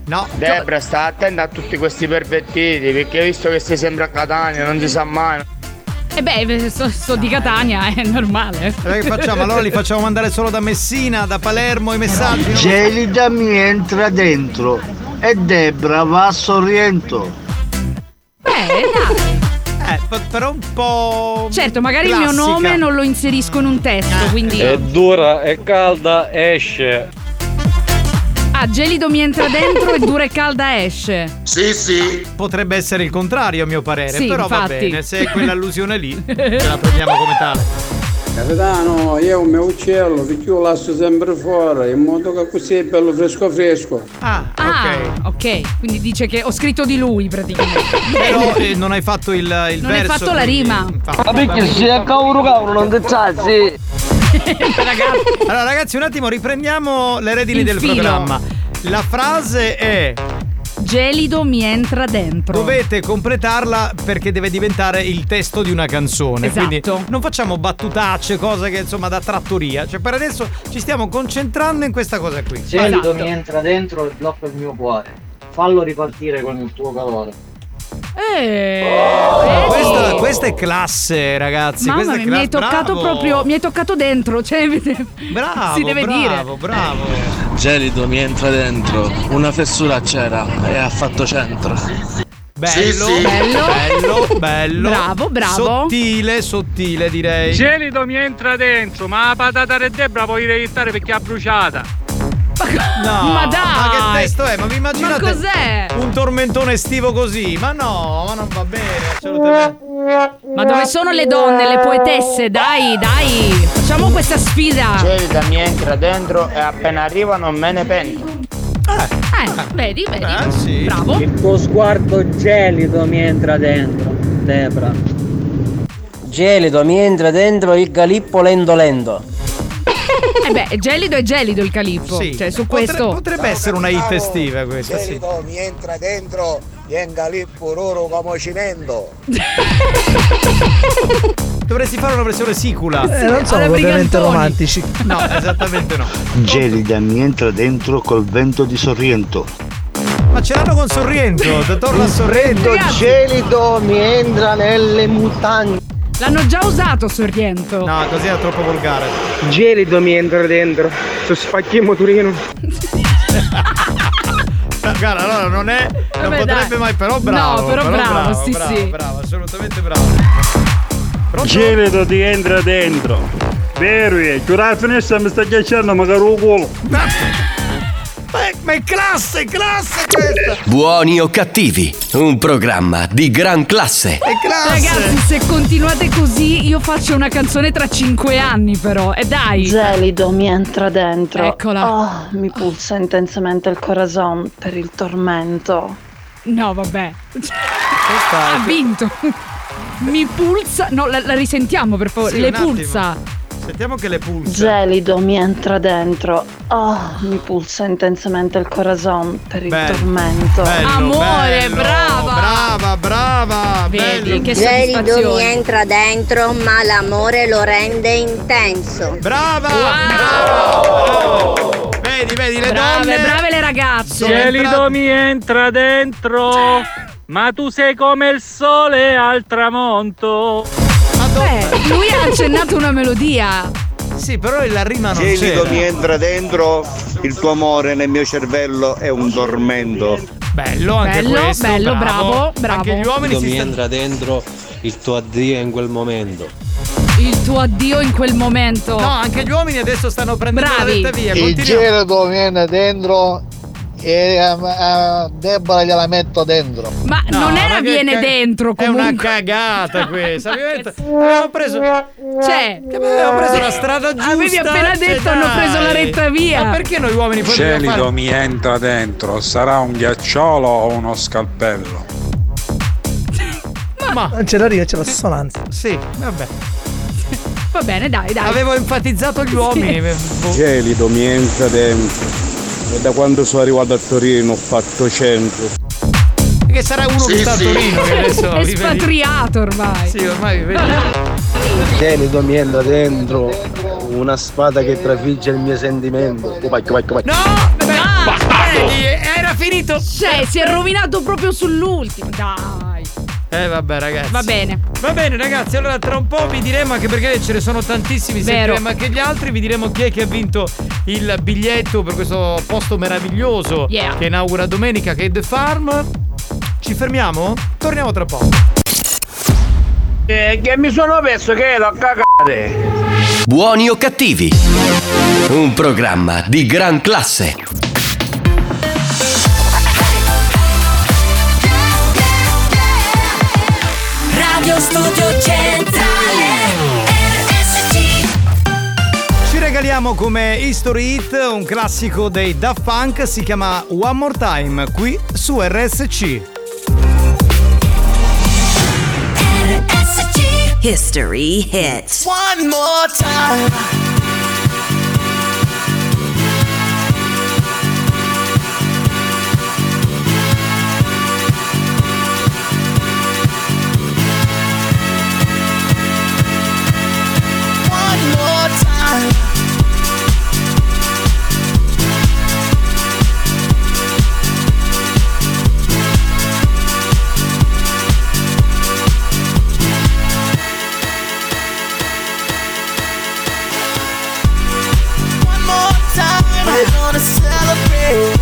Speaker 5: No.
Speaker 22: Debra, sta attenta a tutti questi pervertiti, perché visto che sei sempre a Catania, non si sa mai.
Speaker 6: E beh, sto, sto di Catania, è normale.
Speaker 5: Allora che facciamo? Allora li facciamo mandare solo da Messina, da Palermo i messaggi? no?
Speaker 25: Gelida mi entra dentro e Debra va a Sorrento.
Speaker 5: Eh, p- però un po'.
Speaker 6: Certo, magari il mio
Speaker 5: classica. Ah, eh.
Speaker 6: nome non lo inserisco in un testo, quindi...
Speaker 32: È dura, è calda, esce.
Speaker 6: Ah, gelido mi entra dentro e dura e calda esce.
Speaker 5: Sì, sì. Potrebbe essere il contrario, a mio parere.
Speaker 6: Sì,
Speaker 5: però va
Speaker 6: infatti.
Speaker 5: bene, se è quell'allusione lì, ce la prendiamo come tale.
Speaker 12: Capitano, io un mio uccello, perché io lascio sempre fuori, in modo che così è bello fresco fresco.
Speaker 5: Ah,
Speaker 6: ok. quindi dice che ho scritto di lui praticamente.
Speaker 5: Però eh, non hai fatto il, il
Speaker 6: Non hai
Speaker 5: verso.
Speaker 6: fatto la
Speaker 5: quindi-
Speaker 6: rima.
Speaker 5: infatti.
Speaker 25: è cauro cauro, non ti
Speaker 5: *laughs* Allora, ragazzi, un attimo, riprendiamo le redini
Speaker 6: Il
Speaker 5: del
Speaker 6: filo.
Speaker 5: programma. La frase è
Speaker 6: Gelido mi entra dentro.
Speaker 5: Dovete completarla perché deve diventare il testo di una canzone. Quindi
Speaker 6: Esatto.
Speaker 5: non facciamo battutacce, cose che insomma da trattoria. Cioè, per adesso ci stiamo concentrando in questa cosa qui.
Speaker 36: Gelido mi entra dentro e blocca il mio cuore. Fallo ripartire con il tuo calore.
Speaker 6: Eh.
Speaker 5: Questa, questa è classe, ragazzi.
Speaker 6: Oh. Mamma
Speaker 5: questa è
Speaker 6: mia, mi hai
Speaker 5: classe.
Speaker 6: toccato
Speaker 5: Bravo.
Speaker 6: proprio, mi hai toccato dentro, cioè
Speaker 5: Bravo,
Speaker 6: si deve
Speaker 5: bravo,
Speaker 6: dire.
Speaker 5: bravo.
Speaker 14: Gelido mi entra dentro, una fessura c'era e ha fatto centro.
Speaker 5: Bello, bello, bello,
Speaker 6: Bravo, bravo.
Speaker 5: Sottile, sottile direi.
Speaker 30: Gelido mi entra dentro, ma la patata Red Debra puoi reittare perché ha bruciata.
Speaker 5: No,
Speaker 30: Ma dai!
Speaker 5: Ma che testo è? Ma vi immaginate
Speaker 30: Ma cos'è?
Speaker 5: un tormentone estivo così? Ma no, ma non va bene, assolutamente.
Speaker 6: Ma dove sono le donne, le poetesse? Dai, dai, facciamo questa sfida.
Speaker 4: Gelida mi entra dentro e appena arriva non me ne pento.
Speaker 6: Eh, vedi, vedi. Bravo.
Speaker 4: Il tuo sguardo gelido mi entra dentro, Debra. Gelido mi entra dentro il galippo lendo lendo.
Speaker 6: Eh beh, è gelido è gelido il calippo.
Speaker 5: Sì.
Speaker 6: Cioè, su
Speaker 5: Potre-
Speaker 6: questo.
Speaker 5: potrebbe essere una hit estiva questa, sì.
Speaker 37: mi entra dentro, venga lì puroro come cimento.
Speaker 5: Dovresti fare una versione sicula.
Speaker 12: Eh, non sono propriamente romantici.
Speaker 5: No, esattamente no.
Speaker 31: Gelida mi entra dentro col vento di Sorrento.
Speaker 5: Ma ce l'hanno con Sorrento, torna a Sorrento.
Speaker 4: gelido mi entra nelle mutande.
Speaker 6: L'hanno già usato Sorrento.
Speaker 5: No, così era troppo volgare.
Speaker 4: Gelido mi entra dentro, su spacchiamo Turino.
Speaker 5: Guarda, allora non è. Non
Speaker 4: Vabbè,
Speaker 5: potrebbe
Speaker 4: dai.
Speaker 5: mai, però
Speaker 4: No,
Speaker 5: bravo.
Speaker 4: però bravo, sì,
Speaker 5: bravo,
Speaker 4: sì.
Speaker 5: bravo, assolutamente bravo.
Speaker 37: Gelido ti entra dentro. Vero, è, chiudere la finestra mi sta ghiacciando magari un culo.
Speaker 5: Ma è, *laughs* ma è classe, classe questa!
Speaker 1: Buoni o cattivi, un programma di gran classe.
Speaker 6: Ragazzi, se continuate così, io faccio una canzone tra 5 anni, però. E dai.
Speaker 13: Gelido mi entra dentro.
Speaker 6: Eccola.
Speaker 13: Oh, mi pulsa intensamente il corazon per il tormento.
Speaker 6: No, vabbè. ha vinto. Mi pulsa. No, la, la risentiamo per favore.
Speaker 5: Sì,
Speaker 6: Le
Speaker 5: un attimo.
Speaker 6: pulsa.
Speaker 5: Sentiamo che le pulsa.
Speaker 13: Gelido mi entra dentro. Oh, mi pulsa intensamente il corazon per il
Speaker 5: Bello,
Speaker 13: tormento.
Speaker 5: bello, Amore, bello, brava.
Speaker 13: Brava,
Speaker 5: brava.
Speaker 13: Vedi
Speaker 31: Gelido mi entra dentro, ma l'amore lo rende intenso.
Speaker 5: Brava! Oh! Vedi, vedi, le
Speaker 31: donne-
Speaker 6: brave le ragazze.
Speaker 30: Gelido mi entra dentro, ma tu sei come il sole al tramonto.
Speaker 6: Beh, lui ha accennato una melodia.
Speaker 5: Sì, però la rima
Speaker 38: Gelido mi entra dentro, il tuo amore nel mio cervello è un tormento.
Speaker 5: Bello, anche
Speaker 6: Bello, questo, bello, bravo. bravo, bravo. Anche gli uomini si
Speaker 14: mi
Speaker 6: stanno-
Speaker 14: entra dentro il tuo addio in quel momento.
Speaker 6: Il tuo addio in quel momento.
Speaker 5: No, anche gli uomini adesso stanno prendendo
Speaker 6: Bravi.
Speaker 5: la retta via.
Speaker 31: Il
Speaker 5: Continuiamo.
Speaker 31: gelido viene dentro e eh, a Debra gliela metto dentro.
Speaker 6: Ma
Speaker 5: No,
Speaker 6: non era
Speaker 5: ma che
Speaker 6: viene
Speaker 5: ca-
Speaker 6: dentro comunque.
Speaker 5: È una
Speaker 6: *laughs*
Speaker 5: cagata questa. ovviamente. Abbiamo Ah, preso.
Speaker 6: Cioè,
Speaker 5: abbiamo preso la strada giusta.
Speaker 6: Avevi appena
Speaker 5: cioè,
Speaker 6: detto hanno
Speaker 5: dai.
Speaker 6: preso la retta via.
Speaker 5: Ma perché noi uomini poi dobbiamo
Speaker 8: Gelido
Speaker 5: fare-
Speaker 8: mi entra dentro, sarà un ghiacciolo o uno scalpello?
Speaker 5: Ma
Speaker 12: Non c'è la riga, c'è la sonanza.
Speaker 5: Sì, vabbè.
Speaker 6: Va bene, dai, dai.
Speaker 5: Avevo enfatizzato gli uomini.
Speaker 8: Gelido mi entra dentro. E da quando sono arrivato a Torino ho fatto 100.
Speaker 5: Che sarà uno che sta a Torino. Che
Speaker 6: *laughs*
Speaker 5: adesso
Speaker 6: È
Speaker 5: vive lì.
Speaker 6: spatriato ormai.
Speaker 5: Sì, ormai
Speaker 6: *laughs*
Speaker 5: vedi.
Speaker 31: Gelido mi entra dentro una spada che trafigge il mio sentimento. Vai, vai, vai.
Speaker 6: Vedi,
Speaker 5: era finito.
Speaker 6: Cioè, si è rovinato proprio sull'ultimo. Dai.
Speaker 5: Eh, vabbè, ragazzi.
Speaker 6: Va bene.
Speaker 5: Va bene ragazzi, allora tra un po' vi diremo anche perché ce ne sono tantissimi,
Speaker 6: Vero.
Speaker 5: sentiremo anche gli altri, vi diremo chi è che ha vinto il biglietto per questo posto meraviglioso
Speaker 6: Yeah.
Speaker 5: che inaugura domenica che è The Farm. Ci fermiamo? Torniamo tra poco.
Speaker 31: Eh, che mi sono perso che l'ho cagate.
Speaker 1: Buoni o cattivi, un programma di gran classe.
Speaker 2: Radio Studio Centrale RSC
Speaker 5: Ci regaliamo come History Hit un classico dei Daft Punk, si chiama One More Time qui su RSC.
Speaker 2: History hits.
Speaker 21: One more time.
Speaker 2: We're gonna celebrate.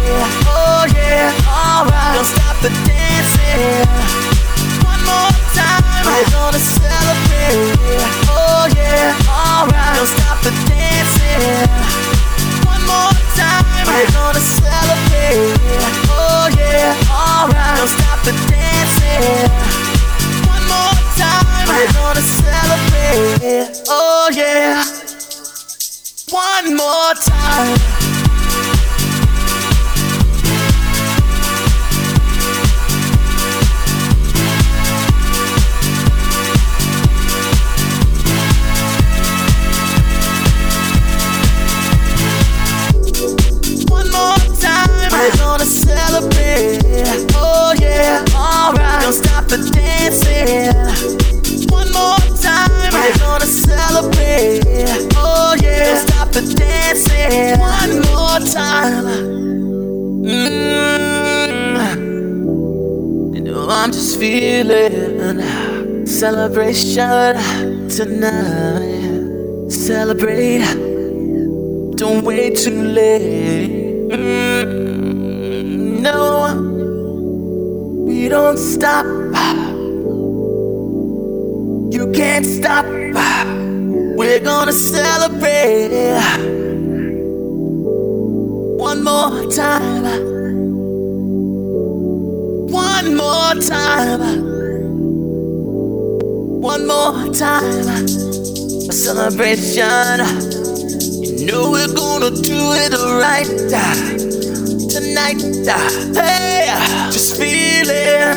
Speaker 2: Oh yeah, alright. Don't stop the dancing. One more time. We're gonna celebrate. Oh yeah, alright. Don't stop the dancing. One more time. We're gonna celebrate. Oh yeah, alright. Don't stop the dancing. One more time. We're gonna celebrate. Oh yeah. One more time. One more time. We're gonna celebrate. Oh yeah, alright. Don't stop the dancing. One more time. We're gonna celebrate. Oh yeah, don't stop the dancing. One more time. Mm. You know I'm just feeling celebration tonight. Celebrate. Don't wait too late. Mm, No, we don't stop. You can't stop. We're gonna celebrate one more time. One more time. One more time. A celebration. Know we're gonna do it right tonight. Hey, just feeling.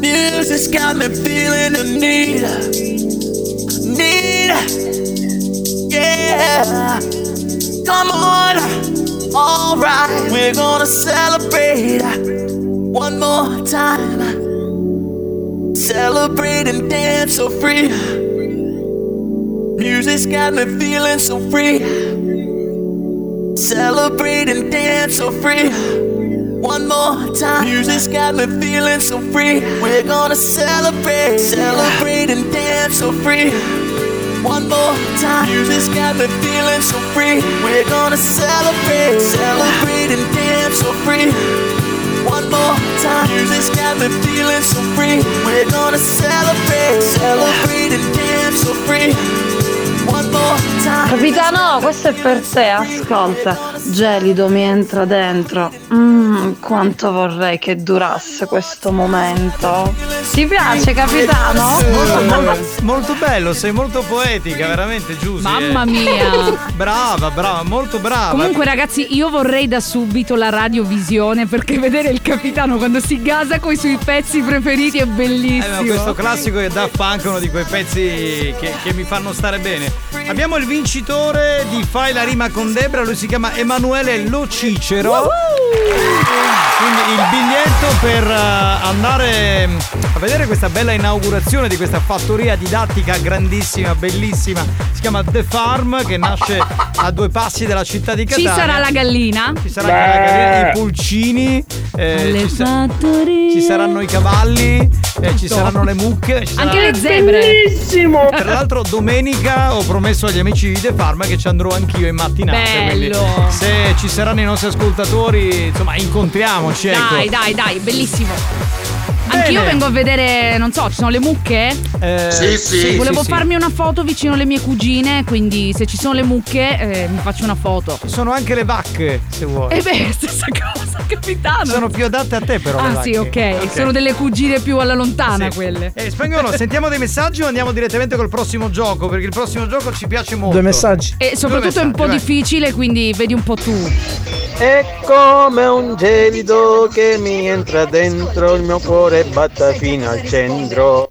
Speaker 2: Music's got me feeling the need, need. Yeah, come on. All right, we're gonna celebrate one more time. Celebrate and dance so free. Music's got me feeling so free. Celebrate and dance so free. One more time. Music's got me feeling so free. We're gonna celebrate. Celebrate and dance so free. One more time. Music's got me feeling so free. We're gonna celebrate. Celebrate and dance so free. One more time. Music's got me feeling so free. We're gonna celebrate. Celebrate and dance so free. One more time.
Speaker 13: Capitano, questo è per te, ascolta. Gelido mi entra dentro. Mmm, quanto vorrei che durasse questo momento. Ti piace,
Speaker 6: Ah,
Speaker 13: capitano?
Speaker 5: Molto, molto- molto bello, sei molto poetica, veramente Giusy. eh.
Speaker 6: Mamma mia.
Speaker 5: Brava, brava, molto brava.
Speaker 6: Comunque ragazzi io vorrei da subito la radiovisione perché vedere il capitano quando si gasa con i suoi pezzi preferiti è
Speaker 5: Eh, ma questo
Speaker 6: bellissimo.
Speaker 5: classico è da punk, uno di quei pezzi che, che mi fanno stare bene. Abbiamo il vincitore di Fai la rima con Debra, lui si chiama Emanuele Lo Cicero. Quindi il biglietto per eh, andare mm, a vedere questa bella inaugurazione di questa fattoria didattica grandissima, bellissima. Si chiama The Farm che nasce a due passi dalla città di
Speaker 6: Ci
Speaker 5: Catania.
Speaker 6: sarà la gallina.
Speaker 5: Ci sarà anche la gallina, i pulcini, eh, ci, sa- ci saranno i cavalli, eh, ci saranno le mucche. ci
Speaker 6: Ecco. Anche
Speaker 5: sarà-
Speaker 6: le zebre.
Speaker 5: Bellissimo! Tra l'altro domenica ho promesso agli amici di The Farm che ci andrò anch'io in mattinata.
Speaker 6: Bello.
Speaker 5: quindi Se ci saranno i nostri ascoltatori, insomma, incontriamoci. ecco.
Speaker 6: Dai, dai, dai, bellissimo. Anch'io vengo a vedere, non so, ci sono le mucche?
Speaker 5: Eh,
Speaker 2: Sì, sì.
Speaker 6: Volevo
Speaker 5: sì, sì.
Speaker 6: farmi una foto vicino alle mie cugine, quindi se ci sono le mucche eh, mi faccio una foto.
Speaker 5: Ci sono anche le vacche, se vuoi.
Speaker 6: E Eh beh, stessa cosa, capitano.
Speaker 5: Sono più adatte a te però. le
Speaker 6: Ah
Speaker 5: vacche.
Speaker 6: sì, ok. Sono delle cugine più alla lontana
Speaker 5: Sì.
Speaker 6: Ah, quelle.
Speaker 5: Eh, spagnolo, sentiamo dei messaggi o andiamo direttamente col prossimo gioco? Perché il prossimo gioco ci piace molto.
Speaker 14: Due messaggi.
Speaker 6: E soprattutto è un po'
Speaker 5: Due messaggi,
Speaker 6: difficile, quindi vedi un po' tu.
Speaker 18: È come un gelido che mi entra dentro, il mio cuore batta fino al centro.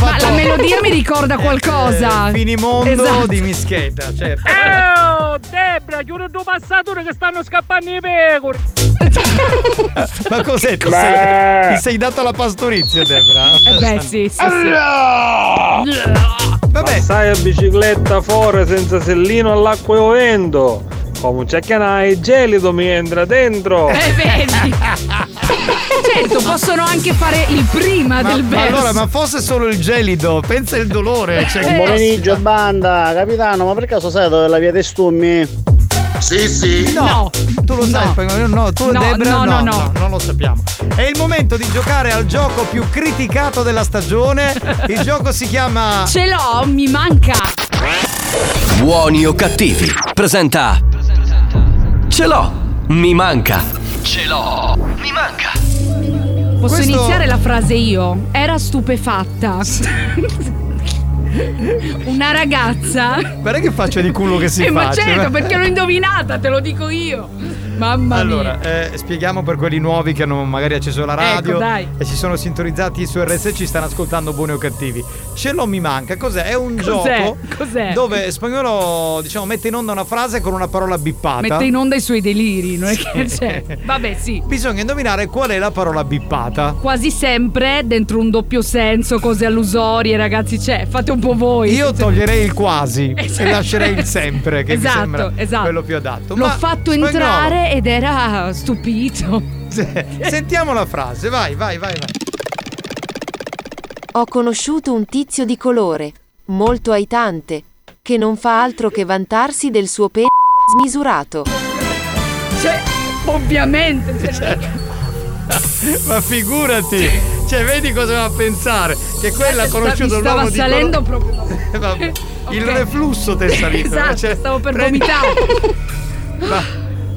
Speaker 6: Ma la melodia mi
Speaker 5: *laughs*
Speaker 6: ricorda qualcosa. Esatto.
Speaker 5: vai.
Speaker 6: Finimondo
Speaker 5: Mondo Eh, di mischeta, certo.
Speaker 32: Oh, Debra, chiudo due passature che stanno scappando i pecore.
Speaker 5: Ma cos'è? Ti
Speaker 32: Beh.
Speaker 5: sei, ti sei dato la pastorizia, Debra?
Speaker 32: Eh beh, sì, sì, sì.
Speaker 5: Vabbè.
Speaker 32: Passai a bicicletta fuori senza sellino all'acqua e o vento. Come un cecchianai gelido mi entra dentro.
Speaker 6: Eh, vedi. certo, possono anche fare il prima
Speaker 5: Ma,
Speaker 6: del
Speaker 5: ma
Speaker 6: verso.
Speaker 5: allora, ma fosse solo il gelido, pensa il
Speaker 4: Eh,
Speaker 6: Eh,
Speaker 5: dolore. Cioè,
Speaker 26: Buon pomeriggio banda, capitano, ma per caso sai dove è la via dei stummi?
Speaker 5: Sì, sì. No, tu lo sai, Spagnolo, no, tu
Speaker 2: No,
Speaker 5: Debra,
Speaker 2: no, no, no.
Speaker 5: non lo sappiamo. È il momento di giocare al gioco più criticato della
Speaker 6: *laughs*
Speaker 5: stagione. Il gioco si chiama
Speaker 6: Ce l'ho, mi manca.
Speaker 1: Buoni o cattivi. Presenta. Ce l'ho. Mi manca. Ce l'ho. Mi manca.
Speaker 6: Posso
Speaker 1: Questo-
Speaker 6: iniziare la frase io? Era
Speaker 5: *laughs*
Speaker 6: stupefatta. Una ragazza.
Speaker 5: Guarda che faccia di culo che si Cioè,
Speaker 6: Eh, ma
Speaker 5: faccia.
Speaker 6: certo, perché l'ho indovinata, te lo dico io. Mamma
Speaker 5: Allora, eh, spieghiamo per quelli nuovi che hanno magari acceso la radio
Speaker 6: Ecco, dai.
Speaker 5: e si sono sintonizzati su RSC, stanno ascoltando buoni o cattivi. Ce l'ho mi manca, cos'è? È un
Speaker 6: Cos'è?
Speaker 5: gioco
Speaker 6: Cos'è?
Speaker 5: dove spagnolo diciamo mette in onda una frase con una parola bippata.
Speaker 6: mia. Mette in onda i suoi deliri, non è *laughs* che
Speaker 5: Sì.
Speaker 6: c'è. Cioè, Vabbè, sì.
Speaker 5: Eh, Bisogna indovinare qual è la parola bippata.
Speaker 6: Quasi sempre dentro un doppio senso, cose allusorie, ragazzi, c'è. Fate un po' voi.
Speaker 5: Io toglierei il
Speaker 6: *laughs*
Speaker 5: quasi
Speaker 6: Esatto.
Speaker 5: e lascerei il sempre, che
Speaker 6: Esatto,
Speaker 5: mi sembra
Speaker 6: esatto.
Speaker 5: quello più adatto.
Speaker 6: L'ho
Speaker 5: Ma,
Speaker 6: fatto
Speaker 5: spagnolo,
Speaker 6: entrare ed era stupito. *laughs*
Speaker 5: Sentiamo la frase, vai, vai, vai. vai.
Speaker 26: Ho conosciuto un tizio di colore, molto aitante, che non fa altro che vantarsi del suo pe smisurato.
Speaker 6: Cioè, ovviamente.
Speaker 5: certo. Ma figurati, cioè vedi cosa va a pensare? Che quella ha conosciuto
Speaker 6: mi
Speaker 5: l'uomo
Speaker 6: stava
Speaker 5: di
Speaker 6: salendo
Speaker 5: colore-
Speaker 6: proprio. *laughs*
Speaker 5: Eh, vabbè, Il reflusso te è salito.
Speaker 6: Esatto,
Speaker 5: cioè,
Speaker 6: stavo per
Speaker 5: prendi-
Speaker 6: vomitare.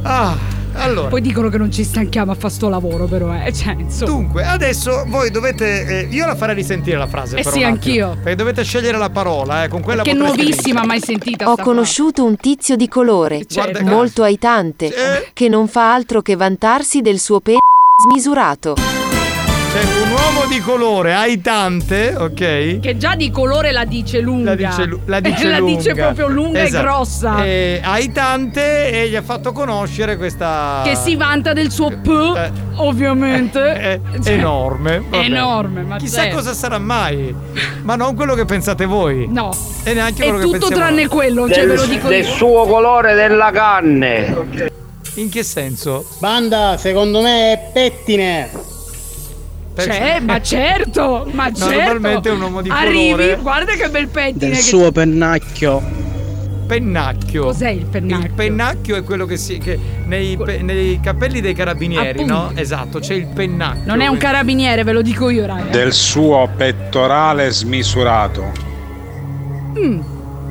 Speaker 5: Ah, allora.
Speaker 6: Poi dicono che non ci stanchiamo a fare sto lavoro, però, eh. Cioè, insomma.
Speaker 5: Dunque, adesso voi dovete. eh, io la farei risentire la frase.
Speaker 6: Eh
Speaker 5: però
Speaker 6: sì,
Speaker 5: un attimo,
Speaker 6: anch'io.
Speaker 5: Perché dovete scegliere la parola, eh, con quella
Speaker 6: Che
Speaker 5: potreste
Speaker 6: nuovissima, mai sentita.
Speaker 26: Ho
Speaker 6: sta frase.
Speaker 26: conosciuto un tizio di colore,
Speaker 6: Certo.
Speaker 26: molto aitante, che non fa altro che vantarsi del suo pe smisurato.
Speaker 5: vincere. Cioè, un uomo di colore, hai tante, ok?
Speaker 6: Che già di colore la dice lunga.
Speaker 5: La dice, lu- la dice
Speaker 6: Eh, *laughs* la
Speaker 5: lunga.
Speaker 6: dice proprio lunga
Speaker 5: Esatto.
Speaker 6: e grossa.
Speaker 5: Eh, hai tante e gli ha fatto conoscere questa.
Speaker 6: Che si vanta del suo P,
Speaker 5: eh,
Speaker 6: ovviamente. Cioè,
Speaker 5: enorme. vabbè.
Speaker 6: Enorme, ma
Speaker 5: Chissà
Speaker 6: certo.
Speaker 5: cosa sarà mai. Ma non quello che pensate voi.
Speaker 6: No.
Speaker 5: E neanche
Speaker 6: È
Speaker 5: quello che
Speaker 6: tutto
Speaker 5: pensiamo
Speaker 6: tranne
Speaker 5: noi.
Speaker 6: quello, cioè, Del- ve lo dico del io.
Speaker 30: suo colore della canne.
Speaker 5: In che senso?
Speaker 30: Banda, secondo me è pettine.
Speaker 5: Cioè?
Speaker 6: C'è, Cioè, ma certo, ma certo.
Speaker 30: Normalmente è un uomo di
Speaker 6: Arrivi,
Speaker 30: colore.
Speaker 6: guarda che bel pettine che
Speaker 30: pennacchio.
Speaker 5: Pennacchio.
Speaker 6: Cos'è il pennacchio?
Speaker 5: Il pennacchio è quello che si. Che nei, pe- nei capelli dei carabinieri,
Speaker 6: Appunto.
Speaker 5: no? Esatto, c'è il pennacchio.
Speaker 6: Non è un carabiniere, ve lo dico io, raga.
Speaker 7: Del suo pettorale smisurato.
Speaker 6: Mm,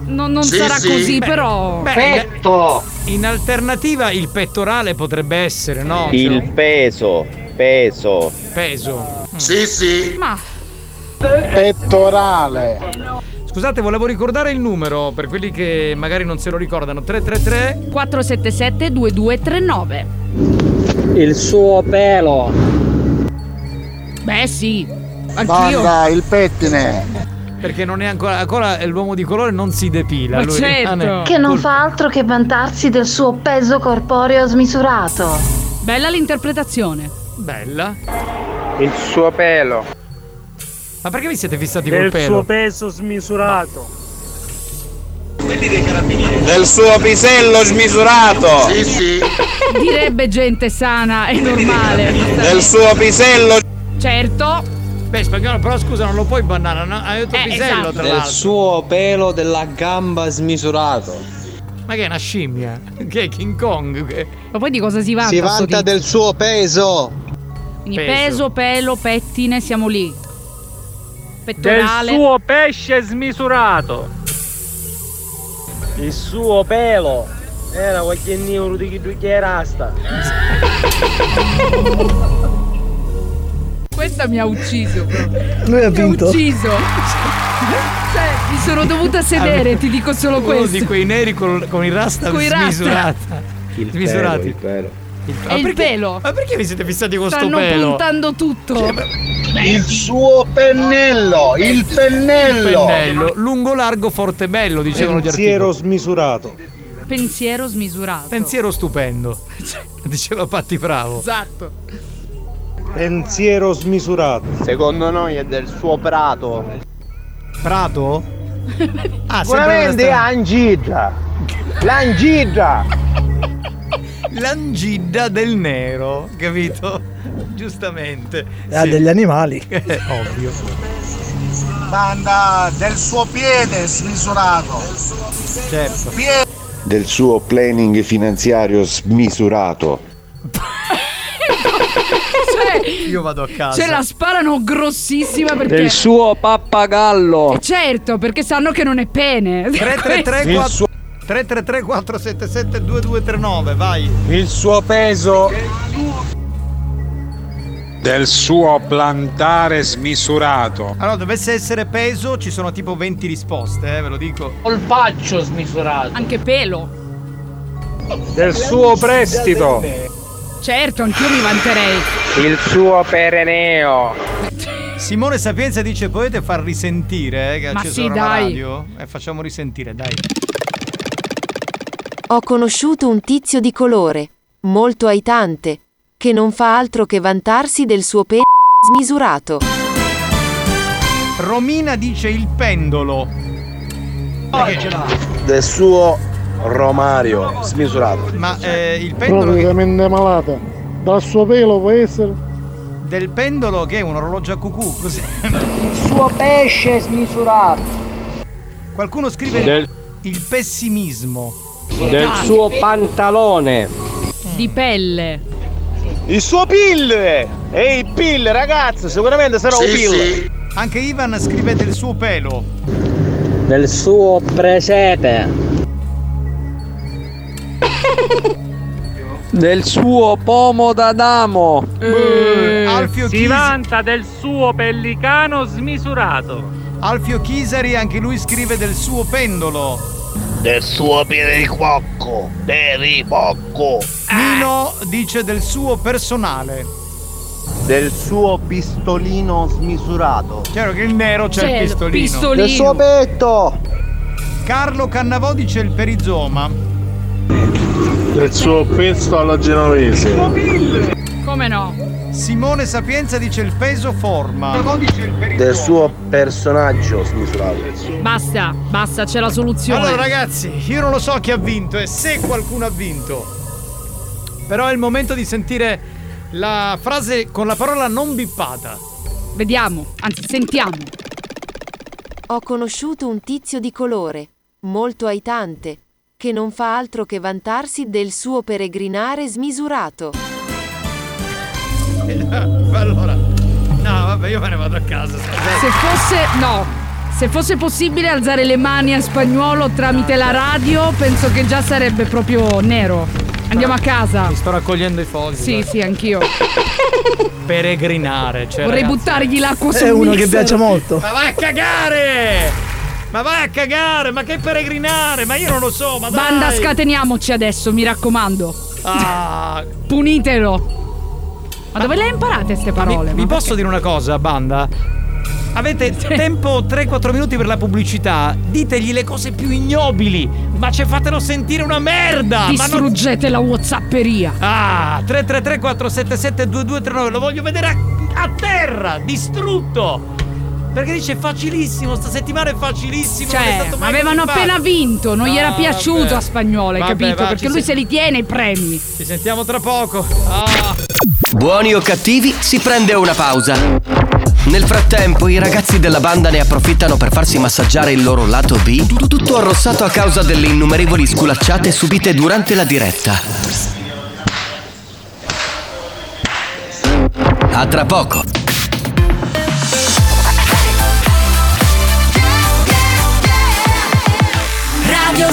Speaker 6: non non
Speaker 5: Sì,
Speaker 6: sarà
Speaker 5: sì.
Speaker 6: così,
Speaker 5: Beh,
Speaker 6: però.
Speaker 5: Petto! In alternativa il pettorale potrebbe essere, no?
Speaker 22: Il peso, peso.
Speaker 5: Cioè, peso. Sì, sì.
Speaker 6: Ma.
Speaker 5: Pettorale. Scusate, volevo ricordare il numero per quelli che magari non se lo ricordano. 333
Speaker 6: 477 2239.
Speaker 30: Il suo pelo.
Speaker 6: Beh, sì. Anch'io.
Speaker 5: Guarda il pettine. Perché non è ancora, ancora l'uomo di colore non si depila. lui
Speaker 6: certo.
Speaker 5: rimane
Speaker 13: Che non
Speaker 5: col-
Speaker 13: fa altro che vantarsi del suo peso corporeo smisurato.
Speaker 6: Bella l'interpretazione.
Speaker 5: Bella.
Speaker 30: Il suo pelo.
Speaker 5: Ma perché vi siete fissati
Speaker 30: Del
Speaker 5: col pelo?
Speaker 30: suo peso smisurato.
Speaker 22: Del suo pisello smisurato. Sì, sì.
Speaker 6: Direbbe gente sana
Speaker 7: *laughs*
Speaker 6: e normale.
Speaker 22: Del suo pisello.
Speaker 6: Certo. Eh,
Speaker 5: Beh, spagnolo, però scusa, non lo puoi bannare. No? Hai detto pisello,
Speaker 6: esatto.
Speaker 5: tra
Speaker 7: Del
Speaker 5: l'altro.
Speaker 7: suo pelo della gamba smisurato.
Speaker 5: Ma che è una scimmia? Che è King Kong? Che-
Speaker 6: Ma
Speaker 5: Ah,
Speaker 6: poi di cosa si vanta?
Speaker 7: Si
Speaker 6: sto
Speaker 7: vanta
Speaker 6: tizio?
Speaker 7: del suo peso.
Speaker 6: Quindi peso, pelo, pettine, siamo lì.
Speaker 30: Del
Speaker 6: Pettorale.
Speaker 30: suo pesce smisurato. Il suo pelo. Era qualche neuro di chi tu che era sta.
Speaker 6: Questa mi ha ucciso. proprio.
Speaker 14: Lui ha
Speaker 6: Mi ha
Speaker 14: vinto.
Speaker 6: ucciso. *laughs* Cioè, mi sono dovuta sedere, ti dico solo
Speaker 5: Uno
Speaker 6: questo.
Speaker 5: di quei neri col- con il rasta
Speaker 6: Coi rasta.
Speaker 5: smisurata. Smisurati.
Speaker 6: È il pelo.
Speaker 5: Ma perché vi siete fissati con
Speaker 6: Stanno
Speaker 5: sto pelo? Cioè,
Speaker 6: puntando tutto.
Speaker 7: Il suo pennello. Il
Speaker 5: pennello. Lungo, largo, forte, bello, dicevano gli articoli.
Speaker 7: Pensiero
Speaker 5: smisurato.
Speaker 6: Pensiero smisurato.
Speaker 5: Pensiero stupendo. *laughs* Diceva Patti Bravo.
Speaker 6: Esatto.
Speaker 7: Pensiero smisurato. *laughs* Secondo noi è del suo prato.
Speaker 5: Prato? Ah,
Speaker 7: Sicuramente
Speaker 5: Angidda. L'angidda. L'angidda del nero, capito? Giustamente.
Speaker 4: Ah,
Speaker 14: Ha
Speaker 5: Sì.
Speaker 14: degli animali.
Speaker 5: Eh, *laughs* ovvio.
Speaker 7: Banda del suo piede smisurato.
Speaker 5: Certo.
Speaker 22: del suo planning finanziario smisurato.
Speaker 5: Io vado a casa.
Speaker 6: Cioè la sparano grossissima perché...
Speaker 5: Del
Speaker 6: suo pappagallo. Certo, perché sanno che non è pene.
Speaker 5: 333 4 333 477 2239, vai.
Speaker 8: Il suo peso del suo plantare smisurato.
Speaker 5: Allora, dovesse essere peso, ci sono tipo 20 risposte, eh, ve lo dico.
Speaker 25: Colpaccio smisurato.
Speaker 6: Anche pelo.
Speaker 32: Del suo prestito.
Speaker 6: Certo, anch'io mi vanterei.
Speaker 5: Il suo pereneo. Simone Sapienza dice potete far risentire eh, che ha
Speaker 6: Ma
Speaker 5: acceso
Speaker 6: sì,
Speaker 5: la
Speaker 6: dai.
Speaker 5: radio? E facciamo risentire, dai.
Speaker 26: Ho conosciuto un tizio di colore, molto aitante, che non fa altro che vantarsi del suo pe smisurato.
Speaker 5: Romina dice il pendolo. Eh, Perché ce l'ha?
Speaker 22: Del suo romario smisurato.
Speaker 5: Ma eh, il pendolo che-
Speaker 4: Praticamente malata. Dal suo pelo può essere?
Speaker 5: del pendolo che è un orologio a cucù, così.
Speaker 2: Il suo pesce smisurato.
Speaker 5: Qualcuno scrive
Speaker 2: Del-
Speaker 5: il pessimismo.
Speaker 2: Del
Speaker 5: Dai.
Speaker 2: suo
Speaker 10: Pantalone.
Speaker 6: Di pelle.
Speaker 22: Il suo pill! Ehi, pill, ragazzo, sicuramente sarà un pill.
Speaker 5: Anche Ivan scrive del suo pelo.
Speaker 10: Del suo presepe.
Speaker 32: Del suo pomo d'Adamo.
Speaker 5: Alfio
Speaker 16: Eh, si
Speaker 5: Chis-
Speaker 16: vanta del suo pellicano smisurato.
Speaker 5: Alfio Chisari anche lui scrive del suo pendolo.
Speaker 2: Del suo piricocco. Peribocco.
Speaker 16: Eh.
Speaker 5: Nino dice del suo personale.
Speaker 7: Del suo pistolino smisurato.
Speaker 5: Chiaro che il nero c'è cioè, il pistolino.
Speaker 7: Del suo petto.
Speaker 5: Carlo Cannavò dice il perizoma.
Speaker 12: Del suo pezzo alla genovese.
Speaker 6: Come no?
Speaker 5: Simone Sapienza dice il peso forma.
Speaker 22: Del suo personaggio smisurato.
Speaker 6: Basta, basta, c'è la soluzione.
Speaker 5: Allora ragazzi, io non lo so chi ha vinto e se qualcuno ha vinto. Però è il momento di sentire la frase con la parola non bippata.
Speaker 6: Vediamo, anzi sentiamo.
Speaker 26: Ho conosciuto un tizio di colore, molto aitante, che non fa altro che vantarsi del suo peregrinare smisurato.
Speaker 5: *laughs* allora. No, vabbè, io me ne vado a casa.
Speaker 6: Se fosse. no. Se fosse possibile alzare le mani a spagnolo tramite la radio, penso che già sarebbe proprio nero. Andiamo a casa.
Speaker 5: Sto raccogliendo i fogli.
Speaker 6: Sì, sì, anch'io.
Speaker 5: Peregrinare, cioè.
Speaker 6: Vorrei
Speaker 5: ragazzi.
Speaker 6: buttargli l'acqua sul
Speaker 14: È uno
Speaker 6: mixer.
Speaker 14: che piace molto.
Speaker 5: Ma vai a cagare! Eh, Ma vai a cagare! Ma che peregrinare! Ma io non lo so, ma dai!
Speaker 6: Banda, scateniamoci adesso, mi raccomando.
Speaker 5: Ah.
Speaker 6: Punitelo. Ma dove le hai imparate ste parole?
Speaker 5: Vi posso dire una cosa, banda? Avete tempo 3-4 minuti per la pubblicità. Ditegli le cose più ignobili, ma ci fatelo sentire una merda! Ma non...
Speaker 6: Distruggete la Whatsapperia.
Speaker 5: Ah, 333 477 2239, lo voglio vedere a, a terra, distrutto! Perché dice è facilissimo, sta settimana è facilissimo. non è
Speaker 6: Cioè,
Speaker 5: stato mai
Speaker 6: avevano
Speaker 5: così
Speaker 6: appena
Speaker 5: facile.
Speaker 6: vinto, non gli era
Speaker 5: No,
Speaker 6: piaciuto
Speaker 5: vabbè.
Speaker 6: a spagnolo, hai
Speaker 5: Vabbè,
Speaker 6: capito?
Speaker 5: va,
Speaker 6: Perché
Speaker 5: ci
Speaker 6: lui
Speaker 5: sen-
Speaker 6: se li tiene i premi.
Speaker 5: Ci sentiamo tra poco. Ah.
Speaker 1: Buoni o cattivi, si prende una pausa. Nel frattempo, i ragazzi della banda ne approfittano per farsi massaggiare il loro lato B, tu- tutto arrossato a causa delle innumerevoli sculacciate subite durante la diretta. A tra poco.
Speaker 24: Radio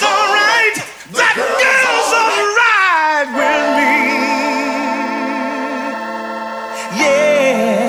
Speaker 2: alright. That girl's alright with me. Yeah.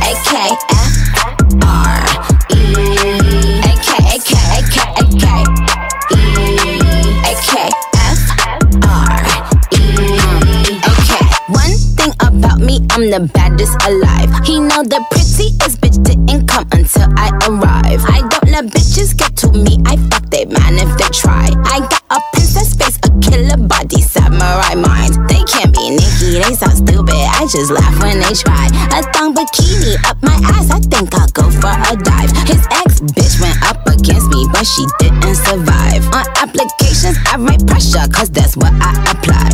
Speaker 21: A K F R E A K A K A K A K E A K F R E I'm the baddest alive. He know the prettiest bitch didn't come until I arrive. I don't let bitches get to me. I fuck they man if they try. I got a princess face, a killer body, samurai mind. They can't be Nikki, they so stupid. I just laugh when they try. A thong bikini up my ass. I think I'll go for a dive. His ex bitch went up against me, but she didn't survive. On applications, I write pressure, cause that's what I apply.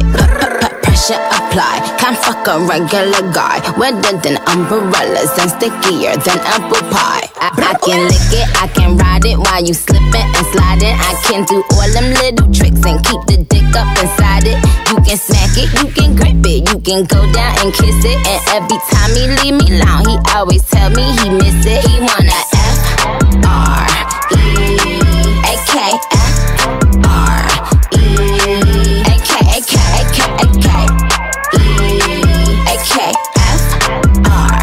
Speaker 21: Pressure apply. Can't fuck a regular guy. Wetter than umbrellas and stickier than apple pie. I, I can lick it, I can ride it while you slipping and sliding. I can do all them little tricks and keep the dick up inside it. You can smack it, you can grip it, you can go down and kiss it. And every time he leave me alone, he always tell me he miss it. He wanna F R E A K F R E A K A K A K A K E A K F R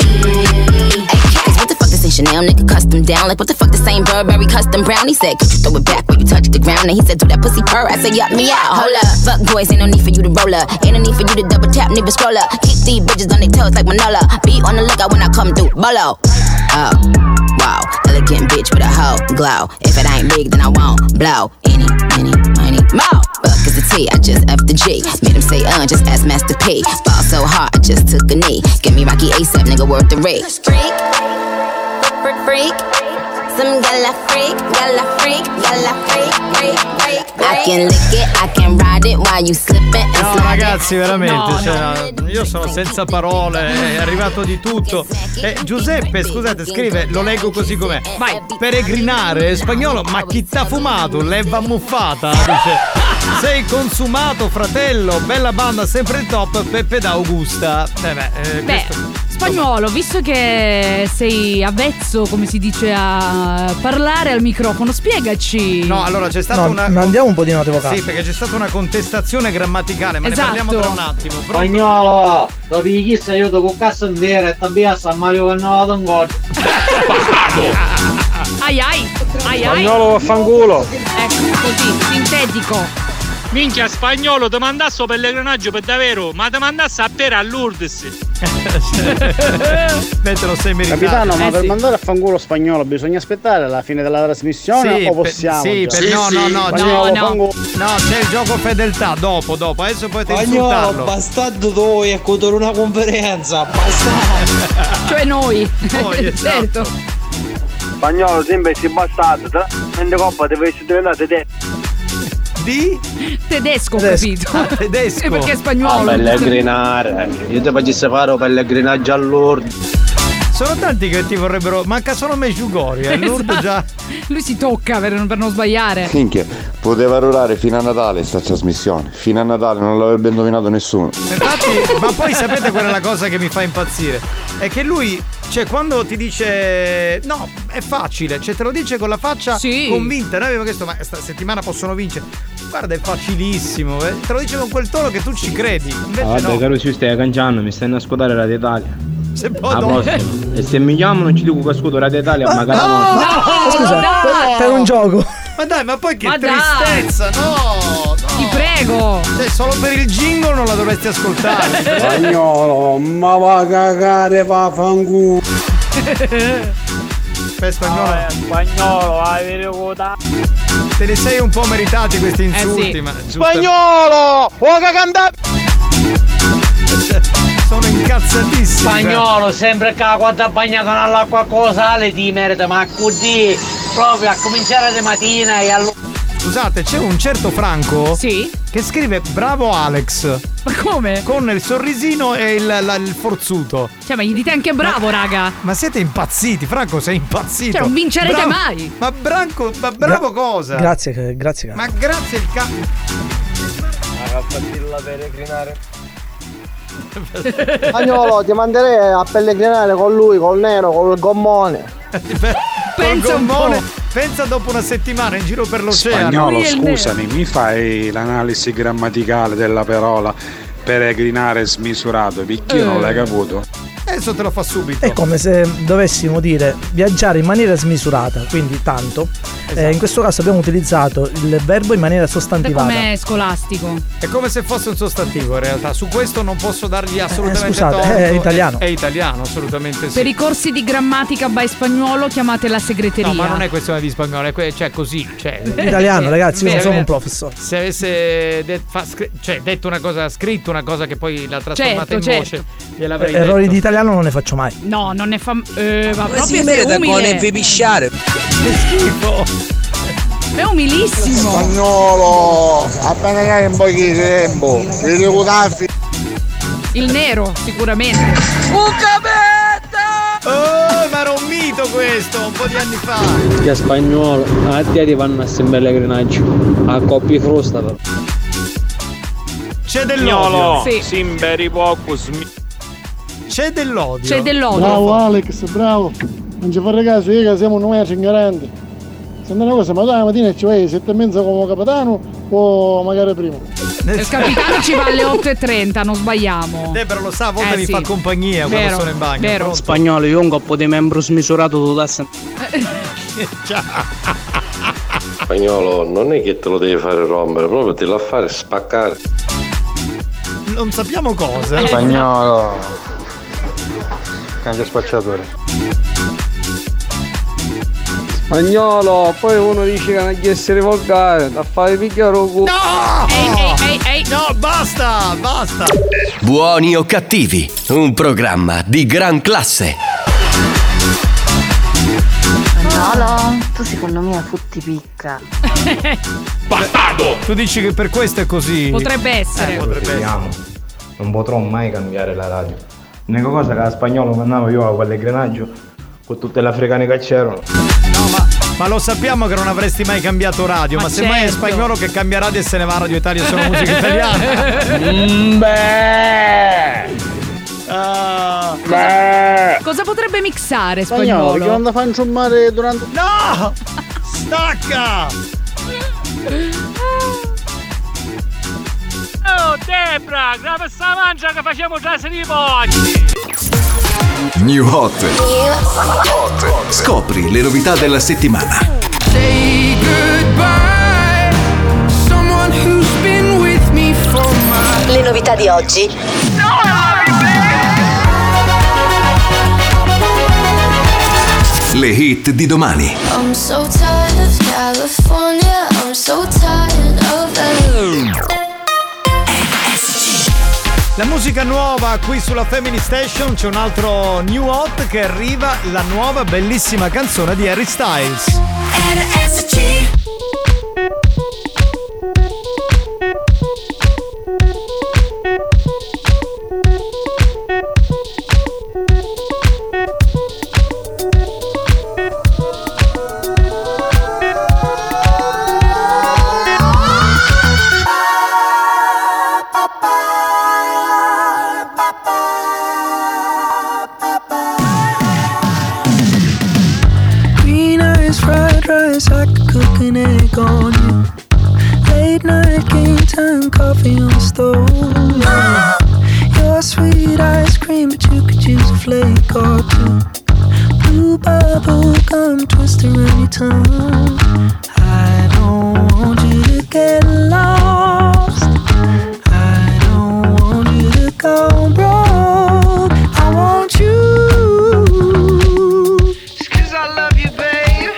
Speaker 21: E A K. What the fuck this ain't Chanel nigga custom down? Like what the fuck this ain't Burberry custom brown? He said, could you throw it back when you touch the ground? And he said, do that pussy purr. I said, yup me out. Hold up, fuck boys, ain't no need for you to roll up. Ain't no need for you to double tap, nigga scroll up. Keep these bitches on their toes like Manola. Be on the lookout when I come through. Bolo. Oh, wow. Elegant bitch with a hoe glow. If it ain't big, then I won't blow. Any, any, any, more. Fuck is the T, I just F the G. Made him say, uh, just ask Master P. Fall so hard, I just took a knee. Get me Rocky ASAP, nigga, worth the rate. Freak, freak, freak. Some gala freak, gala freak, gala freak, freak, freak. I can lick it, I can ride it while you slipping and
Speaker 5: No,
Speaker 21: slide it.
Speaker 5: ragazzi, veramente. cioè, Io sono senza parole, è arrivato di tutto. Eh, Giuseppe, scusate, scrive, lo leggo così com'è. Vai, peregrinare, spagnolo, ma chi t'ha fumato? L'eva muffata. *laughs* Dice. Sei consumato, fratello. Bella banda, sempre il top. Peppe da Augusta. Eh beh, eh,
Speaker 6: Beh,
Speaker 5: questo-
Speaker 6: spagnolo, visto che sei avvezzo, come si dice, a parlare al microfono, spiegaci.
Speaker 5: No, allora c'è stata
Speaker 14: No,
Speaker 5: una.
Speaker 14: mandiamo un po' di note vocali.
Speaker 5: Sì, perché c'è stata una contestazione grammaticale, ma
Speaker 25: Esatto.
Speaker 5: ne parliamo tra un attimo. Pronto?
Speaker 25: Spagnolo, lo pigli se io dopo cazzo nera e tabbia a San Mario che non vado in gol.
Speaker 6: Ai ai, ai ai.
Speaker 32: Spagnolo vaffanculo.
Speaker 6: Ecco, così, sintetico.
Speaker 16: Minchia spagnolo, ti mandasso a pellegrinaggio per davvero, ma ti mandasse a pera a Lourdes.
Speaker 5: *laughs* Mentre lo sei meritato.
Speaker 27: Capitano, ma
Speaker 5: Eh,
Speaker 27: per
Speaker 5: sì.
Speaker 27: mandare a fanculo spagnolo bisogna aspettare la fine della trasmissione
Speaker 5: Sì,
Speaker 27: o
Speaker 5: per-
Speaker 27: possiamo?
Speaker 5: sì,
Speaker 27: già?
Speaker 5: per- no, no, no,
Speaker 27: Spagnolo,
Speaker 5: no, no.
Speaker 27: fanculo.
Speaker 5: No, c'è il gioco fedeltà. Dopo, dopo. Adesso potete
Speaker 19: Spagnolo,
Speaker 5: insultarlo.
Speaker 19: bastardo tu e contro una conferenza, bastardo.
Speaker 5: *laughs*
Speaker 6: Cioè noi.
Speaker 19: Noi, esatto.
Speaker 6: certo.
Speaker 7: Spagnolo, sempre si bastardo, tra mentre coppa deve essere diventato te.
Speaker 5: Di?
Speaker 6: Tedesco,
Speaker 5: Tedesco.
Speaker 6: capito?
Speaker 5: tedesco.
Speaker 6: E perché Ecco. Ah, è
Speaker 14: Ah,
Speaker 6: spagnolo. Esatto.
Speaker 22: Pellegrinare, io ti facessi fare un pellegrinaggio all'ordine.
Speaker 5: Sono tanti che ti vorrebbero. Manca solo me Giugori. *laughs* Eh. L'urto
Speaker 6: Esatto.
Speaker 5: già.
Speaker 6: Lui si tocca per, per non
Speaker 5: Eh.
Speaker 6: sbagliare.
Speaker 29: Minchia, poteva durare fino a Natale sta trasmissione. Fino a Natale non l'avrebbe indovinato nessuno.
Speaker 5: Infatti, ma poi sapete qual è la cosa che mi fa impazzire? È che lui, cioè, quando ti dice no, è facile, cioè, te lo dice con la faccia convinta. Noi abbiamo chiesto, ma sta settimana possono vincere. Guarda, è facilissimo, eh. te lo dice con quel tono che tu ci credi. Invece
Speaker 4: Ah,
Speaker 5: no.
Speaker 7: Ah, caro ci stai cangiando, mi stai a ascoltare Radio Italia.
Speaker 5: Se
Speaker 19: Oh,
Speaker 7: A posto. E se migliamo non ci dico che ascolto Radio Italia, ma cara
Speaker 14: Ma Scusa, per- per un gioco.
Speaker 5: Ma dai, ma poi che
Speaker 6: Ma dai.
Speaker 5: tristezza, no, no!
Speaker 6: Ti prego!
Speaker 5: Cioè, solo per il jingle non la dovresti ascoltare.
Speaker 12: Spagnolo, ma va a cagare vaffanculo.
Speaker 5: *laughs* Per spagnolo.
Speaker 19: spagnolo, avere
Speaker 5: Te ne sei un po' meritati questi
Speaker 6: Eh
Speaker 5: insulti, ma
Speaker 19: Spagnolo! Uoga cantare!
Speaker 5: Sono incazzatissimo.
Speaker 25: Spagnolo, sempre che la quadra bagnata all'acqua cosale ti merita, ma così, proprio a cominciare di mattina e allora...
Speaker 5: Scusate, c'è un certo Franco che scrive bravo Alex.
Speaker 6: Ma come?
Speaker 5: Con il sorrisino e il, la- il forzuto.
Speaker 6: Cioè, ma gli dite anche bravo, raga.
Speaker 5: Ma siete impazziti, Franco, sei impazzito.
Speaker 6: Cioè, non vincerete
Speaker 5: Bravo-
Speaker 6: mai.
Speaker 5: Ma Branco, ma bravo cosa?
Speaker 14: Grazie, grazie.
Speaker 5: Ma grazie il ca...
Speaker 7: Una cappatilla peregrinare.
Speaker 19: Spagnolo, ti manderei a pellegrinare con lui, col nero, col gommone.
Speaker 5: Pensa
Speaker 19: un po'.
Speaker 5: Pensa dopo una settimana in giro per l'oceano.
Speaker 8: Spagnolo, scusami, mi fai l'analisi grammaticale della parola peregrinare smisurato? Perché io non l'hai caputo?
Speaker 5: Adesso te lo fa subito.
Speaker 14: È come se dovessimo dire viaggiare in maniera smisurata, quindi tanto,
Speaker 6: Esatto.
Speaker 39: Eh, in questo caso abbiamo utilizzato il verbo in maniera sostantivata.
Speaker 6: Come eh, scolastico.
Speaker 5: È come se fosse un sostantivo in realtà. Su questo non posso dargli assolutamente
Speaker 39: Eh, scusate,
Speaker 5: torto.
Speaker 39: è italiano.
Speaker 5: È, è italiano, assolutamente sì.
Speaker 6: Per i corsi di grammatica by spagnolo chiamate la segreteria.
Speaker 5: No, ma non è questione di spagnolo, è que- cioè così. Cioè,
Speaker 39: Italiano, ragazzi, io non
Speaker 5: Beh,
Speaker 39: sono
Speaker 5: beh,
Speaker 39: un professor.
Speaker 5: Se avesse det- fa- scri- cioè, detto una cosa, scritto una cosa che poi l'ha trasformata
Speaker 6: Certo,
Speaker 5: in voce, gliel'avrei detto.
Speaker 39: Errori di italiano non ne faccio mai.
Speaker 6: No, non ne fa. Eh, ma
Speaker 39: Come si
Speaker 6: proprio
Speaker 39: merita
Speaker 6: sei
Speaker 39: con
Speaker 6: umile.
Speaker 39: il
Speaker 6: pisciare.
Speaker 5: Schifo.
Speaker 6: È umilissimo.
Speaker 31: Spagnolo, appena che hai un po' di tempo, vi devo darvi.
Speaker 6: Il nero, sicuramente.
Speaker 5: Oh, ma era un mito questo, un po' di anni fa.
Speaker 4: Che spagnolo, a te ti vanno a sembrare grinaccio, a coppie frusta però.
Speaker 5: C'è
Speaker 4: Spagnolo,
Speaker 5: dell'odio.
Speaker 4: sì.
Speaker 5: C'è dell'odio.
Speaker 6: C'è dell'odio.
Speaker 12: Bravo Alex, bravo. Non ci fare caso, io che siamo noi ignoranti. Se non è una cosa, ma dai, la mattina ci vai, sette e mezza come capitano o magari prima.
Speaker 6: Il capitano ci va alle 8.30, non sbagliamo.
Speaker 5: Debra lo sa, a volte
Speaker 6: Eh,
Speaker 5: mi
Speaker 6: sì.
Speaker 5: fa compagnia quando
Speaker 6: Vero,
Speaker 5: sono in bagno.
Speaker 6: vero.
Speaker 4: Spagnolo, io un coppo di membro smisurato tu
Speaker 5: *laughs*
Speaker 4: tasse.
Speaker 8: Spagnolo, non è che te lo devi fare rompere, proprio te la fare spaccare.
Speaker 5: Non sappiamo cosa.
Speaker 6: Eh,
Speaker 31: Spagnolo. Cambia spacciatore.
Speaker 4: Spagnolo, poi uno dice che non è di essere volgare, da fare picchiare un culo.
Speaker 6: Ehi, ehi, ehi, ehi.
Speaker 5: No, basta, Ah, basta.
Speaker 40: Buoni o cattivi, un programma di gran classe.
Speaker 27: Spagnolo, tu secondo me futti picca.
Speaker 6: *laughs*
Speaker 5: Bastardo! Tu dici che per questo è così?
Speaker 6: Potrebbe essere.
Speaker 5: Eh, potrebbe essere.
Speaker 31: Non potrò mai cambiare la radio. L'unica cosa che a spagnolo mandavo io a quell'ingranaggio con tutte le africane che c'erano.
Speaker 5: Ma lo sappiamo che non avresti mai cambiato radio, ma,
Speaker 31: Ma
Speaker 5: semmai è
Speaker 31: certo.
Speaker 5: spagnolo che cambia radio e se ne va a Radio Italia
Speaker 31: *laughs*
Speaker 5: solo musica italiana.
Speaker 31: Mm,
Speaker 5: Ah.
Speaker 6: Cosa potrebbe mixare
Speaker 41: Spagnolo, che
Speaker 6: spagnolo?
Speaker 41: onda fa inciummare durante.
Speaker 5: No! Stacca!
Speaker 4: Oh Debra, grava sta mangia che facciamo già se oggi!
Speaker 1: New Hot. Scopri le novità della settimana.
Speaker 2: Say goodbye, someone who's been with me for my... Le novità di oggi.
Speaker 1: Le hit di domani.
Speaker 27: I'm so tired of California, I'm so tired of
Speaker 5: La musica nuova qui sulla Family Station c'è un altro new hot che arriva, la nuova bellissima canzone di Harry Styles.
Speaker 23: Green eyes, fried rice, I could cook an egg on you. Late night game time, coffee on the stove. yeah. Your sweet ice cream, but you could use a flake or two. Blue bubble gum twister on your tongue. I don't want you to get lost. I don't want you to go broke. I want you.
Speaker 2: Cause I love you, babe,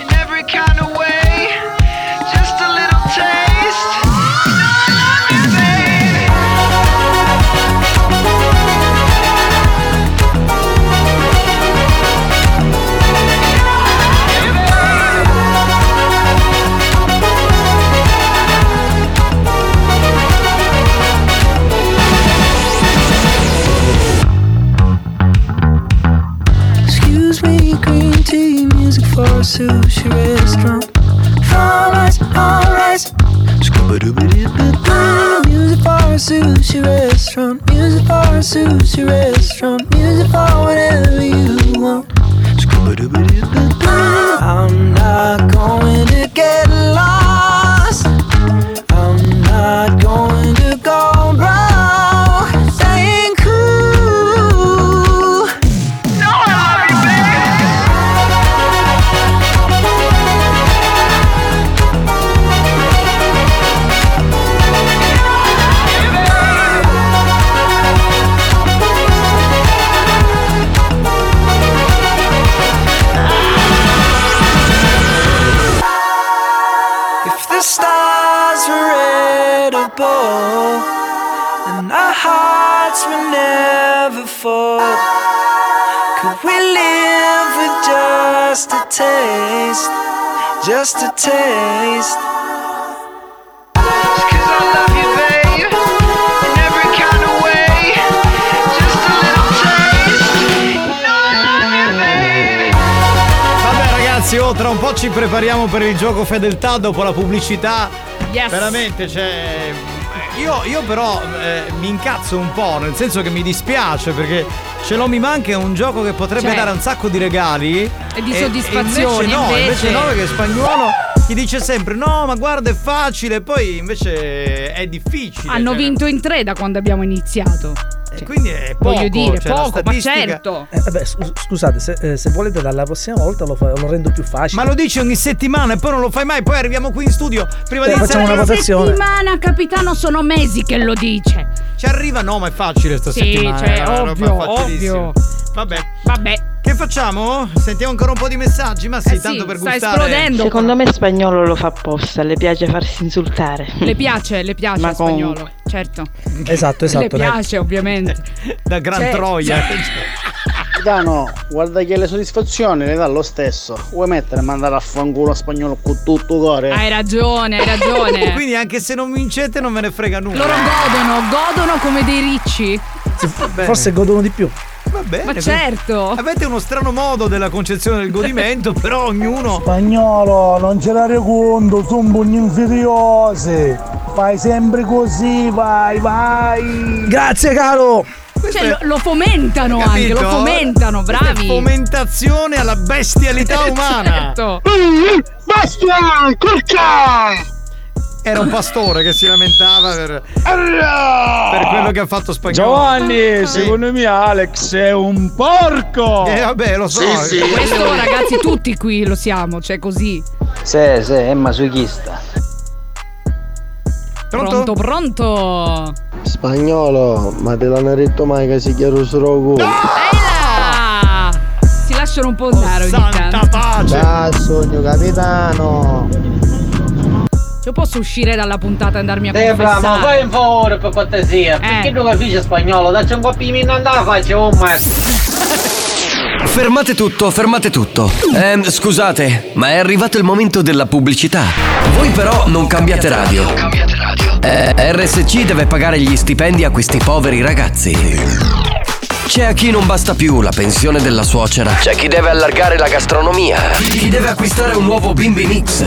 Speaker 2: in every kind of way. Just a little taste. You know I love you,
Speaker 23: Excuse me, green tea, music for a sushi restaurant. Far rice, all rice. Scooby-dooby-doo. Music for a sushi restaurant. Music for a sushi restaurant. Music for whatever you want. Scooby-dooby-doo. I'm not going to get lost. I'm not going to go broke. Staying cool. No, trouble, and our hearts will never fall. Could we live with just a taste? Just a taste.
Speaker 5: Vabbè ragazzi, oh, tra un po' ci prepariamo per il gioco fedeltà dopo la pubblicità.
Speaker 6: Yes.
Speaker 5: Veramente, cioè... Io, io però eh, mi incazzo un po', nel senso che mi dispiace perché ce l'ho mi manca è un gioco che potrebbe
Speaker 6: Cioè.
Speaker 5: dare un sacco di regali.
Speaker 6: E di soddisfazione,
Speaker 5: invece no, invece
Speaker 6: invece.
Speaker 5: no, perché spagnolo ti dice sempre no, ma guarda è facile, poi invece è difficile.
Speaker 6: Hanno
Speaker 5: cioè,
Speaker 6: vinto in tre da quando abbiamo iniziato. Cioè,
Speaker 5: Quindi è poco,
Speaker 6: voglio dire,
Speaker 5: cioè, la
Speaker 6: poco, ma
Speaker 5: statistica-
Speaker 6: certo.
Speaker 13: Eh, vabbè, scus- scusate, se, eh, se volete dalla prossima volta lo, fa- lo rendo più facile.
Speaker 5: Ma lo dici ogni settimana e poi non lo fai mai, poi arriviamo qui in studio prima di
Speaker 13: Eh, facciamo
Speaker 5: iniziare-
Speaker 13: una votazione.
Speaker 6: Settimana, capitano, sono mesi che lo
Speaker 5: *laughs*
Speaker 6: dice.
Speaker 5: Ci arriva, no, ma è facile sta
Speaker 6: Sì,
Speaker 5: settimana. eh,
Speaker 6: cioè,
Speaker 5: è una roba
Speaker 6: ovvio,
Speaker 5: facilissima.
Speaker 6: ovvio.
Speaker 5: Vabbè.
Speaker 6: Vabbè. Eh
Speaker 5: Che facciamo? Sentiamo ancora un po' di messaggi, ma sì, tanto per gustare.
Speaker 23: Secondo me spagnolo lo fa apposta, le piace farsi insultare.
Speaker 6: Le piace, le piace
Speaker 23: Ma
Speaker 6: il spagnolo, certo.
Speaker 13: Esatto,
Speaker 6: le piace, ovviamente.
Speaker 5: *laughs* Da gran
Speaker 6: Cioè,
Speaker 5: troia.
Speaker 42: Capitano, guarda che le soddisfazioni le dà lo stesso. Vuoi mettere e mandare a fanculo a spagnolo con tutto cuore?
Speaker 5: Ah,
Speaker 6: Hai ragione, hai ragione.
Speaker 5: *laughs* Quindi anche se non vincete non me ne frega nulla.
Speaker 6: Loro godono, godono come dei ricci.
Speaker 13: Forse godono di più.
Speaker 5: Va bene.
Speaker 6: Ma certo.
Speaker 5: Avete uno strano modo della concezione
Speaker 6: *laughs*
Speaker 5: del godimento, però ognuno
Speaker 4: Spagnolo, non ce la reconto, sono pugni invidiosi. Fai sempre così, vai, vai.
Speaker 13: Grazie, caro.
Speaker 6: Cioè, lo, lo fomentano
Speaker 5: Capito?
Speaker 6: anche, lo fomentano,
Speaker 5: Questa è
Speaker 6: bravi. *laughs*
Speaker 5: Fomentazione alla bestialità umana.
Speaker 6: Certo.
Speaker 5: Bastia, curca! Era un pastore che si lamentava per, per quello che ha fatto spagnolo.
Speaker 43: Giovanni, secondo me Alex è un porco!
Speaker 5: Eh, vabbè, lo so. Sì, sì.
Speaker 6: Questo ragazzi tutti qui lo siamo, cioè così.
Speaker 12: Sì, sì, è masochista.
Speaker 6: Pronto, pronto.
Speaker 12: Spagnolo, ma te l'hanno detto mai che si chiaro solo culo?
Speaker 6: Ah, si lasciano un po' andare
Speaker 5: Oh,
Speaker 6: ogni tanto.
Speaker 4: Ah,
Speaker 12: Da sogno capitano!
Speaker 6: Io posso uscire dalla puntata e andarmi a
Speaker 4: Eh,
Speaker 12: Debra,
Speaker 6: confessare.
Speaker 12: ma
Speaker 14: Fai un favore per cortesia,
Speaker 6: Eh.
Speaker 14: perché tu capisci spagnolo? Dacci un po' di minanda alla faccia, oh maestro.
Speaker 1: Fermate tutto, fermate tutto. Ehm, scusate, ma è arrivato il momento della pubblicità. Voi però non cambiate radio. Eh, RSC deve pagare gli stipendi a questi poveri ragazzi. C'è a chi non basta più la pensione della suocera. C'è chi deve allargare la gastronomia. Chi deve acquistare un nuovo bimbi mix.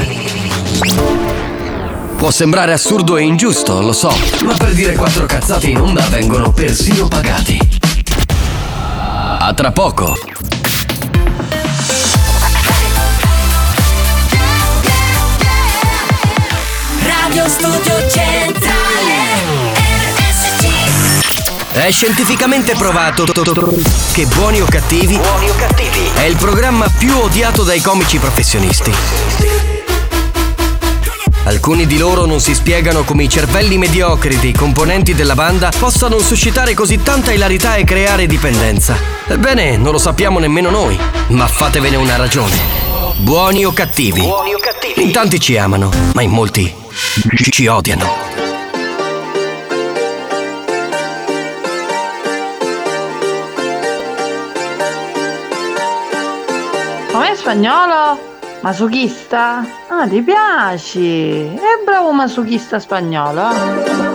Speaker 1: Può sembrare assurdo e ingiusto, lo so, ma per dire quattro cazzate in onda vengono persino pagati. A tra poco.
Speaker 2: Radio Studio Centrale
Speaker 1: È scientificamente provato che Buoni o Cattivi è il programma più odiato dai comici professionisti. Alcuni di loro non si spiegano come i cervelli mediocri dei componenti della banda possano suscitare così tanta ilarità e creare dipendenza. Ebbene, non lo sappiamo nemmeno noi, ma fatevene una ragione. Buoni o cattivi? Buoni o cattivi? In tanti ci amano, ma in molti ci odiano.
Speaker 23: Com'è spagnolo? Masochista? Ah, ti piaci? È bravo masochista spagnolo.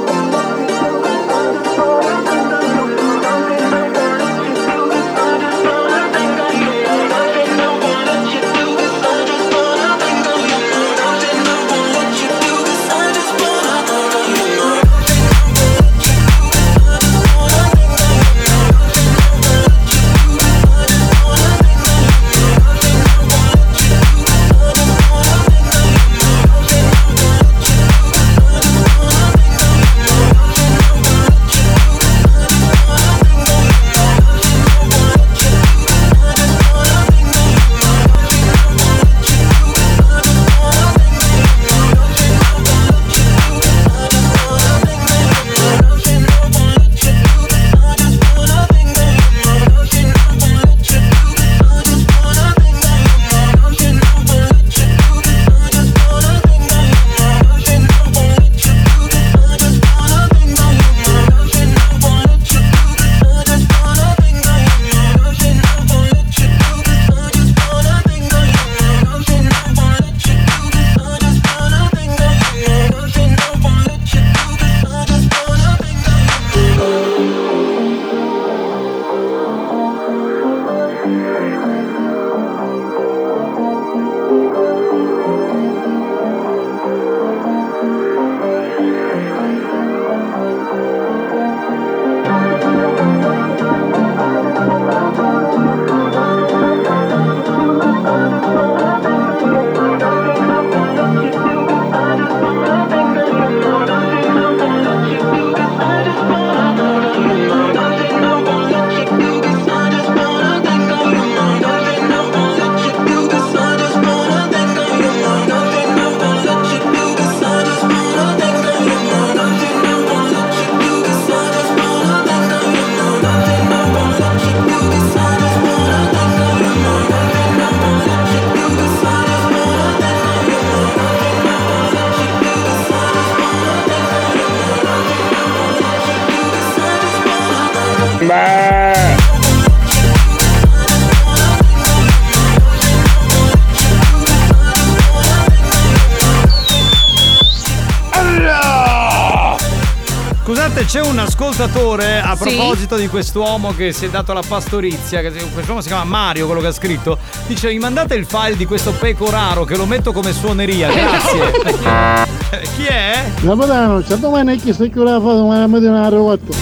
Speaker 5: Scusate, c'è un ascoltatore a
Speaker 44: Sì?
Speaker 5: proposito di quest'uomo che si è dato alla pastorizia. Che si- quest'uomo si chiama Mario, quello che ha scritto. Dice: Mi mandate il file di questo pecoraro che lo metto come
Speaker 45: *laughs*
Speaker 5: suoneria. Grazie. Eh, Chi è?
Speaker 12: Capitano, c'è domani è chi se chiude la foto, ma mi una rotta.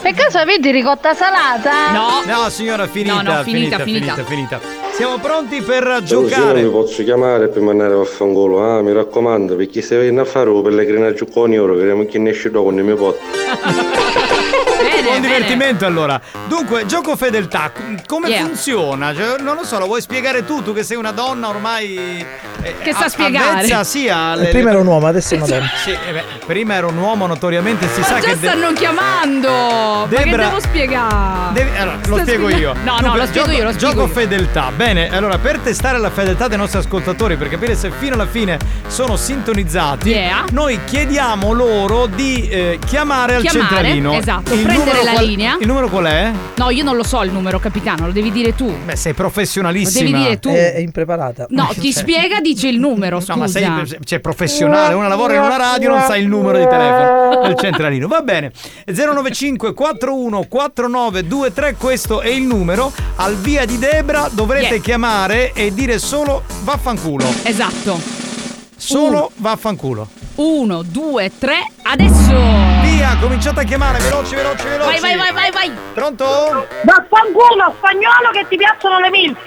Speaker 45: Per caso avete ricotta salata?
Speaker 5: No, signora, finita.
Speaker 45: No, no,
Speaker 5: finita,
Speaker 45: finita,
Speaker 5: finita, finita. Siamo pronti per
Speaker 8: Allora, se no
Speaker 5: giocare.
Speaker 8: vi posso chiamare per mandare vaffanculo, ah, mi raccomando, perché se vieni a fare un pellegrinaggio con oro, vediamo chi ne esce dopo, ne mi posso.
Speaker 5: Buon divertimento allora. Dunque, gioco fedeltà, c- come
Speaker 6: Yeah.
Speaker 5: funziona? Cioè, non lo so, lo vuoi spiegare tu, tu che sei una donna ormai... eh,
Speaker 6: Che sa
Speaker 5: a-
Speaker 6: spiegare.
Speaker 5: avvezza, sì, alle-
Speaker 46: Eh, prima era un uomo, adesso è una donna.
Speaker 5: Sì, eh beh, prima era un uomo notoriamente, si sa
Speaker 6: Ma già
Speaker 5: che... de-
Speaker 6: stanno chiamando! Ma che
Speaker 5: Debra-
Speaker 6: devo spiegare?
Speaker 5: Devi- allora, lo
Speaker 6: Sta
Speaker 5: spiego io.
Speaker 6: spiegando- No, no,
Speaker 5: Dunque,
Speaker 6: lo spiego
Speaker 5: gioco,
Speaker 6: io, lo spiego
Speaker 5: Gioco
Speaker 6: io.
Speaker 5: fedeltà. Bene, allora, per testare la fedeltà dei nostri ascoltatori, per capire se fino alla fine sono sintonizzati, noi chiediamo loro di eh, chiamare al
Speaker 6: Chiamare,
Speaker 5: centralino.
Speaker 6: esatto,
Speaker 5: Il
Speaker 6: prendere
Speaker 5: numero
Speaker 6: la
Speaker 5: qual-
Speaker 6: linea.
Speaker 5: Il numero qual è?
Speaker 6: No, io non lo so il numero, capitano, lo devi dire tu.
Speaker 5: Beh, sei professionalissima.
Speaker 6: Lo devi dire tu.
Speaker 46: È, è impreparata. *laughs*
Speaker 6: No, ti
Speaker 46: Cioè,
Speaker 6: spiega, dice il numero,
Speaker 5: No, ma
Speaker 6: scusa.
Speaker 5: sei cioè, professionale, una lavora in una radio, non sa il numero di
Speaker 6: *laughs*
Speaker 5: telefono al centralino. Va bene. 095 41 49 23, questo è il numero. Al via di Debra dovrete
Speaker 6: Yeah.
Speaker 5: chiamare e dire solo vaffanculo.
Speaker 6: Esatto. Uh.
Speaker 5: Solo vaffanculo.
Speaker 6: Uno, due, tre, adesso!
Speaker 5: Via, cominciate a chiamare, veloci, veloci, veloci.
Speaker 45: Vai, vai, vai, vai, vai.
Speaker 5: Pronto?
Speaker 45: Vaffanculo, spagnolo che ti piacciono le milf.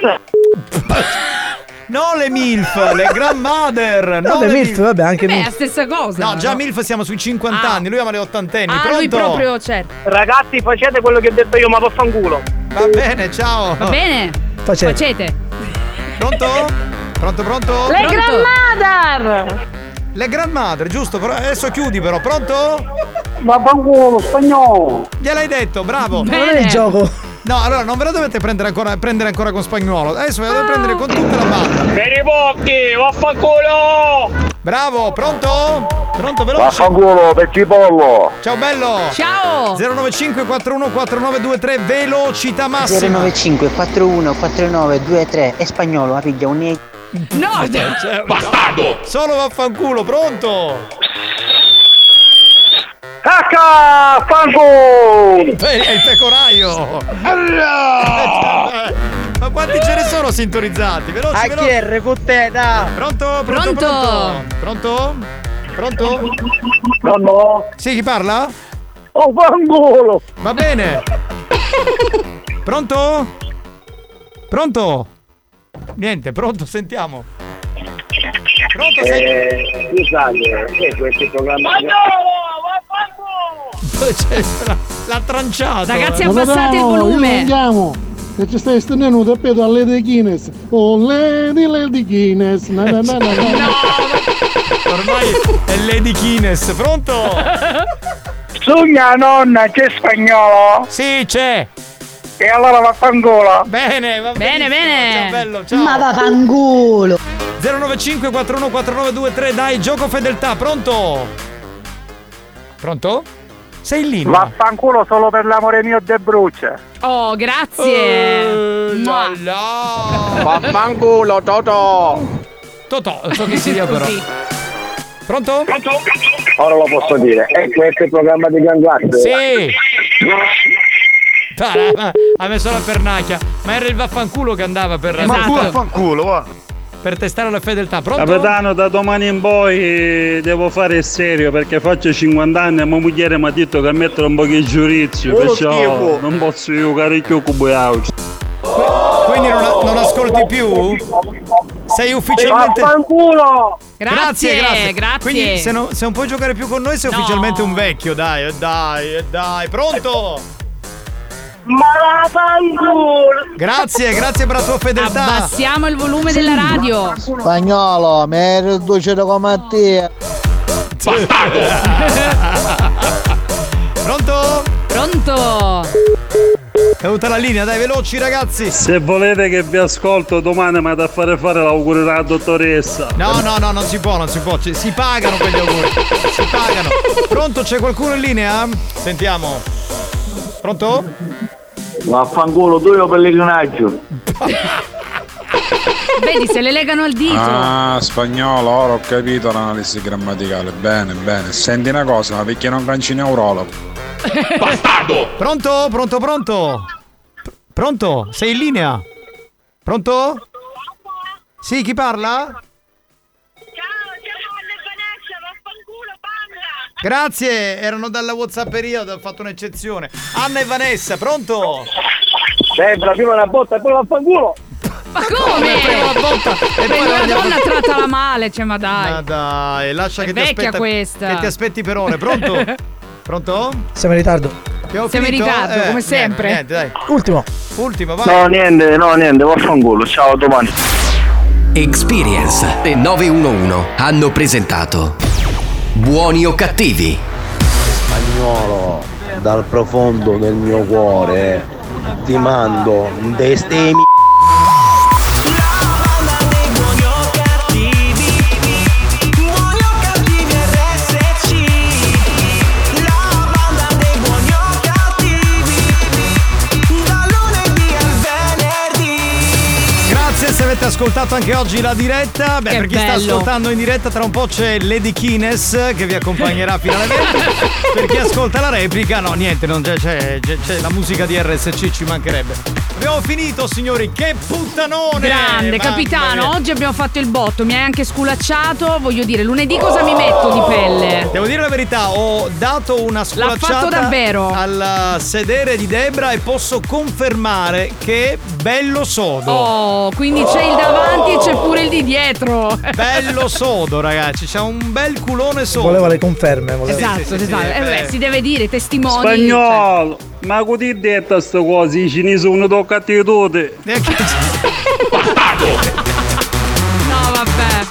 Speaker 5: No le MILF, le grandmother.
Speaker 46: No,
Speaker 5: no
Speaker 46: le MILF, vabbè, anche
Speaker 45: Beh,
Speaker 46: MILF.
Speaker 45: stessa cosa.
Speaker 5: No, già MILF siamo sui 50 anni, lui ama le 80 anni.
Speaker 45: Ah, lui proprio,
Speaker 6: certo.
Speaker 45: Ragazzi, facete quello che ho detto io, ma vaffanculo.
Speaker 5: Va bene, ciao.
Speaker 6: Va bene?
Speaker 46: Facete.
Speaker 5: Pronto? Pronto, pronto?
Speaker 45: Le
Speaker 5: Pronto?
Speaker 45: grandmother.
Speaker 5: Le grandmadre, giusto? Però adesso chiudi però, pronto?
Speaker 45: Vaffanculo, spagnolo.
Speaker 5: Gliel'hai detto, bravo.
Speaker 45: Ma non è il Bene. gioco.
Speaker 5: No, allora non ve la dovete prendere ancora, prendere ancora con spagnolo. Adesso ve la devo prendere con tutta la banda. Per i bocchi, vaffanculo! Bravo, pronto? Pronto, veloce.
Speaker 4: Vaffanculo, pecipollo!
Speaker 5: Ciao bello!
Speaker 6: Ciao!
Speaker 5: 095 41 4923 velocità massima.
Speaker 13: 095 41 49 23 è spagnolo, la piglia un
Speaker 6: No! cioè,
Speaker 13: Cioè,
Speaker 5: Bastardo! Solo vaffanculo, pronto?
Speaker 4: Cacca! Fanculo!
Speaker 5: È è il pecoraio! *laughs* Ma quanti ce ne sono sintonizzati? Veloci, veloci!
Speaker 44: ACR con te, da.
Speaker 5: Pronto, pronto,
Speaker 44: Pronto?
Speaker 5: pronto? Pronto? Pronto? Sì, chi parla?
Speaker 4: Oh, fangolo!
Speaker 5: Va bene! Pronto? Pronto? Niente, pronto, sentiamo.
Speaker 45: Eh,
Speaker 5: Pronto, sei-
Speaker 4: Scusate, Eh, è questo programma?
Speaker 5: Cioè, L'ha tranciato.
Speaker 6: Ragazzi,
Speaker 5: eh.
Speaker 6: abbassate il volume.
Speaker 12: Andiamo! Che ci stai estendendo un tappeto a Lady Guinness! Oh, Lady, Lady Guinness! Na, na, na,
Speaker 6: *laughs*
Speaker 12: na, na.
Speaker 5: Ormai è Lady Guinness, pronto?
Speaker 6: *laughs*
Speaker 4: Sugna nonna, c'è spagnolo?
Speaker 5: Sì, c'è!
Speaker 4: E allora vaffanculo!
Speaker 5: Bene, va
Speaker 6: Bene, bene.
Speaker 5: Ciao, bello, ciao.
Speaker 4: Ma vaffanculo!
Speaker 5: 095 41 4923, dai, gioco fedeltà, pronto? Pronto? Sei in linea?
Speaker 4: Vaffanculo solo per l'amore mio De Bruce!
Speaker 6: Oh,
Speaker 5: Eh,
Speaker 4: Eh,
Speaker 6: grazie! Mua.
Speaker 5: Oh.
Speaker 4: Vaffanculo, Toto!
Speaker 5: Totò, so che sia però. Pronto?
Speaker 4: Ora lo posso dire, è questo il programma di Gangatte?
Speaker 5: Sì! Dai, ma- ha messo la pernacchia, ma era il vaffanculo che andava per
Speaker 4: Esatto.
Speaker 30: Ma tu
Speaker 5: vaffanculo, va. Per testare la fedeltà, pronto?
Speaker 30: Capitano, da domani in poi devo fare il serio perché faccio 50 anni e mia moglie mi ha detto che mettere un po' di giudizio,
Speaker 5: Uno
Speaker 30: perciò
Speaker 5: schifo.
Speaker 30: non posso giocare più con voi oggi.
Speaker 5: Quindi non,
Speaker 4: Oh.
Speaker 5: non ascolti più? Sei ufficialmente.
Speaker 4: Vaffanculo!
Speaker 5: Grazie, grazie.
Speaker 6: grazie.
Speaker 5: Quindi se non, se non puoi giocare più con noi sei
Speaker 6: No.
Speaker 5: ufficialmente un vecchio, dai, eh, dai, eh, dai. Pronto?
Speaker 4: Ma
Speaker 5: Grazie, grazie per la tua fedeltà.
Speaker 6: Abbassiamo il volume della radio.
Speaker 47: Spagnolo, mi ero ducito come a te.
Speaker 5: Pronto?
Speaker 6: Pronto?
Speaker 5: È tutta la linea, dai, veloci ragazzi.
Speaker 10: Se volete che vi ascolto domani mi da fare fare l'augurio alla dottoressa.
Speaker 5: No, no, no, non si può, non si può. Ci- si pagano quegli auguri. Si pagano. Pronto, c'è qualcuno in linea? Sentiamo. Pronto?
Speaker 29: Vaffanculo, tu io pellegrinaggio.
Speaker 6: Vedi, se le legano al dito.
Speaker 8: Ah, spagnolo, ora ho capito l'analisi grammaticale. Bene, bene. Senti una cosa, ma perché non canci neurologo?
Speaker 5: Bastardo! Pronto? Pronto? Pronto? Pr- Pronto? Sei in linea? Pronto? Sì, chi parla? Grazie, erano dalla Whatsapperia, ho fatto un'eccezione. Anna e Vanessa, pronto?
Speaker 29: Sembra prima una botta e poi vaffanculo.
Speaker 6: Ma come?
Speaker 5: Prima la botta e poi
Speaker 6: Una
Speaker 5: andiamo-
Speaker 6: donna trattala male, cioè ma dai.
Speaker 5: Ma dai, lascia
Speaker 6: È
Speaker 5: che ti
Speaker 6: vecchia
Speaker 5: aspetta-
Speaker 6: questa.
Speaker 5: Che ti aspetti per
Speaker 6: *laughs*
Speaker 5: ore, pronto? Pronto?
Speaker 14: Siamo in ritardo.
Speaker 5: Abbiamo
Speaker 6: Siamo in
Speaker 5: finito? Eh,
Speaker 6: ritardo, come
Speaker 5: niente,
Speaker 6: sempre.
Speaker 5: Niente, dai.
Speaker 14: Ultimo.
Speaker 5: Ultimo, vai.
Speaker 29: No, niente, no, niente, vaffanculo. Ciao, domani.
Speaker 1: Experience e 911 hanno presentato Buoni o cattivi?
Speaker 21: Spagnolo, dal profondo del mio cuore ti mando un destemi.
Speaker 5: Grazie se avete ascoltato anche oggi la diretta. Beh,
Speaker 2: Che
Speaker 5: per chi sta
Speaker 2: bello.
Speaker 5: ascoltando in diretta, tra un po' c'è Lady Kines che vi accompagnerà fino
Speaker 6: *laughs*
Speaker 5: alle 20. per chi ascolta la replica, no, niente, non c'è, c'è- c'è- c'è la musica di RSC, ci mancherebbe. Abbiamo finito, signori, che puttanone!
Speaker 6: Grande
Speaker 5: Mamma
Speaker 6: capitano,
Speaker 5: mia.
Speaker 6: oggi abbiamo fatto il botto, mi hai anche sculacciato, voglio dire, lunedì cosa mi metto di pelle?
Speaker 5: Devo dire la verità, ho dato una
Speaker 6: L'ha fatto
Speaker 5: sculacciata
Speaker 6: davvero.
Speaker 5: al sedere di Debra e posso confermare che bello sodo.
Speaker 6: Oh, quindi c'è il davanti e c'è pure il di dietro.
Speaker 5: Bello sodo, ragazzi, c'è un bel culone sodo.
Speaker 14: Voleva le conferme. voleva-
Speaker 6: Esatto,
Speaker 5: sì, sì,
Speaker 6: esatto.
Speaker 5: sì,
Speaker 6: Eh,
Speaker 5: beh.
Speaker 6: beh, si deve dire, testimoni.
Speaker 10: Spagnolo, ma cosa ti ho detto sto cose? I cinesi sono toccati tutti.
Speaker 6: No, vabbè.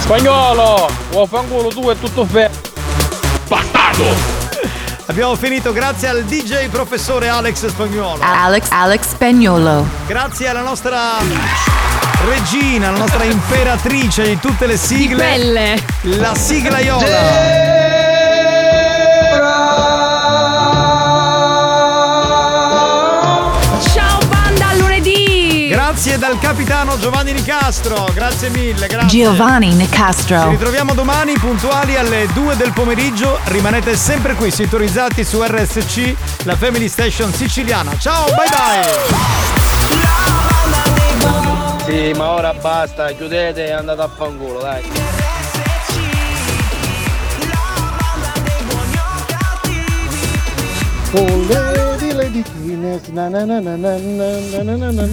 Speaker 30: Spagnolo, vaffanculo tu è tutto fe...
Speaker 5: Abbiamo finito grazie al DJ professore Alex Spagnolo.
Speaker 7: Alex, Alex Spagnolo.
Speaker 5: Grazie alla nostra regina, la nostra imperatrice di tutte le sigle.
Speaker 2: pelle.
Speaker 5: La sigla Iola.
Speaker 6: Ciao banda, a lunedì.
Speaker 5: Grazie dal capitano Giovanni Nicastro. Grazie mille, grazie.
Speaker 7: Giovanni
Speaker 5: Ci
Speaker 7: Nicastro.
Speaker 5: ritroviamo domani puntuali alle 2 del pomeriggio. Rimanete sempre qui sintonizzati su RSC, la Family Station siciliana. Ciao, bye bye.
Speaker 30: Sì, ma ora basta, chiudete e andate a fanculo, dai.
Speaker 12: Oh,
Speaker 4: Con Lady Lady Guinness, na na na na na na na na na na.